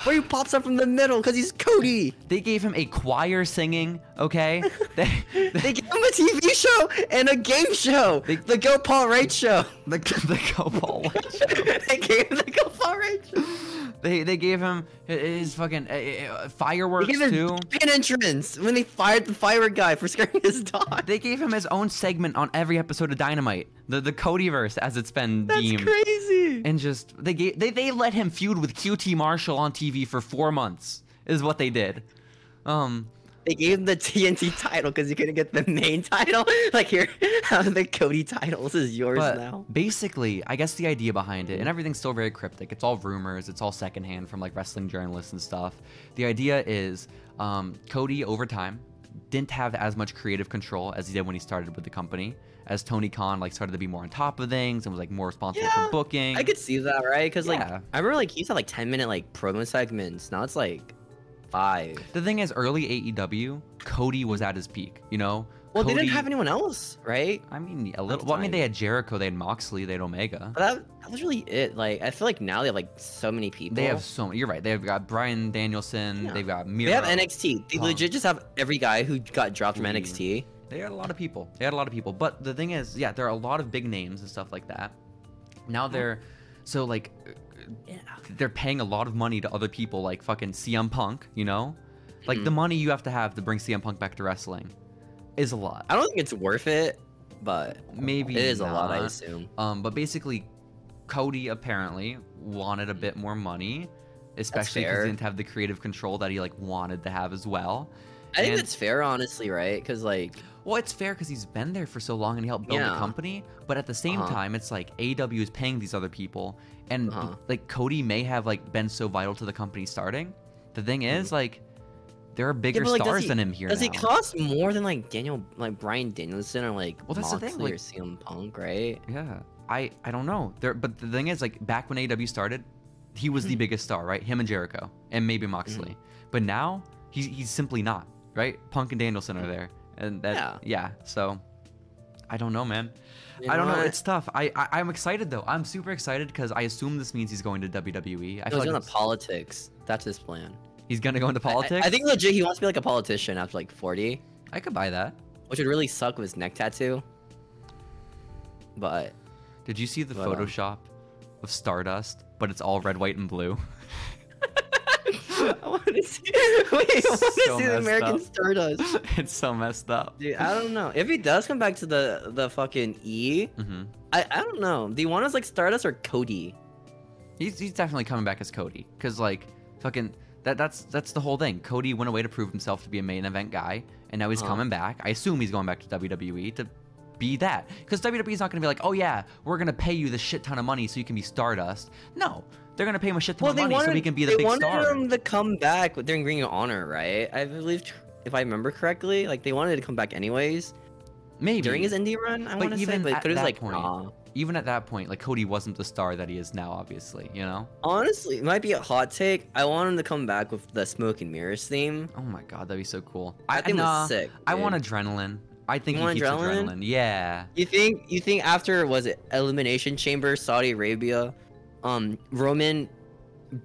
S1: where he pops up from the middle because he's Cody.
S2: they gave him a choir singing
S1: *laughs*
S2: okay they, *laughs*
S1: They gave him a TV show and a game show.
S2: They-
S1: the Go Paul Wright show.
S2: the, the Cobalt
S1: *laughs* they gave him the Go Paul Wright show.
S2: they, they gave him hi- his fucking uh, uh, fireworks
S1: They gave him
S2: too
S1: an entrance when they fired the firework guy for scaring his dog.
S2: they gave him his own segment on every episode of Dynamite the the Codyverse as it's
S1: *laughs*
S2: been
S1: That's
S2: deemed
S1: crazy.
S2: and just they gave, they they let him feud with QT Marshall on TV for four months is what they did. Um,
S1: They gave him the TNT title because he couldn't get the main title. *laughs* Like here, have the Cody title. This is yours
S2: but
S1: now.
S2: basically, I guess the idea behind it, and everything's still very cryptic. It's all rumors. It's all secondhand from like wrestling journalists and stuff. The idea is um, Cody over time didn't have as much creative control as he did when he started with the company. As Tony Khan like started to be more on top of things and was like more responsible
S1: Yeah,
S2: for booking.
S1: I could see that, right? Because like
S2: Yeah.
S1: I remember, like he used to have, like ten minute like promo segments. Now it's like five.
S2: the thing is, early AEW, Cody was at his peak. You know.
S1: Well, they
S2: Cody-
S1: didn't have anyone else, right?
S2: I mean, a little.
S1: the
S2: Well, I mean,
S1: time.
S2: they had Jericho, they had Moxley, they had Omega.
S1: But that, that was really it. Like I feel like now they have like so many people.
S2: They have so many. You're right. They've got Brian Danielson.
S1: Yeah.
S2: They've got
S1: They
S2: Miro.
S1: have NXT. They
S2: Punk.
S1: legit just have every guy who got dropped from
S2: Lee.
S1: NXT.
S2: They had a lot of people. They had a lot of people. But the thing is, yeah, there are a lot of big names and stuff like that. Now they're so like
S1: Yeah.
S2: they're paying a lot of money to other people, like fucking CM Punk. You know, like
S1: Hmm.
S2: the money you have to have to bring CM Punk back to wrestling is a lot.
S1: I don't think it's worth it, but
S2: Maybe
S1: it is a lot, I
S2: not.
S1: assume.
S2: Um, but basically, Cody apparently wanted a bit more money, especially because
S1: fair.
S2: he didn't have the creative control that he like wanted to have as well.
S1: I think
S2: And-
S1: that's fair, honestly, right? Because like,
S2: Well, it's fair because he's been there for so long and he helped build the
S1: Yeah.
S2: company. But at the same
S1: Uh-huh.
S2: time, it's like AW is paying these other people, and
S1: Uh-huh.
S2: like Cody may have like been so vital to the company starting. The thing is, like, there are bigger
S1: Mm-hmm. but, like, does
S2: stars
S1: he-
S2: than him here
S1: does
S2: now.
S1: it cost more than like Daniel, like Brian Danielson or like
S2: Well, that's the thing,
S1: Moxley
S2: like-
S1: or CM Punk, right?
S2: yeah, I I don't know. There, but the thing is, like back when AEW started, he was
S1: Mm-hmm.
S2: the biggest star, right? Him and Jericho, and maybe Moxley. But now he's he's simply not, right? Punk and Danielson are there, and that yeah.
S1: Mm-hmm. Yeah.
S2: so I don't know, man.
S1: You
S2: I don't know.
S1: know what?
S2: It's tough. I, I I'm excited though. I'm super excited because I assume this means he's going to WWE. I
S1: He was
S2: feel
S1: going
S2: like
S1: to
S2: he's-
S1: politics. That's his plan.
S2: he's gonna go into
S1: I- I-
S2: politics.
S1: I, think legit he wants to be like a politician after like 40,
S2: I could buy that.
S1: which would really suck with his neck tattoo.
S2: *laughs*
S1: But
S2: Did you see the
S1: But, um,
S2: Photoshop of Stardust, but it's all red, white, and blue? *laughs*
S1: I want to see. Wait, I want to
S2: So
S1: see
S2: messed
S1: the American
S2: up.
S1: Stardust.
S2: it's so messed up.
S1: Dude, I don't know. If he does come back to the the fucking E,
S2: hmm
S1: I I don't know. Do you want us like Stardust or Cody?
S2: He's, he's definitely coming back as Cody, cause like fucking that that's that's the whole thing. Cody went away to prove himself to be a main event guy, and now he's
S1: Uh-huh.
S2: coming back. I assume he's going back to WWE to be that, cause WWE's not gonna be like, oh yeah, we're gonna pay you the shit ton of money so you can be Stardust. No, they're gonna pay him a shit ton of money so he can be the
S1: they
S2: big
S1: wanted
S2: star.
S1: him to come back during Ring of Honor, right? I believe, tr- if I remember correctly, like they wanted to come back anyways
S2: Maybe
S1: during his indie run. I
S2: But
S1: want to say,
S2: even at
S1: but Cody's
S2: that
S1: like,
S2: point-
S1: nah.
S2: even at that point, like Cody wasn't the star that he is now, obviously. You know?
S1: Honestly, it might be a hot take. I want him to come back with the smoke and mirrors theme.
S2: Oh my god, that'd be so cool.
S1: I think
S2: nah,
S1: was sick.
S2: I want
S1: dude.
S2: adrenaline. I think
S1: You
S2: he
S1: want
S2: keeps adrenaline?
S1: adrenaline?
S2: Yeah.
S1: You think you think after was it elimination chamber Saudi Arabia, um Roman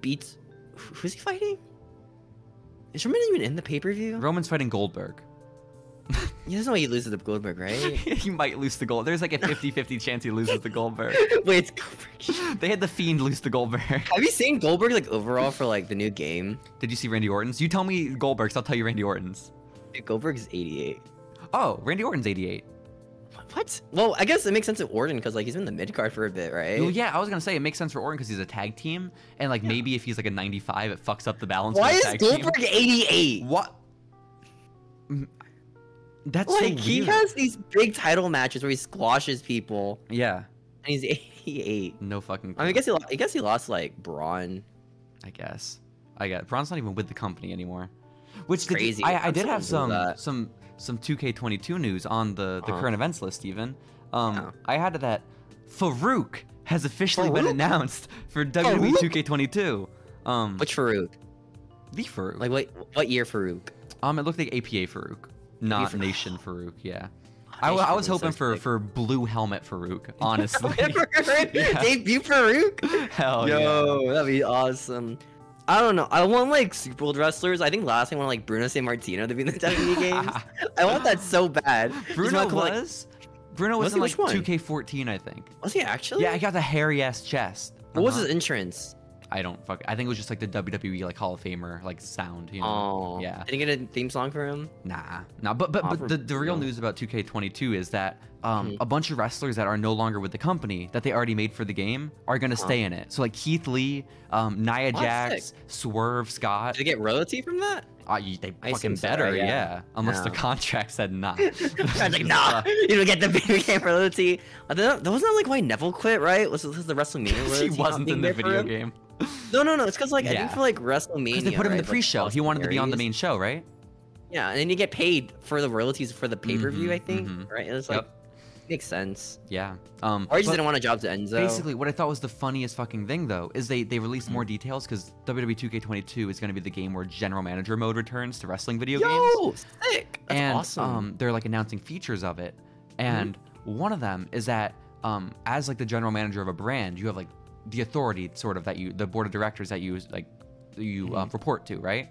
S1: beats wh- who's he fighting? Is Roman even in the pay per view?
S2: Roman's fighting Goldberg.
S1: There's no way he loses to Goldberg, right?
S2: *laughs*
S1: *laughs*
S2: he might lose the gold. There's like a 50-50 chance he loses the Goldberg.
S1: Wait, it's Goldberg. *laughs*
S2: *laughs* They had the fiend lose the Goldberg.
S1: Have you seen Goldberg like overall for like the new game?
S2: *laughs* Did you see Randy Orton's? You tell me Goldberg's. I'll tell you Randy Orton's.
S1: Dude, Goldberg is 88.
S2: Oh, Randy Orton's 88.
S1: What? Well, I guess it makes sense with Orton because like he's been in the mid card for a bit, right?
S2: Well, Oh, yeah, I was gonna say it makes sense for Orton because he's a tag team, and like maybe if he's like a 95, it fucks up the balance.
S1: Why
S2: of the
S1: is
S2: tag team.
S1: Goldberg 88?
S2: *laughs* What? Mm, That's so
S1: Like he
S2: weird.
S1: has these big title matches where he squashes people,
S2: Yeah.
S1: and he's *laughs* 88.
S2: No fucking.
S1: I mean, I
S2: clue.
S1: guess he, lo- I guess he lost like Braun.
S2: I guess. I got Braun's not even with the company anymore. Which did-
S1: Crazy.
S2: I, I
S1: I'm
S2: did have
S1: surprised
S2: some
S1: with that.
S2: some some 2K22 news on the, the
S1: Uh-huh.
S2: current events list even. Um,
S1: Yeah.
S2: I had that Farouk has officially been
S1: Farouk?
S2: announced for E WWE
S1: Farouk?
S2: 2K22. Um,
S1: Which Farouk?
S2: the Farouk.
S1: Like what? What year
S2: *laughs*
S1: Farouk? *laughs*
S2: um, it looked like APA Farouk, not
S1: Farouk.
S2: Nation Farouk. Yeah. I, w- I was hoping for for blue helmet
S1: *laughs*
S2: Farouk. Honestly. *laughs* Yeah.
S1: debut Farouk.
S2: Hell yeah.
S1: Yo, that'd be awesome. I don't know. I want like Super Bowl wrestlers. I think last time I want like Bruno San Martino to be in the *laughs* WWE E
S2: *laughs*
S1: games. I want that so bad. Just
S2: Bruno
S1: wanna come, like-
S2: was. Bruno was
S1: Was
S2: in
S1: he?
S2: like
S1: Which one?
S2: 2K14, I think.
S1: was he actually?
S2: Yeah, I got the hairy ass chest.
S1: What was
S2: Uh-huh.
S1: his entrance?
S2: I don't fuck. I think it was just like the WWE like Hall of Famer like sound. You know?
S1: Oh,
S2: Yeah.
S1: Did he get a theme song for him?
S2: Nah. Nah. But but,
S1: Oh,
S2: but
S1: for-
S2: the, the real
S1: no.
S2: news about 2K22 is that um,
S1: Mhm.
S2: a bunch of wrestlers that are no longer with the company that they already made for the game are gonna
S1: Huh.
S2: stay in it. So like Keith Lee, um, Nia
S1: Oh,
S2: Jax, Swerve Scott.
S1: Did he get royalty from
S2: *laughs*
S1: that? *laughs*
S2: Uh, you- they
S1: I
S2: fucking
S1: assume so,
S2: better,
S1: right?
S2: yeah.
S1: Yeah.
S2: Unless the
S1: No.
S2: contract said
S1: *laughs*
S2: not.
S1: I
S2: *laughs*
S1: was like, nah, you don't get the *laughs* video game royalty. Uh, that that wasn't that, like why Neville quit, right? Was this the WrestleMania royalty?
S2: *laughs* he
S1: not
S2: wasn't
S1: being
S2: in
S1: there
S2: the
S1: for
S2: video
S1: him?
S2: game.
S1: No, no, no. It's because like I think
S2: Yeah.
S1: for like WrestleMania,
S2: Because they put him
S1: right,
S2: in the
S1: like,
S2: pre-show. he
S1: Austin
S2: wanted to be on the
S1: Aries.
S2: main show, right?
S1: Yeah, and then you get paid for the royalties for the pay per view.
S2: Mhm,
S1: I think
S2: mhm.
S1: right. It's like makes sense.
S2: Yeah. Um.
S1: Or he just
S2: but-
S1: didn't want a job to Enzo.
S2: Basically, what I thought was the funniest fucking thing though is they they released
S1: Mm.
S2: more details because WWE 2K22 is going to be the game where General Manager mode returns to wrestling video games,
S1: yo, sick. That's
S2: and
S1: awesome. Mm-hmm.
S2: um, they're like announcing features of it, and one of them is that um, as like the general manager of a brand, you have like the authority sort of that you the board of directors that you like you um,
S1: Mm-hmm.
S2: report to, right?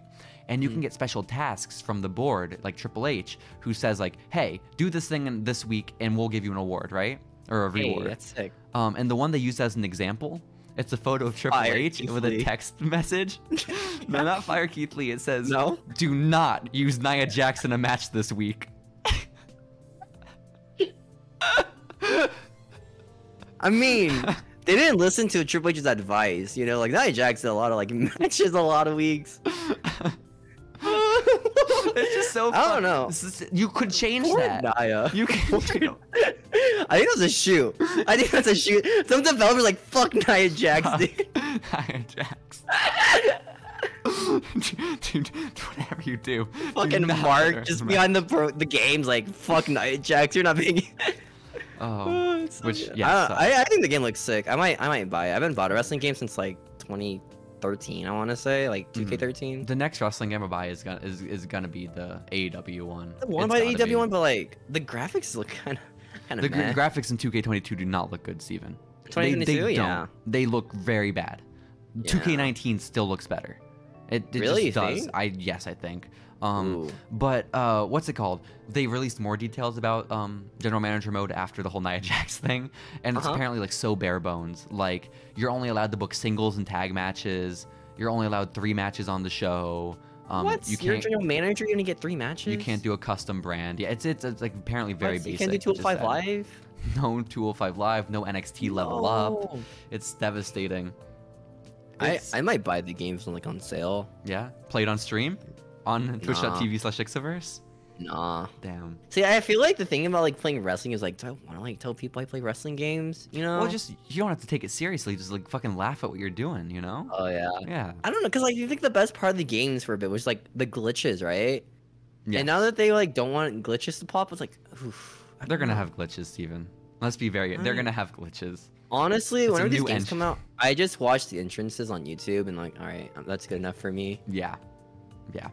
S2: And you can get special tasks from the board, like Triple H, who says like, "Hey, do this thing in- this week, and we'll give you an award, right?" Or a
S1: hey,
S2: reward.
S1: that's sick.
S2: Um, and the one they used as an example, it's a photo of Triple
S1: Fire
S2: H
S1: Keith
S2: with a
S1: Lee.
S2: text *laughs*
S1: *laughs*
S2: message. no, not fire Keith Lee. It says,
S1: No?
S2: do not use Nia Jackson a match this week." *laughs*
S1: I
S2: *laughs*
S1: mean, they didn't listen to Triple H's advice. You know, like Nia Jax did a lot of like *laughs* matches a lot of weeks.
S2: *laughs* It's just so.
S1: *laughs* I don't
S2: fun-
S1: know.
S2: This is- you could change
S1: Poor
S2: that.
S1: Nia.
S2: You
S1: *laughs*
S2: can.
S1: I think that's a shoot. I think that's a shoot. Some developers like fuck Nia
S2: *laughs*
S1: Jax, dude.
S2: Nia Jackson. *laughs* Dude, whatever you do, do
S1: Fucking
S2: not
S1: Mark
S2: wear a
S1: just
S2: mask.
S1: behind the pro- the games like fuck Nia Jax. You're not being. *laughs*
S2: Oh,
S1: Oh, it's so
S2: which-
S1: good.
S2: yeah,
S1: I, don't-
S2: so-
S1: I, I think the game looks sick. I might I might buy it. I haven't bought a wrestling game since like 2013. I want to say like
S2: Mm-hmm.
S1: 2K13.
S2: the next wrestling game I buy is gonna is, is gonna be the AEW one.
S1: I want
S2: It's
S1: to buy the
S2: gotta
S1: EW
S2: be.
S1: E one, but like the graphics look kind of kind
S2: The
S1: of
S2: gr-
S1: meh.
S2: graphics in 2K22 do not look good, Steven. They-
S1: 2022,
S2: they
S1: yeah.
S2: don't. They look very bad. 2K19 still looks better. It, it
S1: Really, you
S2: just does.
S1: think?
S2: I yes, I think. Um,
S1: Ooh.
S2: but uh, what's it called? They released more details about um, general manager mode after the whole Nia Jax *laughs* thing, and it's
S1: Uh-huh.
S2: apparently like so bare bones. Like you're only allowed to book singles and tag matches. You're only allowed three matches on the show. Um,
S1: what?
S2: You
S1: You're a
S2: can't.
S1: general manager. You're gonna get three matches.
S2: You can't do a custom brand. Yeah, it's it's, it's like apparently very
S1: What?
S2: basic.
S1: You can't do
S2: it just
S1: 205
S2: said.
S1: live.
S2: *laughs* No 205 live. No NXT level up.
S1: No.
S2: It's devastating.
S1: I,
S2: It's-
S1: I might buy the games when like on sale.
S2: Yeah, played on stream, on Twitch.tv slash Ixiverse.
S1: Nah.
S2: Damn.
S1: See, I feel like the thing about like playing wrestling is like, do I want to like tell people I play wrestling games? You know?
S2: Well, just you don't have to take it seriously. Just like fucking laugh at what you're doing, you know?
S1: Oh yeah.
S2: Yeah.
S1: I don't know, cause like you think the best part of the games for a bit was like the glitches, right?
S2: Yes.
S1: And now that they like don't want glitches to pop, it's like, oof. I
S2: They're
S1: don't
S2: gonna
S1: know. Mm.
S2: have glitches, Steven. Let's be very. They're
S1: Right.
S2: gonna have glitches.
S1: Honestly,
S2: it's a
S1: whenever these
S2: new
S1: games
S2: engine.
S1: come out, I just watch the entrances on YouTube and like, all right, um, that's good enough for me.
S2: Yeah. Yeah.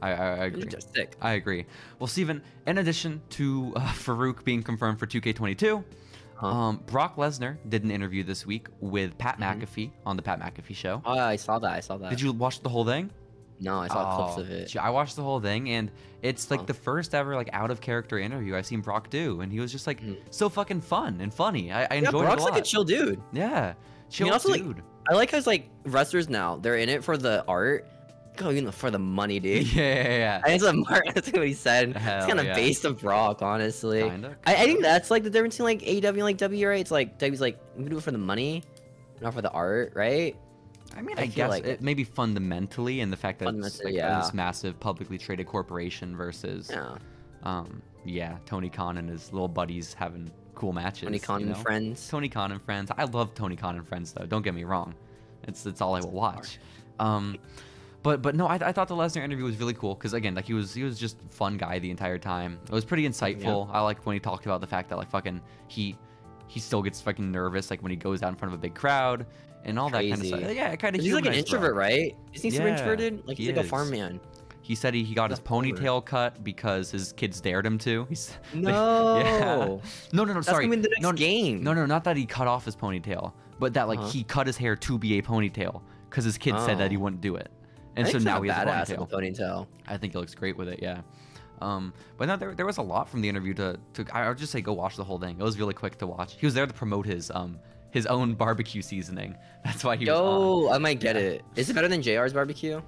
S2: I I, I
S1: They're
S2: agree.
S1: just sick.
S2: I agree. Well, Steven, in addition to uh, *laughs* Farouk being confirmed for 2K22,
S1: Huh.
S2: um, Brock Lesnar did an interview this week with Pat
S1: Mhm.
S2: McAfee on the Pat McAfee Show.
S1: Oh, I saw that. I saw that.
S2: Did you watch the whole thing?
S1: No, I saw
S2: Oh,
S1: clips of it.
S2: gee, I watched the whole thing, and it's like
S1: Huh.
S2: the first ever like out of character interview I've seen Brock do, and he was just like
S1: Mhm.
S2: so fucking fun and funny. I, I
S1: yeah,
S2: enjoyed
S1: Brock's
S2: it a lot.
S1: like a chill dude.
S2: yeah, chill
S1: also, like,
S2: dude. *laughs*
S1: I like how it's like wrestlers now. They're in it for the art. Go in for the money,
S2: yeah,
S1: dude.
S2: yeah,
S1: I think that's what Mark- *laughs* that's what he said.
S2: Hell
S1: it's kind of
S2: yeah.
S1: based off Brock, honestly.
S2: yeah. Kinda.
S1: I, I think that's like the difference between like AEW and like WWE. Right? It's like WWE's like we do it for the money, not for the art, right?
S2: I mean,
S1: I
S2: I,
S1: feel
S2: guess
S1: like-
S2: it maybe fundamentally, and the fact that it's like
S1: Fundamentally, yeah.
S2: this massive publicly traded corporation versus,
S1: Yeah.
S2: um, yeah, Tony Khan and his little buddies having cool matches.
S1: Tony Khan
S2: you
S1: and
S2: know?
S1: friends.
S2: Tony Khan and Friends. I love Tony Khan and Friends though. Don't get me wrong, it's it's all I will watch. Um, but but no, I, I thought the Lesnar interview was really cool because again, like he was he was just a fun guy the entire time. It was pretty insightful. I liked when he talked about the fact that like fucking he he still gets fucking nervous like when he goes out in front of a big crowd and all that kind
S1: Crazy.
S2: of stuff. Yeah, it kind of
S1: He's like an introvert, right? Isn't he super
S2: Yeah,
S1: introverted? Like
S2: he
S1: he's like a
S2: is.
S1: farm
S2: *laughs*
S1: man.
S2: He said he, he got his
S1: That's clever.
S2: ponytail cut because his kids dared him to. He's *laughs*
S1: No.
S2: no no no
S1: That's
S2: sorry
S1: gonna be the next
S2: no,
S1: game.
S2: No, no, not that he cut off his ponytail, but that like
S1: Uh-huh.
S2: he cut his hair to be a ponytail because his kid said that he
S1: Oh.
S2: wouldn't do it,
S1: I
S2: and so
S1: think he's
S2: now
S1: a
S2: he has a
S1: badass
S2: ponytail.
S1: with a ponytail.
S2: I think he looks great with it. Yeah. Um, but no, there, there was a lot from the interview to, to I I would just say go watch the whole thing. It was really quick to watch. He was there to promote his um his own barbecue seasoning. *laughs* That's why he was on.
S1: Yo, I might get
S2: Yeah.
S1: it. Is it better than JR's barbecue?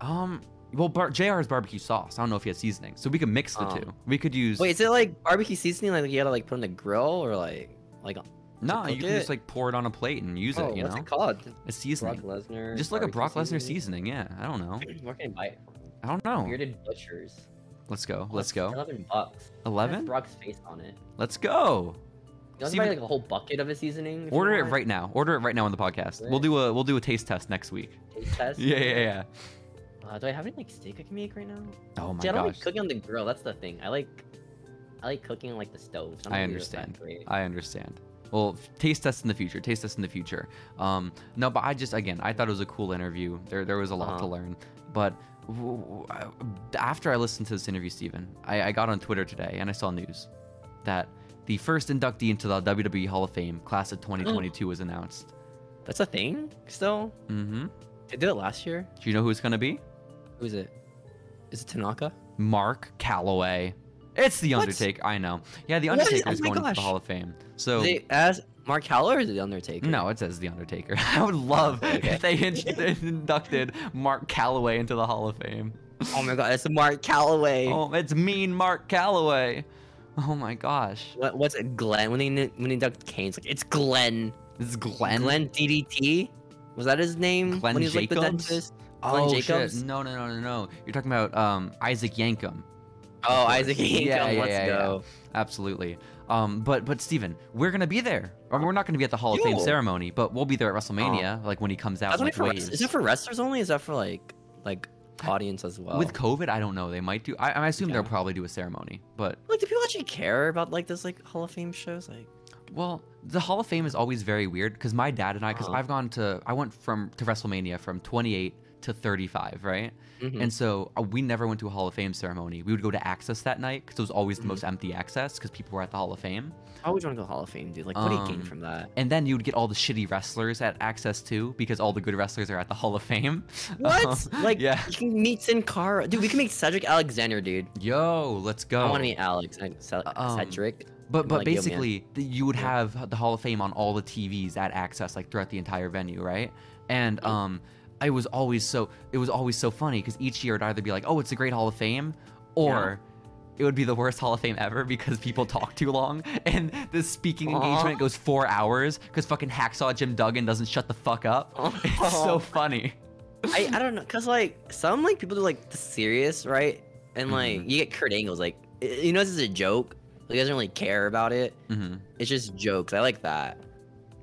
S2: Um, well, Bar- JR's barbecue sauce. I don't know if he has seasoning, so we could mix the
S1: Oh.
S2: two. We could use
S1: Wait, is it like barbecue seasoning? Like you gotta like put on the grill or like like
S2: no,
S1: cook
S2: you can
S1: it?
S2: just like pour it on a plate and use
S1: oh,
S2: it. You
S1: what's
S2: know,
S1: it called?
S2: it's
S1: Brock
S2: seasoning.
S1: Lesnar.
S2: Just like a
S1: barbecue
S2: Brock Lesnar seasoning, yeah. I don't know.
S1: Where can I buy it?
S2: I don't know.
S1: Bearded butchers.
S2: Let's go.
S1: Oh,
S2: Let's
S1: it's
S2: go.
S1: Eleven bucks. It has
S2: Eleven.
S1: Brock's face on it.
S2: Let's go.
S1: You also
S2: See,
S1: buy
S2: but-
S1: like a whole bucket of a seasoning. if you
S2: Order it
S1: want.
S2: right now. Order it right now on the podcast. We'll
S1: Right.
S2: do a we'll do a taste test next week.
S1: Taste test.
S2: *laughs* Yeah, yeah, yeah.
S1: Uh, do I have any like steak I can make right now?
S2: Oh my
S1: See, I don't
S2: gosh.
S1: like cooking on the grill. That's the thing. I like, I like cooking on like the stove. so I'm
S2: I
S1: weird with that
S2: understand. Uh,
S1: great.
S2: I understand. Well, f- taste test in the future. Taste test in the future. Um, no, but I just again, I thought it was a cool interview. There, there was a lot to
S1: Uh-huh.
S2: learn. But w- w- I- after I listened to this interview, Steven, I, I got on Twitter today and I saw news that the first inductee into the WWE Hall of Fame class
S1: *gasps*
S2: of 2022 was announced.
S1: That's a thing still.
S2: Mm-hmm.
S1: They did it last year.
S2: Do you know who it's gonna be?
S1: Who is it? Is it Tanaka?
S2: Mark Calloway. It's the
S1: What?
S2: Undertaker. I know. Yeah, the
S1: What?
S2: Undertaker
S1: Oh
S2: is
S1: my
S2: going into
S1: gosh.
S2: the Hall of Fame. So
S1: They asked Mark Howler or is it The
S2: *laughs*
S1: Undertaker?
S2: no, it says the Undertaker. *laughs* I would love
S1: Okay.
S2: if they in- *laughs* inducted Mark Calloway into the Hall of Fame.
S1: Oh my god, it's Mark Calloway.
S2: Oh, it's mean Mark Calloway. Oh my gosh,
S1: What, what's it, Glenn? When he kn- when he ducked Kane, it's like it's Glenn.
S2: this is Glenn.
S1: Glenn DDT. Was that his name?
S2: Glenn
S1: when he was like the
S2: Jacobs?
S1: dentist.
S2: oh
S1: Glenn Jacobs?
S2: shit! No, no, no, no, no. You're talking about um, Isaac Yankum.
S1: Oh,
S2: course.
S1: Isaac Yankum.
S2: Yeah, yeah,
S1: let's
S2: yeah, yeah.
S1: go.
S2: Absolutely. Um, but but Steven, we're gonna be there. I mean, we're not gonna be at the Hall of Fame
S1: Yo.
S2: ceremony, but we'll be there at WrestleMania, like when he comes out.
S1: Oh. That's
S2: in,
S1: only
S2: like,
S1: for wrestlers.
S2: waves.
S1: Is that for wrestlers only? Is that for like like audience as well.
S2: With COVID, I don't know. They might do. I, I assume they'll
S1: Yeah.
S2: probably do a ceremony, but
S1: like, do people actually care about like this like Hall of Fame shows? Like,
S2: Well, the Hall of Fame is always very weird because my dad and I, because
S1: Uh-huh.
S2: I've gone to, I went from to WrestleMania from 28 to 35, right?
S1: Mhm.
S2: And so uh, we never went to a Hall of Fame ceremony. We would go to Access that night because it was always
S1: Mm-hmm.
S2: the most empty Access because people were at the Hall of Fame.
S1: I always want to go Hall of Fame, dude. Like, what do you gain
S2: Um,
S1: from
S2: *laughs*
S1: that?
S2: And then you would get all the shitty wrestlers at Access too because all the good wrestlers are at the Hall of Fame. *laughs*
S1: What? like,
S2: yeah.
S1: you can meet Sin Cara, dude. We can meet Cedric Alexander, dude.
S2: Yo, let's go.
S1: I want to meet Alex and Ce-
S2: Oh. Um,
S1: Cedric.
S2: But
S1: and,
S2: but
S1: like, Yo Man.
S2: basically, the, you would
S1: Yeah.
S2: have the Hall of Fame on all the TVs at Access, like throughout the entire venue, right?
S1: Oh.
S2: And um, it was always so it was always so funny because each year it'd either be like, oh, it's a great Hall of Fame, or it would be the worst Hall of Fame ever because people talk too long *laughs* and the speaking
S1: Aw.
S2: engagement goes four hours because fucking hacksaw Jim Duggan doesn't shut the fuck up. *laughs* It's
S1: *laughs*
S2: so
S1: Aw.
S2: funny.
S1: I, I don't know, cause like some like people do like the serious, right? And like
S2: Mm-hmm.
S1: you get Kurt Angle's like, y- you know, this is a joke. Like, he doesn't really care about it.
S2: hmm
S1: It's just jokes. I like that.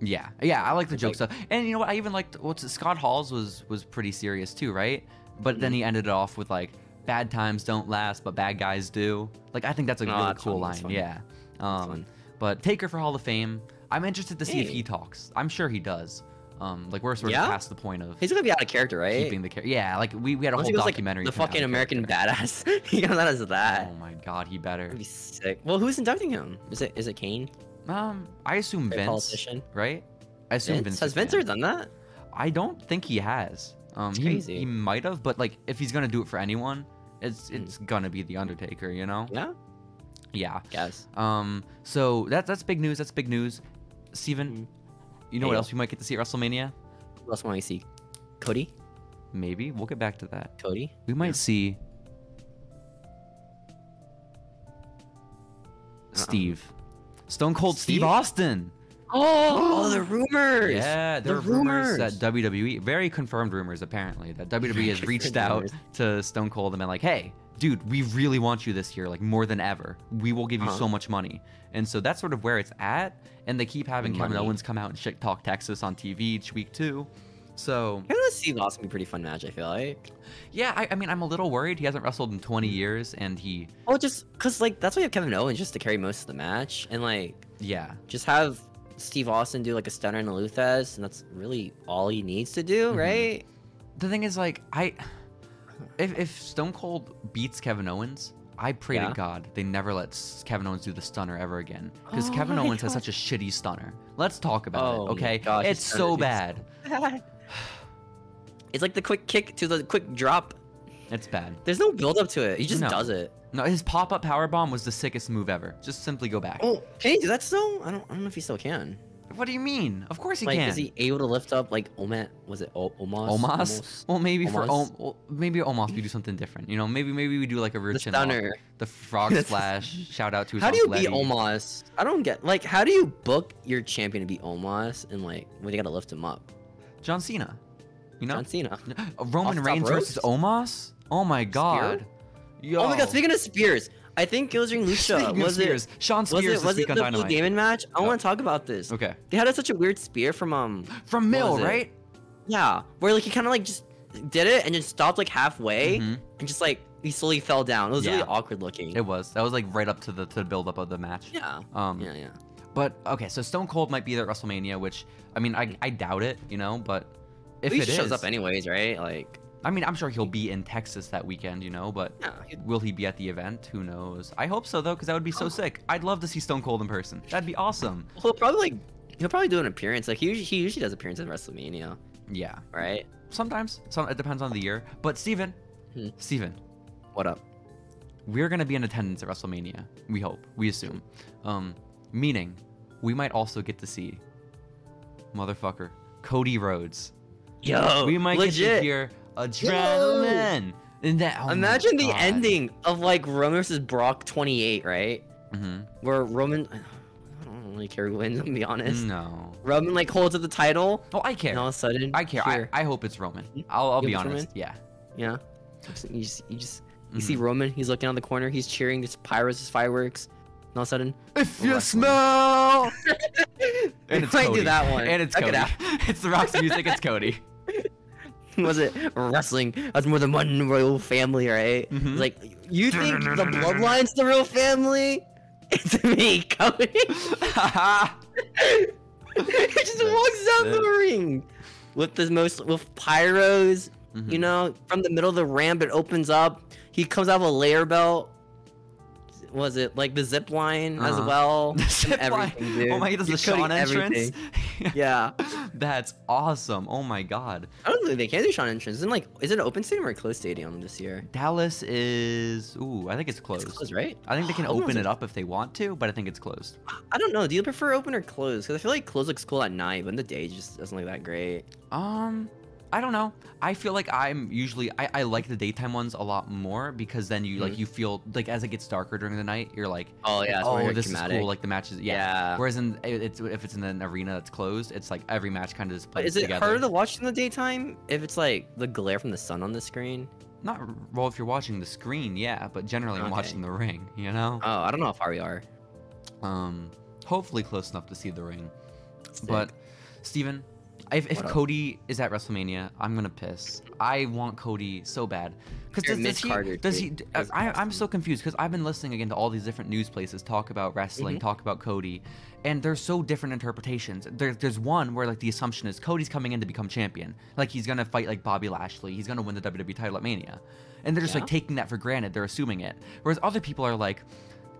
S2: Yeah, yeah, I like the
S1: It's
S2: joke stuff, and you know what? I even liked what's it, Scott Hall's was was pretty serious too, right? But
S1: Mm-hmm.
S2: then he ended it off with like, "Bad times don't last, but bad guys do." Like, I think that's a
S1: No,
S2: really
S1: Ah, that's
S2: cool
S1: funny,
S2: line.
S1: that's funny.
S2: Yeah. Um,
S1: fun.
S2: but Taker for Hall of Fame. I'm interested to see if
S1: Hey.
S2: he talks. I'm sure he does. Um, like we're sort
S1: Yeah?
S2: of past the point of
S1: He's gonna be out of character, right?
S2: keeping the character. Yeah, like we, we had a
S1: Unless he
S2: whole
S1: goes, like,
S2: documentary.
S1: the
S2: thing on
S1: fucking uh, American
S2: character.
S1: Badass. *laughs* he comes out as that.
S2: Oh my god, he better.
S1: That'd be sick. Well, who's inducting him? Is it is it Kane?
S2: Um, I assume
S1: Great
S2: Vince,
S1: politician.
S2: right? I assume
S1: Vince?
S2: Vince.
S1: Has
S2: McMahon.
S1: Vince ever done that?
S2: I don't think he has. Um, he,
S1: crazy. Hmm.
S2: he might have, but like if he's gonna do it for anyone, it's it's gonna be the Undertaker, you know?
S1: Yeah,
S2: Yeah.
S1: guess.
S2: Um. So that that's big news. That's big news. Steven, you know what
S1: Hmm. Hey.
S2: else we might get to see at WrestleMania?
S1: Who else want to see? Cody.
S2: Maybe we'll get back to that.
S1: Cody.
S2: We might see Steve, Stone Cold Steve,
S1: Steve?
S2: Austin.
S1: Oh, the rumors.
S2: Yeah, there
S1: the
S2: are rumors.
S1: rumors.
S2: that WWE, very confirmed rumors apparently, that WWE has
S1: Very
S2: reached
S1: confirmed
S2: out
S1: rumors.
S2: to Stone Cold and been like, hey, dude, we really want you this year, like more than ever. We will give you
S1: Uh-huh.
S2: so much money. And so that's sort of where it's at. And they keep having Kevin
S1: Money.
S2: Owens come out and shit talk Texas on TV each week too. So
S1: Him and Steve Austin be a pretty fun match. I feel like.
S2: yeah, I, I mean, I'm a little worried. He hasn't wrestled in 20
S1: Hmm.
S2: years, and he,
S1: Well, just cause like that's why you have Kevin Owens just to carry most of the match, and like
S2: yeah,
S1: just have Steve Austin do like a stunner and a Luthes, and that's really all he needs to do,
S2: Mhm.
S1: right?
S2: *sighs* the thing is like i if, if stone cold beats kevin owens i pray
S1: Yeah.
S2: to god they never let S- kevin owens do the stunner ever again because
S1: Oh
S2: kevin
S1: my
S2: owens has
S1: God.
S2: such a shitty stunner let's talk about
S1: Oh
S2: it
S1: my
S2: okay
S1: gosh, his
S2: it's
S1: stunner
S2: so
S1: is-
S2: bad
S1: it's like the quick kick to the quick drop.
S2: it's bad
S1: There's no build up to it. He just
S2: No.
S1: does it.
S2: no his pop-up power bomb was the sickest move ever just simply go back
S1: Oh, can he do that still? I don't. I don't know if he still can.
S2: what do you mean of course he
S1: like,
S2: can
S1: is he able to lift up like Omet? Was it o- Omos?
S2: Omos?
S1: Omos?
S2: Well, maybe for
S1: Omos?
S2: Om- well, maybe Omos we do something different. You know, maybe maybe we do like a
S1: The
S2: rich
S1: stunner.
S2: the
S1: *laughs*
S2: frog
S1: That's-
S2: splash. Shout out to his
S1: How do you
S2: Uncle
S1: beat
S2: Eddie.
S1: Omos? I don't get like how do you book your champion to beat Omos and like when you gotta lift him up?
S2: John Cena? You know,
S1: John Cena.
S2: Uh,
S1: Off
S2: *laughs* Roman
S1: the top
S2: Reigns
S1: rope?
S2: versus Omos? Oh my god. Yo.
S1: Oh my god! Speaking of Spears, I think it was
S2: *laughs*
S1: during Lucha.
S2: Speaking of
S1: was
S2: Spears,
S1: it?
S2: Sean
S1: Was
S2: Spears
S1: it?
S2: this
S1: Was
S2: week
S1: it
S2: on
S1: the Blue
S2: Dynamite.
S1: Demon match? I
S2: Yeah.
S1: want to talk about this.
S2: Okay.
S1: They had such a weird spear from um.
S2: From Mill,
S1: was it?
S2: right?
S1: Yeah, where like he kind of like just did it and then stopped like halfway
S2: Mhm.
S1: and just like he slowly fell down. It was
S2: Yeah.
S1: really awkward looking.
S2: It was. That was like right up to the to the build up of the match.
S1: yeah.
S2: Um
S1: Yeah, yeah.
S2: but okay, so Stone Cold might be there at WrestleMania, which I mean I I doubt it, you know, but if
S1: But he
S2: it
S1: shows
S2: is-
S1: up anyways, right? Like,
S2: I mean I'm sure he'll be in Texas that weekend, you know, but
S1: yeah, he-
S2: will he be at the event? Who knows? I hope so though, because that would be so sick. I'd love to see Stone Cold in person. That'd be awesome.
S1: he'll probably like he'll probably do an appearance. Like he usually, he usually does appearance at WrestleMania,
S2: Yeah.
S1: right?
S2: Sometimes. Some it depends on the year. But Steven.
S1: Hmm.
S2: Steven,
S1: What up?
S2: we're gonna be in attendance at WrestleMania. We hope. We assume. Um, meaning, we might also get to see, motherfucker, Cody Rhodes.
S1: Yo,
S2: we might get
S1: Oh, legit.
S2: to hear adrenaline. And that. oh my
S1: Imagine the
S2: God.
S1: ending of like Roman versus Brock 28, right?
S2: Mhm.
S1: Where Roman, I don't really care who wins. *laughs* I'm gonna be honest.
S2: No.
S1: Roman like holds up the title,
S2: Oh, Hmm. I care.
S1: and all of a sudden,
S2: I care.
S1: here,
S2: I, I hope it's Roman. I'll, I'll
S1: You
S2: be
S1: hope it's
S2: honest.
S1: Roman?
S2: Yeah.
S1: yeah. You just, you just, you see
S2: Mm-hmm.
S1: Roman. He's looking on the corner. He's cheering. There's pyros, there's fireworks. And all of a sudden, *laughs*
S2: Mm-hmm. If
S1: Wrestling. *laughs*
S2: smell.
S1: They might do that one.
S2: And it's
S1: Check it
S2: *laughs*
S1: *laughs*
S2: Cody. It's the Rock's music. It's Cody.
S1: wasn't wrestling. I was more than one royal family, right? It's
S2: Mhm.
S1: Like, you
S2: *laughs*
S1: think the bloodline's the real family? *laughs* It's me, Cody. *laughs*
S2: Mm-hmm. *laughs*
S1: he just walks out
S2: That's
S1: the ring with the most with pyros. You *laughs* know, from the middle of the ramp, it opens up. He comes out with a layer belt. Was it like the zip line as
S2: Uh-huh.
S1: *laughs* well?
S2: *laughs* Zip line.
S1: Everything, dude.
S2: Oh my god,
S1: You're
S2: there's a Shawn
S1: coding
S2: entrance.
S1: everything.
S2: *laughs*
S1: Yeah,
S2: That's awesome. Oh my god.
S1: I don't think they can do Shawn entrance. Isn't like, is it an open stadium or a closed stadium this year?
S2: Dallas is ooh, I think it's
S1: It's
S2: closed.
S1: closed, right?
S2: I think they can
S1: I don't
S2: open
S1: know.
S2: it up if they want to, but I think it's closed.
S1: I don't know. Do you prefer open or closed? Because I feel like closed looks cool at night, but in the day it just doesn't look that great.
S2: Um, I don't know. I feel like I'm usually I, I like the daytime ones a lot more because then you like
S1: Mhm.
S2: you feel like as it gets darker during the night, you're like,
S1: Oh yeah, it's more
S2: oh, this
S1: dramatic.
S2: is cool. Like the matches, yeah.
S1: yeah.
S2: Whereas in it- it's if it's in an arena that's closed, it's like every match kind of just
S1: But
S2: plays
S1: is it
S2: together.
S1: harder to watch in the daytime if it's like the glare from the sun on the screen?
S2: Not well if you're watching the screen, yeah, but generally I'm
S1: Okay.
S2: watching the ring, you know.
S1: Oh, I don't know how far we are.
S2: Um, hopefully close enough to see the ring.
S1: Sick.
S2: But Steven, if, if
S1: What up?
S2: Cody is at WrestleMania, I'm gonna piss. I want Cody so bad. Because
S1: You're
S2: does,
S1: Mick
S2: does he?
S1: Carter,
S2: does
S1: dude.
S2: he? d-
S1: That's
S2: I, I'm
S1: awesome.
S2: so confused because I've been listening again to all these different news places talk about wrestling,
S1: Mm-hmm.
S2: talk about Cody, and there's so different interpretations. There, there's one where like the assumption is Cody's coming in to become champion, like he's gonna fight like Bobby Lashley, he's gonna win the WWE title at Mania, and they're just like
S1: Yeah.
S2: taking that for granted. They're assuming it. Whereas other people are like,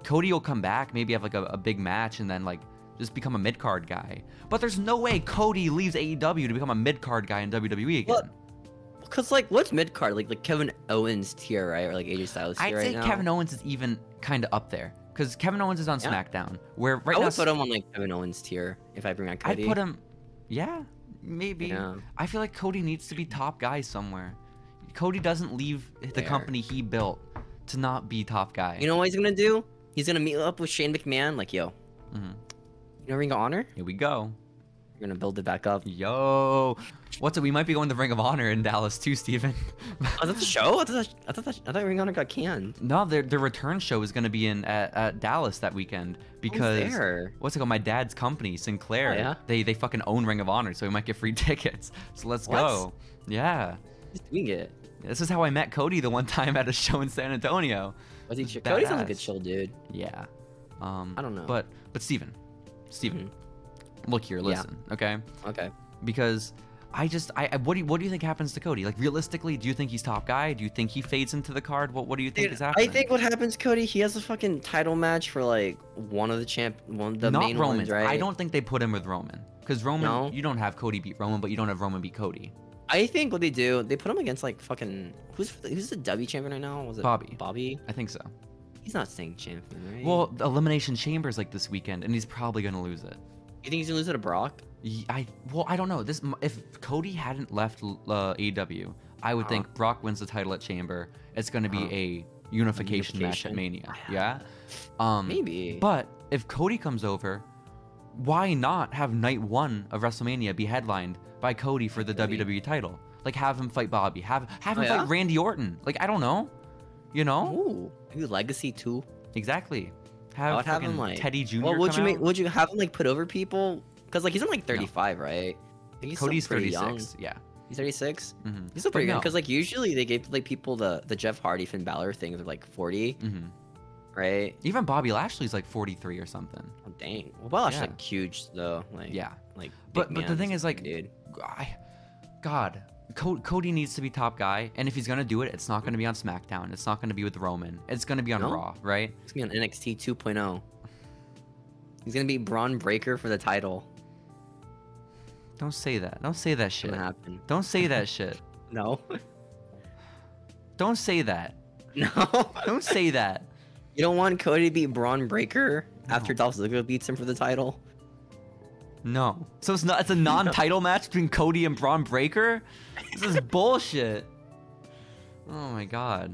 S2: Cody will come back, maybe have like a, a big match, and then like just become a mid card guy. But there's no way Cody leaves AEW to become a mid card guy in WWE again.
S1: Well, Cause like, what's mid card? Like, like Kevin Owens tier, right? Or like AJ Styles tier
S2: I'd
S1: right
S2: say
S1: now.
S2: Kevin Owens is even kind of up there because Kevin Owens is on
S1: Yeah.
S2: SmackDown. Where right
S1: I
S2: now,
S1: would put him on like Kevin Owens tier if I bring out
S2: I'd
S1: Cody.
S2: put him. Yeah, maybe.
S1: Yeah.
S2: I feel like Cody needs to be top guy somewhere. Cody doesn't leave the
S1: Fair.
S2: company he built to not be top guy.
S1: You know what he's gonna do? He's gonna meet up with Shane McMahon. Like, yo,
S2: Mhm.
S1: you know Ring of Honor?
S2: Here we go.
S1: We're gonna build it back up.
S2: Yo, what's it? We might be going to Ring of Honor in Dallas
S1: *laughs*
S2: too, Steven.
S1: Oh, that's a show? I thought, that, I thought that, I thought Ring of Honor got canned.
S2: No, their their return show is going to be in at, at Dallas that weekend
S1: Oh,
S2: because
S1: there?
S2: what's it called? My dad's company, Sinclair.
S1: Oh, yeah?
S2: They they fucking own Ring of Honor, so we might get free *laughs* tickets. So let's
S1: What?
S2: go. Yeah,
S1: He's doing it.
S2: this is how I met Cody the one *laughs* time at a show in San Antonio.
S1: Was he?
S2: Badass.
S1: Cody sounds like a chill dude.
S2: Yeah. Um,
S1: I don't know. Mm-hmm.
S2: But but Steven, Steven, look here, listen, okay?
S1: Okay.
S2: Because I just I, I what do you, what do you think happens to Cody? Like realistically, do you think he's top guy? Do you think he fades into the card? What what do you think
S1: Dude,
S2: is
S1: I
S2: happening?
S1: think what happens, Cody, he has a fucking title match for like one of the champ, one of the
S2: not
S1: main
S2: Roman.
S1: ones, right?
S2: I don't think they put him with Roman because Roman,
S1: No?
S2: you don't have Cody beat Roman, but you don't have Roman beat Cody.
S1: I think what they do, they put him against like fucking who's who's the W champion right now? Was it
S2: Bobby.
S1: Bobby?
S2: I think so.
S1: He's not staying champion, right?
S2: Well, the elimination chamber's like this weekend, and he's probably gonna lose it.
S1: you think he's gonna lose it to Brock?
S2: Y- I well, I don't know. This m- if Cody hadn't left l- uh, AEW, I would think Brock wins the title at Chamber. It's gonna be
S1: Uh-huh.
S2: a unification, match at
S1: Unification. *sighs*
S2: Mania. Yeah. Um,
S1: Maybe.
S2: But if Cody comes over, why not have night one of WrestleMania be headlined by Cody for the
S1: Cody.
S2: WWE title? Like have him fight Bobby, have have
S1: Oh,
S2: him
S1: yeah?
S2: fight Randy Orton. Like I don't know, you know
S1: Ooh, maybe Legacy too.
S2: exactly.
S1: I
S2: Have,
S1: would have him
S2: fucking
S1: like
S2: Teddy Jr.
S1: Well, would
S2: come
S1: you make?
S2: out.
S1: Would you have him like put over people? Because like he's only like 35, right? I think He's still
S2: Cody's
S1: pretty
S2: thirty
S1: young.
S2: six. Yeah.
S1: He's 36.
S2: Mm-hmm.
S1: He's still pretty young. Because like usually they give like people the the Jeff Hardy Finn Balor thing of like 40,
S2: hmm
S1: right?
S2: Even Bobby Lashley's like 43 or something.
S1: Oh, dang. Well, Balor's
S2: Yeah.
S1: like huge though. Like
S2: Yeah.
S1: Like.
S2: But-
S1: big
S2: but the
S1: man,
S2: thing
S1: he's
S2: is, like,
S1: dude.
S2: I, God, Co- Cody needs to be top guy, and if he's gonna do it, it's not gonna be on SmackDown. It's not gonna be with Roman. It's gonna be on
S1: No?
S2: Raw, right?
S1: He's gonna be on NXT 2.0. oh. He's gonna be Braun Breaker for the title.
S2: Don't say that. Don't say that
S1: It's
S2: shit.
S1: gonna happen.
S2: Don't
S1: *laughs*
S2: say that shit.
S1: No.
S2: Don't say that.
S1: No.
S2: Don't say that.
S1: You don't want Cody to beat Braun Breaker after
S2: No.
S1: Dolph Ziggler beats him for the title?
S2: No. So it's
S1: *laughs*
S2: not. It's a non-title match between Cody and Braun Breaker. This is bullshit. Oh my god.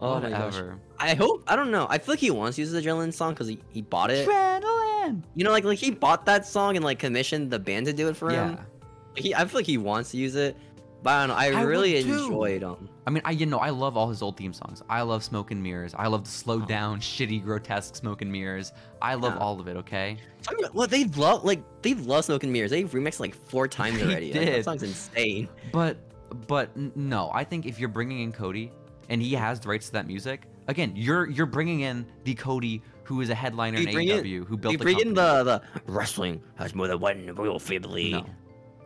S1: Oh my gosh.
S2: Whatever.
S1: I hope. I don't know. I feel like he wants to use the Adrenaline song because he, he bought it.
S2: Adrenaline.
S1: You know, like like he bought that song and like commissioned the band to do it for
S2: Yeah.
S1: him. He, I feel like he wants to use it, but I don't know. I,
S2: I would
S1: really
S2: too.
S1: enjoyed um, him.
S2: I mean, I you know, I love all his old theme songs. I love Smoke and Mirrors. I love the slow
S1: Oh.
S2: down, shitty, grotesque Smoke and Mirrors. I love
S1: Yeah.
S2: all of it. Okay.
S1: Talk about- Well, they *laughs* love like they love Smoke and Mirrors. They've remixed like four times
S2: They
S1: already. Like, that
S2: did.
S1: song's insane.
S2: But but n- no, I think if you're bringing in Cody and he has the rights to that music, again, you're you're bringing in the Cody who is a headliner
S1: Do
S2: in
S1: you bring in-
S2: AEW who
S1: Do
S2: built
S1: you
S2: the
S1: bring in
S2: company.
S1: the, the wrestling has more than one royal family?
S2: No.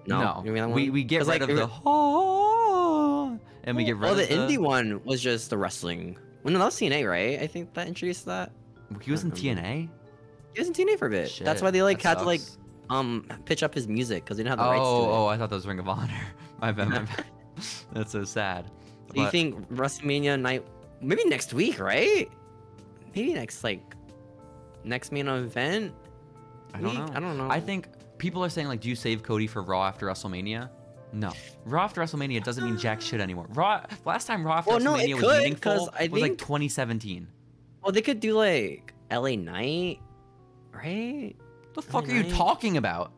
S1: No.
S2: no,
S1: You mean that
S2: we
S1: one?
S2: we get
S1: 'Cause,
S2: rid
S1: like,
S2: of
S1: it-
S2: the oh, and we get rid
S1: Oh,
S2: of
S1: the indie one was just the wrestling. Well, no, that was TNA, right? I think that introduced that.
S2: He was in
S1: Mhm.
S2: TNA.
S1: He was in TNA for a bit. That's
S2: Shit,
S1: why they like
S2: that
S1: had to like
S2: sucks.
S1: um pitch up his music because they didn't have the rights to it.
S2: Oh, oh, I thought that was Ring of Honor. *laughs* my bad,
S1: *laughs*
S2: my bad. That's so sad.
S1: Do you
S2: But-
S1: think WrestleMania night? Maybe next week, right? Maybe next like next main event.
S2: I don't
S1: week?
S2: know.
S1: I don't know.
S2: I think people are saying like, do you save Cody for Raw after WrestleMania? No, Raw after WrestleMania doesn't mean jack shit anymore. Raw last time Raw after
S1: Well, no, it
S2: WrestleMania was
S1: could, 'cause
S2: meaningful
S1: I
S2: was like
S1: think-
S2: 2017.
S1: Well, they could do like LA Night, right?
S2: The fuck
S1: LA
S2: are you
S1: Knight.
S2: talking about?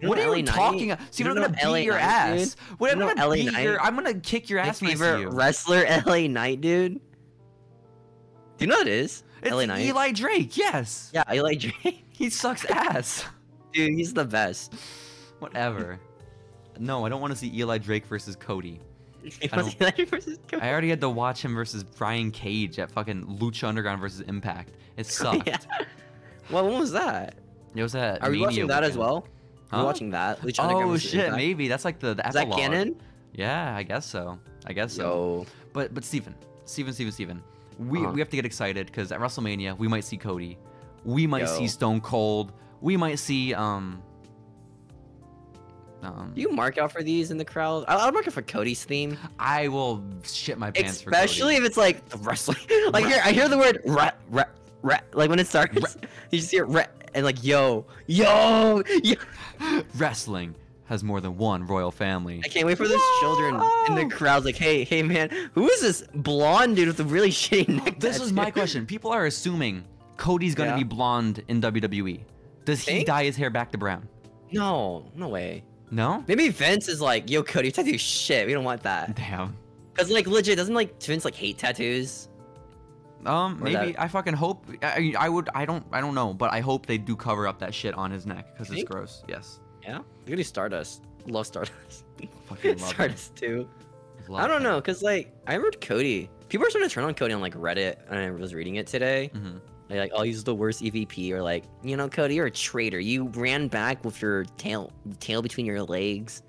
S1: You know
S2: what are
S1: LA
S2: you
S1: Knight?
S2: talking? about? See,
S1: You
S2: I'm
S1: know
S2: gonna beat
S1: LA
S2: your
S1: Knight,
S2: ass.
S1: dude?
S2: Wait,
S1: You
S2: I'm
S1: know
S2: gonna
S1: LA
S2: beat
S1: Knight?
S2: your. I'm gonna kick your
S1: My
S2: ass when I see
S1: favorite
S2: you.
S1: wrestler, *laughs* LA Knight, dude. Do you know what it is?
S2: It's
S1: LA Knight.
S2: Eli Drake. Yes,
S1: Yeah, Eli Drake. *laughs*
S2: he sucks ass. *laughs*
S1: Dude, he's the best.
S2: Whatever. No, I don't want to see Eli Drake versus Cody.
S1: I *laughs*
S2: don't- I already had to watch him versus Brian Cage at fucking Lucha Underground versus Impact. It
S1: *laughs*
S2: sucked.
S1: yeah. Well, when was that?
S2: It was at
S1: Are we
S2: Mania
S1: watching that as
S2: weekend.
S1: well? Are
S2: Huh?
S1: we watching that? Lucha Underground
S2: Oh
S1: versus
S2: shit,
S1: Impact?
S2: maybe that's like the, the
S1: Is that
S2: epilogue.
S1: canon?
S2: Yeah, I guess so. I guess so.
S1: So
S2: But but Steven, Steven, Steven, Steven, we
S1: Uh-huh.
S2: we have to get excited because at WrestleMania we might see Cody, we might see
S1: Yo.
S2: Stone Cold, we might see um um.
S1: do you mark out for these in the crowd? I- I'll mark out for Cody's theme,
S2: I will shit my pants
S1: especially
S2: for
S1: if it's like the wrestling. *laughs* like here, I hear the word "rat," "rat," "rat." Like when it starts, *laughs* you just hear "rat" and like "yo, yo, yo."
S2: Cody. *gasps* wrestling has more than one royal family.
S1: I can't wait for those children in the
S2: No!
S1: crowd. Like, hey, hey, man, who is this blonde dude with the really shitty neck?
S2: *laughs* This was
S1: was
S2: my question. People are assuming Cody's gonna
S1: Yeah.
S2: be blonde in WWE. Does he
S1: Think?
S2: dye his hair back to brown?
S1: No, no way.
S2: No.
S1: Maybe Vince is like, yo, Cody, you tattoo shit. We don't want that.
S2: Damn.
S1: Cause like legit, doesn't like Vince like hate tattoos?
S2: Um,
S1: Or that-
S2: maybe I fucking hope. I, I would. I don't. I don't know, but I hope they do cover up that shit on his neck because it's
S1: Think?
S2: gross. Yes.
S1: Yeah, you do Stardust. Love Stardust. *laughs*
S2: Fucking love
S1: Stardust too.
S2: it.
S1: I don't know, cause like I remember Cody. People are starting to turn on Cody on like Reddit, and I was reading it today.
S2: hmm
S1: They're like, "Oh, he's the worst EVP," or like, "You know, Cody, you're a traitor. You ran back with your tail tail between your legs."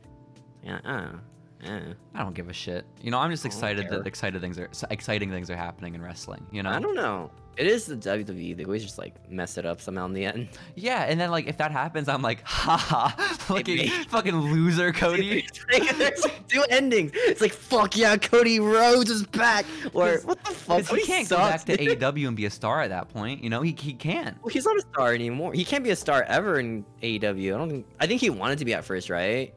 S1: Yeah, uh, uh.
S2: I don't give a shit. You know, I'm just
S1: I don't
S2: excited that
S1: care.
S2: excited things are s- exciting things are happening in wrestling. You know.
S1: I don't know. It is the WWE. They always just like mess it up somehow in the end.
S2: Yeah, and then like if that happens, I'm like, *laughs* ha ha, fucking
S1: made-
S2: fucking loser,
S1: *laughs*
S2: *laughs* Cody.
S1: It's like, there's like two endings. It's like fuck yeah, Cody Rhodes is back, or
S2: 'Cause-
S1: what the fuck?
S2: Because
S1: Cody
S2: he can't go back
S1: sucks.
S2: to AEW and be a star at that point. You know, he he can't.
S1: Well, he's not a star anymore. He can't be a star ever in AEW. I don't think. I think he wanted to be at first, right?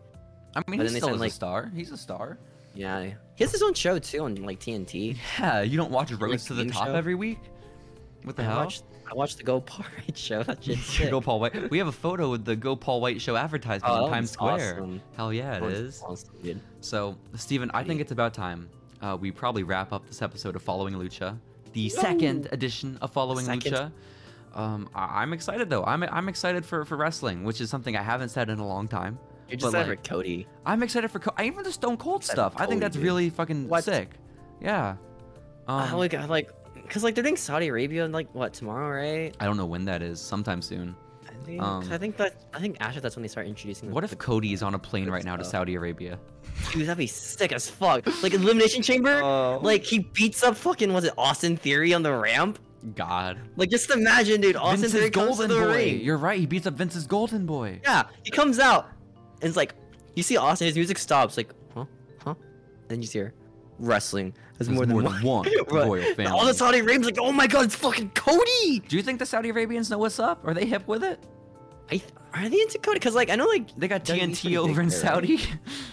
S2: I mean,
S1: But
S2: he's
S1: then they
S2: still
S1: said,
S2: is a
S1: like-
S2: star. He's a star.
S1: Yeah. He has his own show too on like TNT.
S2: Yeah, you don't watch Roads to the
S1: game
S2: Top
S1: show?
S2: every week. What the
S1: I
S2: hell? *laughs*
S1: watched. I watched the Go Parade *laughs* show. That shit's
S2: Your
S1: sick.
S2: *laughs* Go Paul White. We have a photo with the Go Paul White show advertisement
S1: Oh, that
S2: on Times
S1: one's
S2: Square.
S1: awesome.
S2: Hell yeah,
S1: That
S2: it
S1: one's
S2: is.
S1: awesome, dude.
S2: So, Steven, I think it's about time uh, we probably wrap up this episode of Following Lucha, the
S1: Woo!
S2: second edition of Following
S1: Second.
S2: Lucha. Um, I- I'm excited though. I'm I'm excited for, for wrestling, which is something I haven't said in a long time.
S1: You're just
S2: But,
S1: like,
S2: like-
S1: Cody.
S2: I'm excited for Co- I even the Stone Cold
S1: Excited
S2: stuff.
S1: for
S2: I think
S1: Cody,
S2: that's
S1: dude.
S2: really fucking
S1: What?
S2: sick. Yeah. Um,
S1: I like, I like, cause like they're doing Saudi Arabia in like what tomorrow, right?
S2: I don't know when that is. Sometime soon.
S1: I think.
S2: Um,
S1: I think that. I think after that's when they start introducing. the-
S2: What if Cody is on a plane
S1: good
S2: right now to
S1: stuff.
S2: Saudi Arabia?
S1: Dude, that'd be sick as fuck. Like elimination chamber.
S2: *laughs* Oh.
S1: Like he beats up fucking was it Austin Theory on the ramp?
S2: God.
S1: Like just imagine, dude. Austin
S2: Vince's
S1: Theory comes to
S2: golden
S1: the
S2: boy.
S1: ring.
S2: You're right. He beats up Vince's golden boy.
S1: Yeah, he comes out and it's like, you see Austin, his music stops, like, huh, huh? And you just hear wrestling. There's more, than,
S2: *laughs*
S1: one. *laughs* Right.
S2: royal
S1: And All
S2: family.
S1: the Saudi Arabians like, oh my god, it's fucking Cody.
S2: Do you think the Saudi Arabians know what's up? Are they hip with it?
S1: I, are they into Cody? Cause like I know like
S2: They got
S1: WWE 's
S2: TNT
S1: pretty
S2: over
S1: big
S2: in
S1: there, right?
S2: Saudi.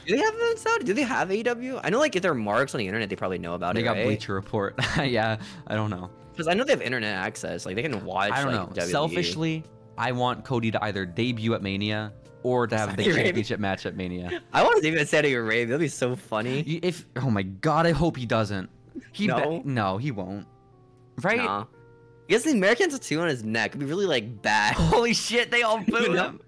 S1: Do they have them in Saudi? Do they have AEW? I know like if there are marks on the internet, they probably know about
S2: *laughs* they
S1: it.
S2: got
S1: right?
S2: Bleacher Report. *laughs* yeah, I don't know.
S1: Because I know they have internet access. Like they can watch.
S2: I don't
S1: like, E.
S2: know.
S1: WWE.
S2: Selfishly, I want Cody to either debut at Mania or to have the
S1: Saudi Arabia.
S2: championship match at Mania.
S1: *laughs* I want to see him in Saudi Arabia. That'd be so funny.
S2: You- If oh my god, I hope he doesn't. He be-
S1: No?
S2: no, he won't. Right?
S1: Nah. guess the American tattoo on his neck would be really like bad.
S2: *laughs* Holy shit, they
S1: *laughs*
S2: all booed
S1: know?
S2: him.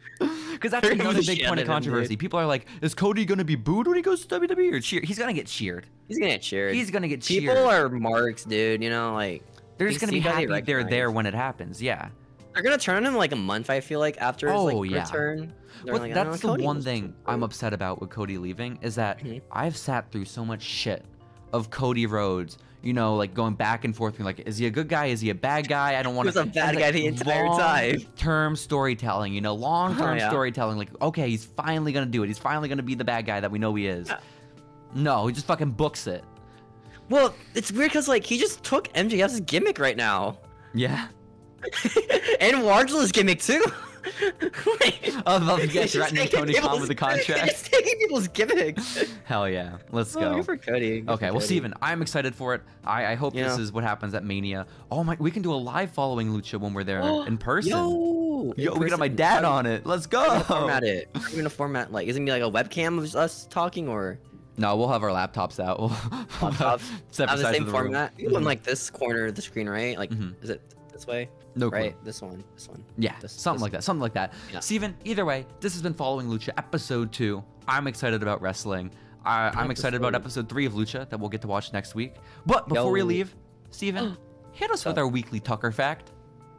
S2: Because that's
S1: Pretty
S2: another
S1: much
S2: big
S1: shit
S2: point
S1: out of
S2: of
S1: him,
S2: controversy.
S1: dude.
S2: People are like, is Cody going to be booed when he goes to WWE or cheered? He's going to get cheered.
S1: He's gonna get cheered.
S2: He's going to get cheered.
S1: People are marks, dude. You know, like
S2: They're just
S1: you
S2: going to be
S1: see how they
S2: happy they're there
S1: recognize.
S2: when it happens. Yeah.
S1: they're gonna turn on him in, like a month. I feel like after his
S2: Oh,
S1: like
S2: yeah.
S1: return. They're
S2: Well,
S1: like, "Oh,
S2: that's the
S1: Cody
S2: one
S1: was
S2: thing
S1: cheered."
S2: I'm upset about with Cody leaving is that
S1: Mhm.
S2: I've sat through so much shit of Cody Rhodes, you know, like going back and forth, being like, is he a good guy? Is he a bad guy?
S1: *laughs*
S2: I don't want
S1: was a bad guy the entire time.
S2: Term storytelling, you know,
S1: *laughs*
S2: long term
S1: yeah.
S2: storytelling. Like, okay, he's finally gonna do it. He's finally gonna be the bad guy that we know he is. No, he just fucking books it.
S1: Well, it's weird because like he just took MJF's gimmick right now, *laughs*
S2: Yeah. *laughs*
S1: and Wardlow's gimmick too. *laughs* like,
S2: I love
S1: *laughs*
S2: you
S1: he's just
S2: guys threatening
S1: taking
S2: Tony Khan
S1: people's-
S2: with
S1: *laughs*
S2: a
S1: he's
S2: contract.
S1: just taking people's gimmicks.
S2: Hell yeah.
S1: *laughs*
S2: Let's
S1: Oh,
S2: go.
S1: Good for Cody. good
S2: Okay,
S1: for
S2: well,
S1: Cody.
S2: Steven, I'm excited for it. I, I hope this
S1: Yeah.
S2: is what happens at Mania. Oh my, we can do a live following Lucha when we're there in person.
S1: Yo,
S2: Yo, we can have my dad on it. Let's
S1: How
S2: go.
S1: are we gonna format it? How are we gonna format like? Is it gonna be like a webcam of just us talking or
S2: No, we'll have our laptops out. *laughs* We'll we'll have
S1: Laptops.
S2: separate
S1: have the
S2: sides
S1: same
S2: of room.
S1: format? You want
S2: Mhm.
S1: like this corner of the screen, right? Like,
S2: Mhm.
S1: is it this way?
S2: no clue.
S1: right, this one, this one.
S2: Yeah,
S1: This-
S2: something
S1: this-
S2: like that. Something like that.
S1: Yeah.
S2: Steven, either way, this has been Following Lucha episode two. I'm excited about wrestling. I, I'm excited about episode three of Lucha that we'll get to watch next week. But before we
S1: Yo.
S2: leave,
S1: *gasps*
S2: Steven, hit us with
S1: Oh.
S2: our weekly Tucker fact.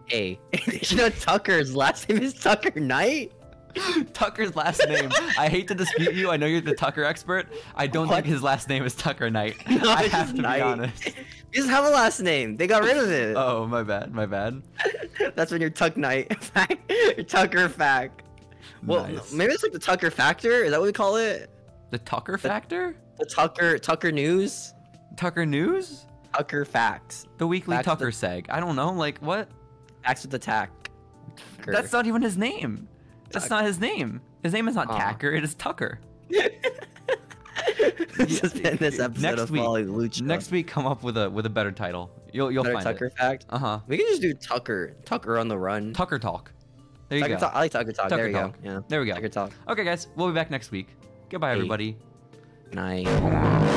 S1: Hey, did *laughs* you know Tucker's last name is Tucker
S2: *laughs*
S1: Knight? *laughs*
S2: Tucker's last name. I hate to dispute you. I know you're the Tucker expert. I don't
S1: What?
S2: think his last name is Tucker Knight.
S1: *laughs* No,
S2: I
S1: it's
S2: have to
S1: Knight. *laughs*
S2: be honest.
S1: He doesn't have a last name. They got rid of it.
S2: Oh, my bad. My bad.
S1: *laughs* That's when you're Tuck Knight. *laughs* Your Tucker fact. Well, no,
S2: Nice.
S1: maybe it's like the Tucker factor. Is that what we call it?
S2: The Tucker factor?
S1: The Tucker Tucker news,
S2: Tucker News?
S1: Tucker facts,
S2: The weekly
S1: Facts
S2: Tucker seg. I don't know. Like, what?
S1: facts with the tack. Tucker.
S2: That's not even his name. That's
S1: Tuck.
S2: not his name. His name is not
S1: Aw.
S2: Tacker. It is Tucker.
S1: this has been this episode
S2: Next
S1: of
S2: week-
S1: Following Lucha.
S2: Next week, come up with a with a better title. You'll you'll
S1: better
S2: find
S1: Tucker
S2: it.
S1: fact.
S2: Uh huh.
S1: We can just do Tucker. Tucker on the run.
S2: Tucker talk. There you
S1: Tucker
S2: go.
S1: talk. I like Tucker talk.
S2: Tucker
S1: there you
S2: Talk.
S1: go. Yeah.
S2: There we go.
S1: Tucker talk.
S2: Okay, guys, we'll be back next week. Goodbye,
S1: Hey.
S2: everybody.
S1: Night.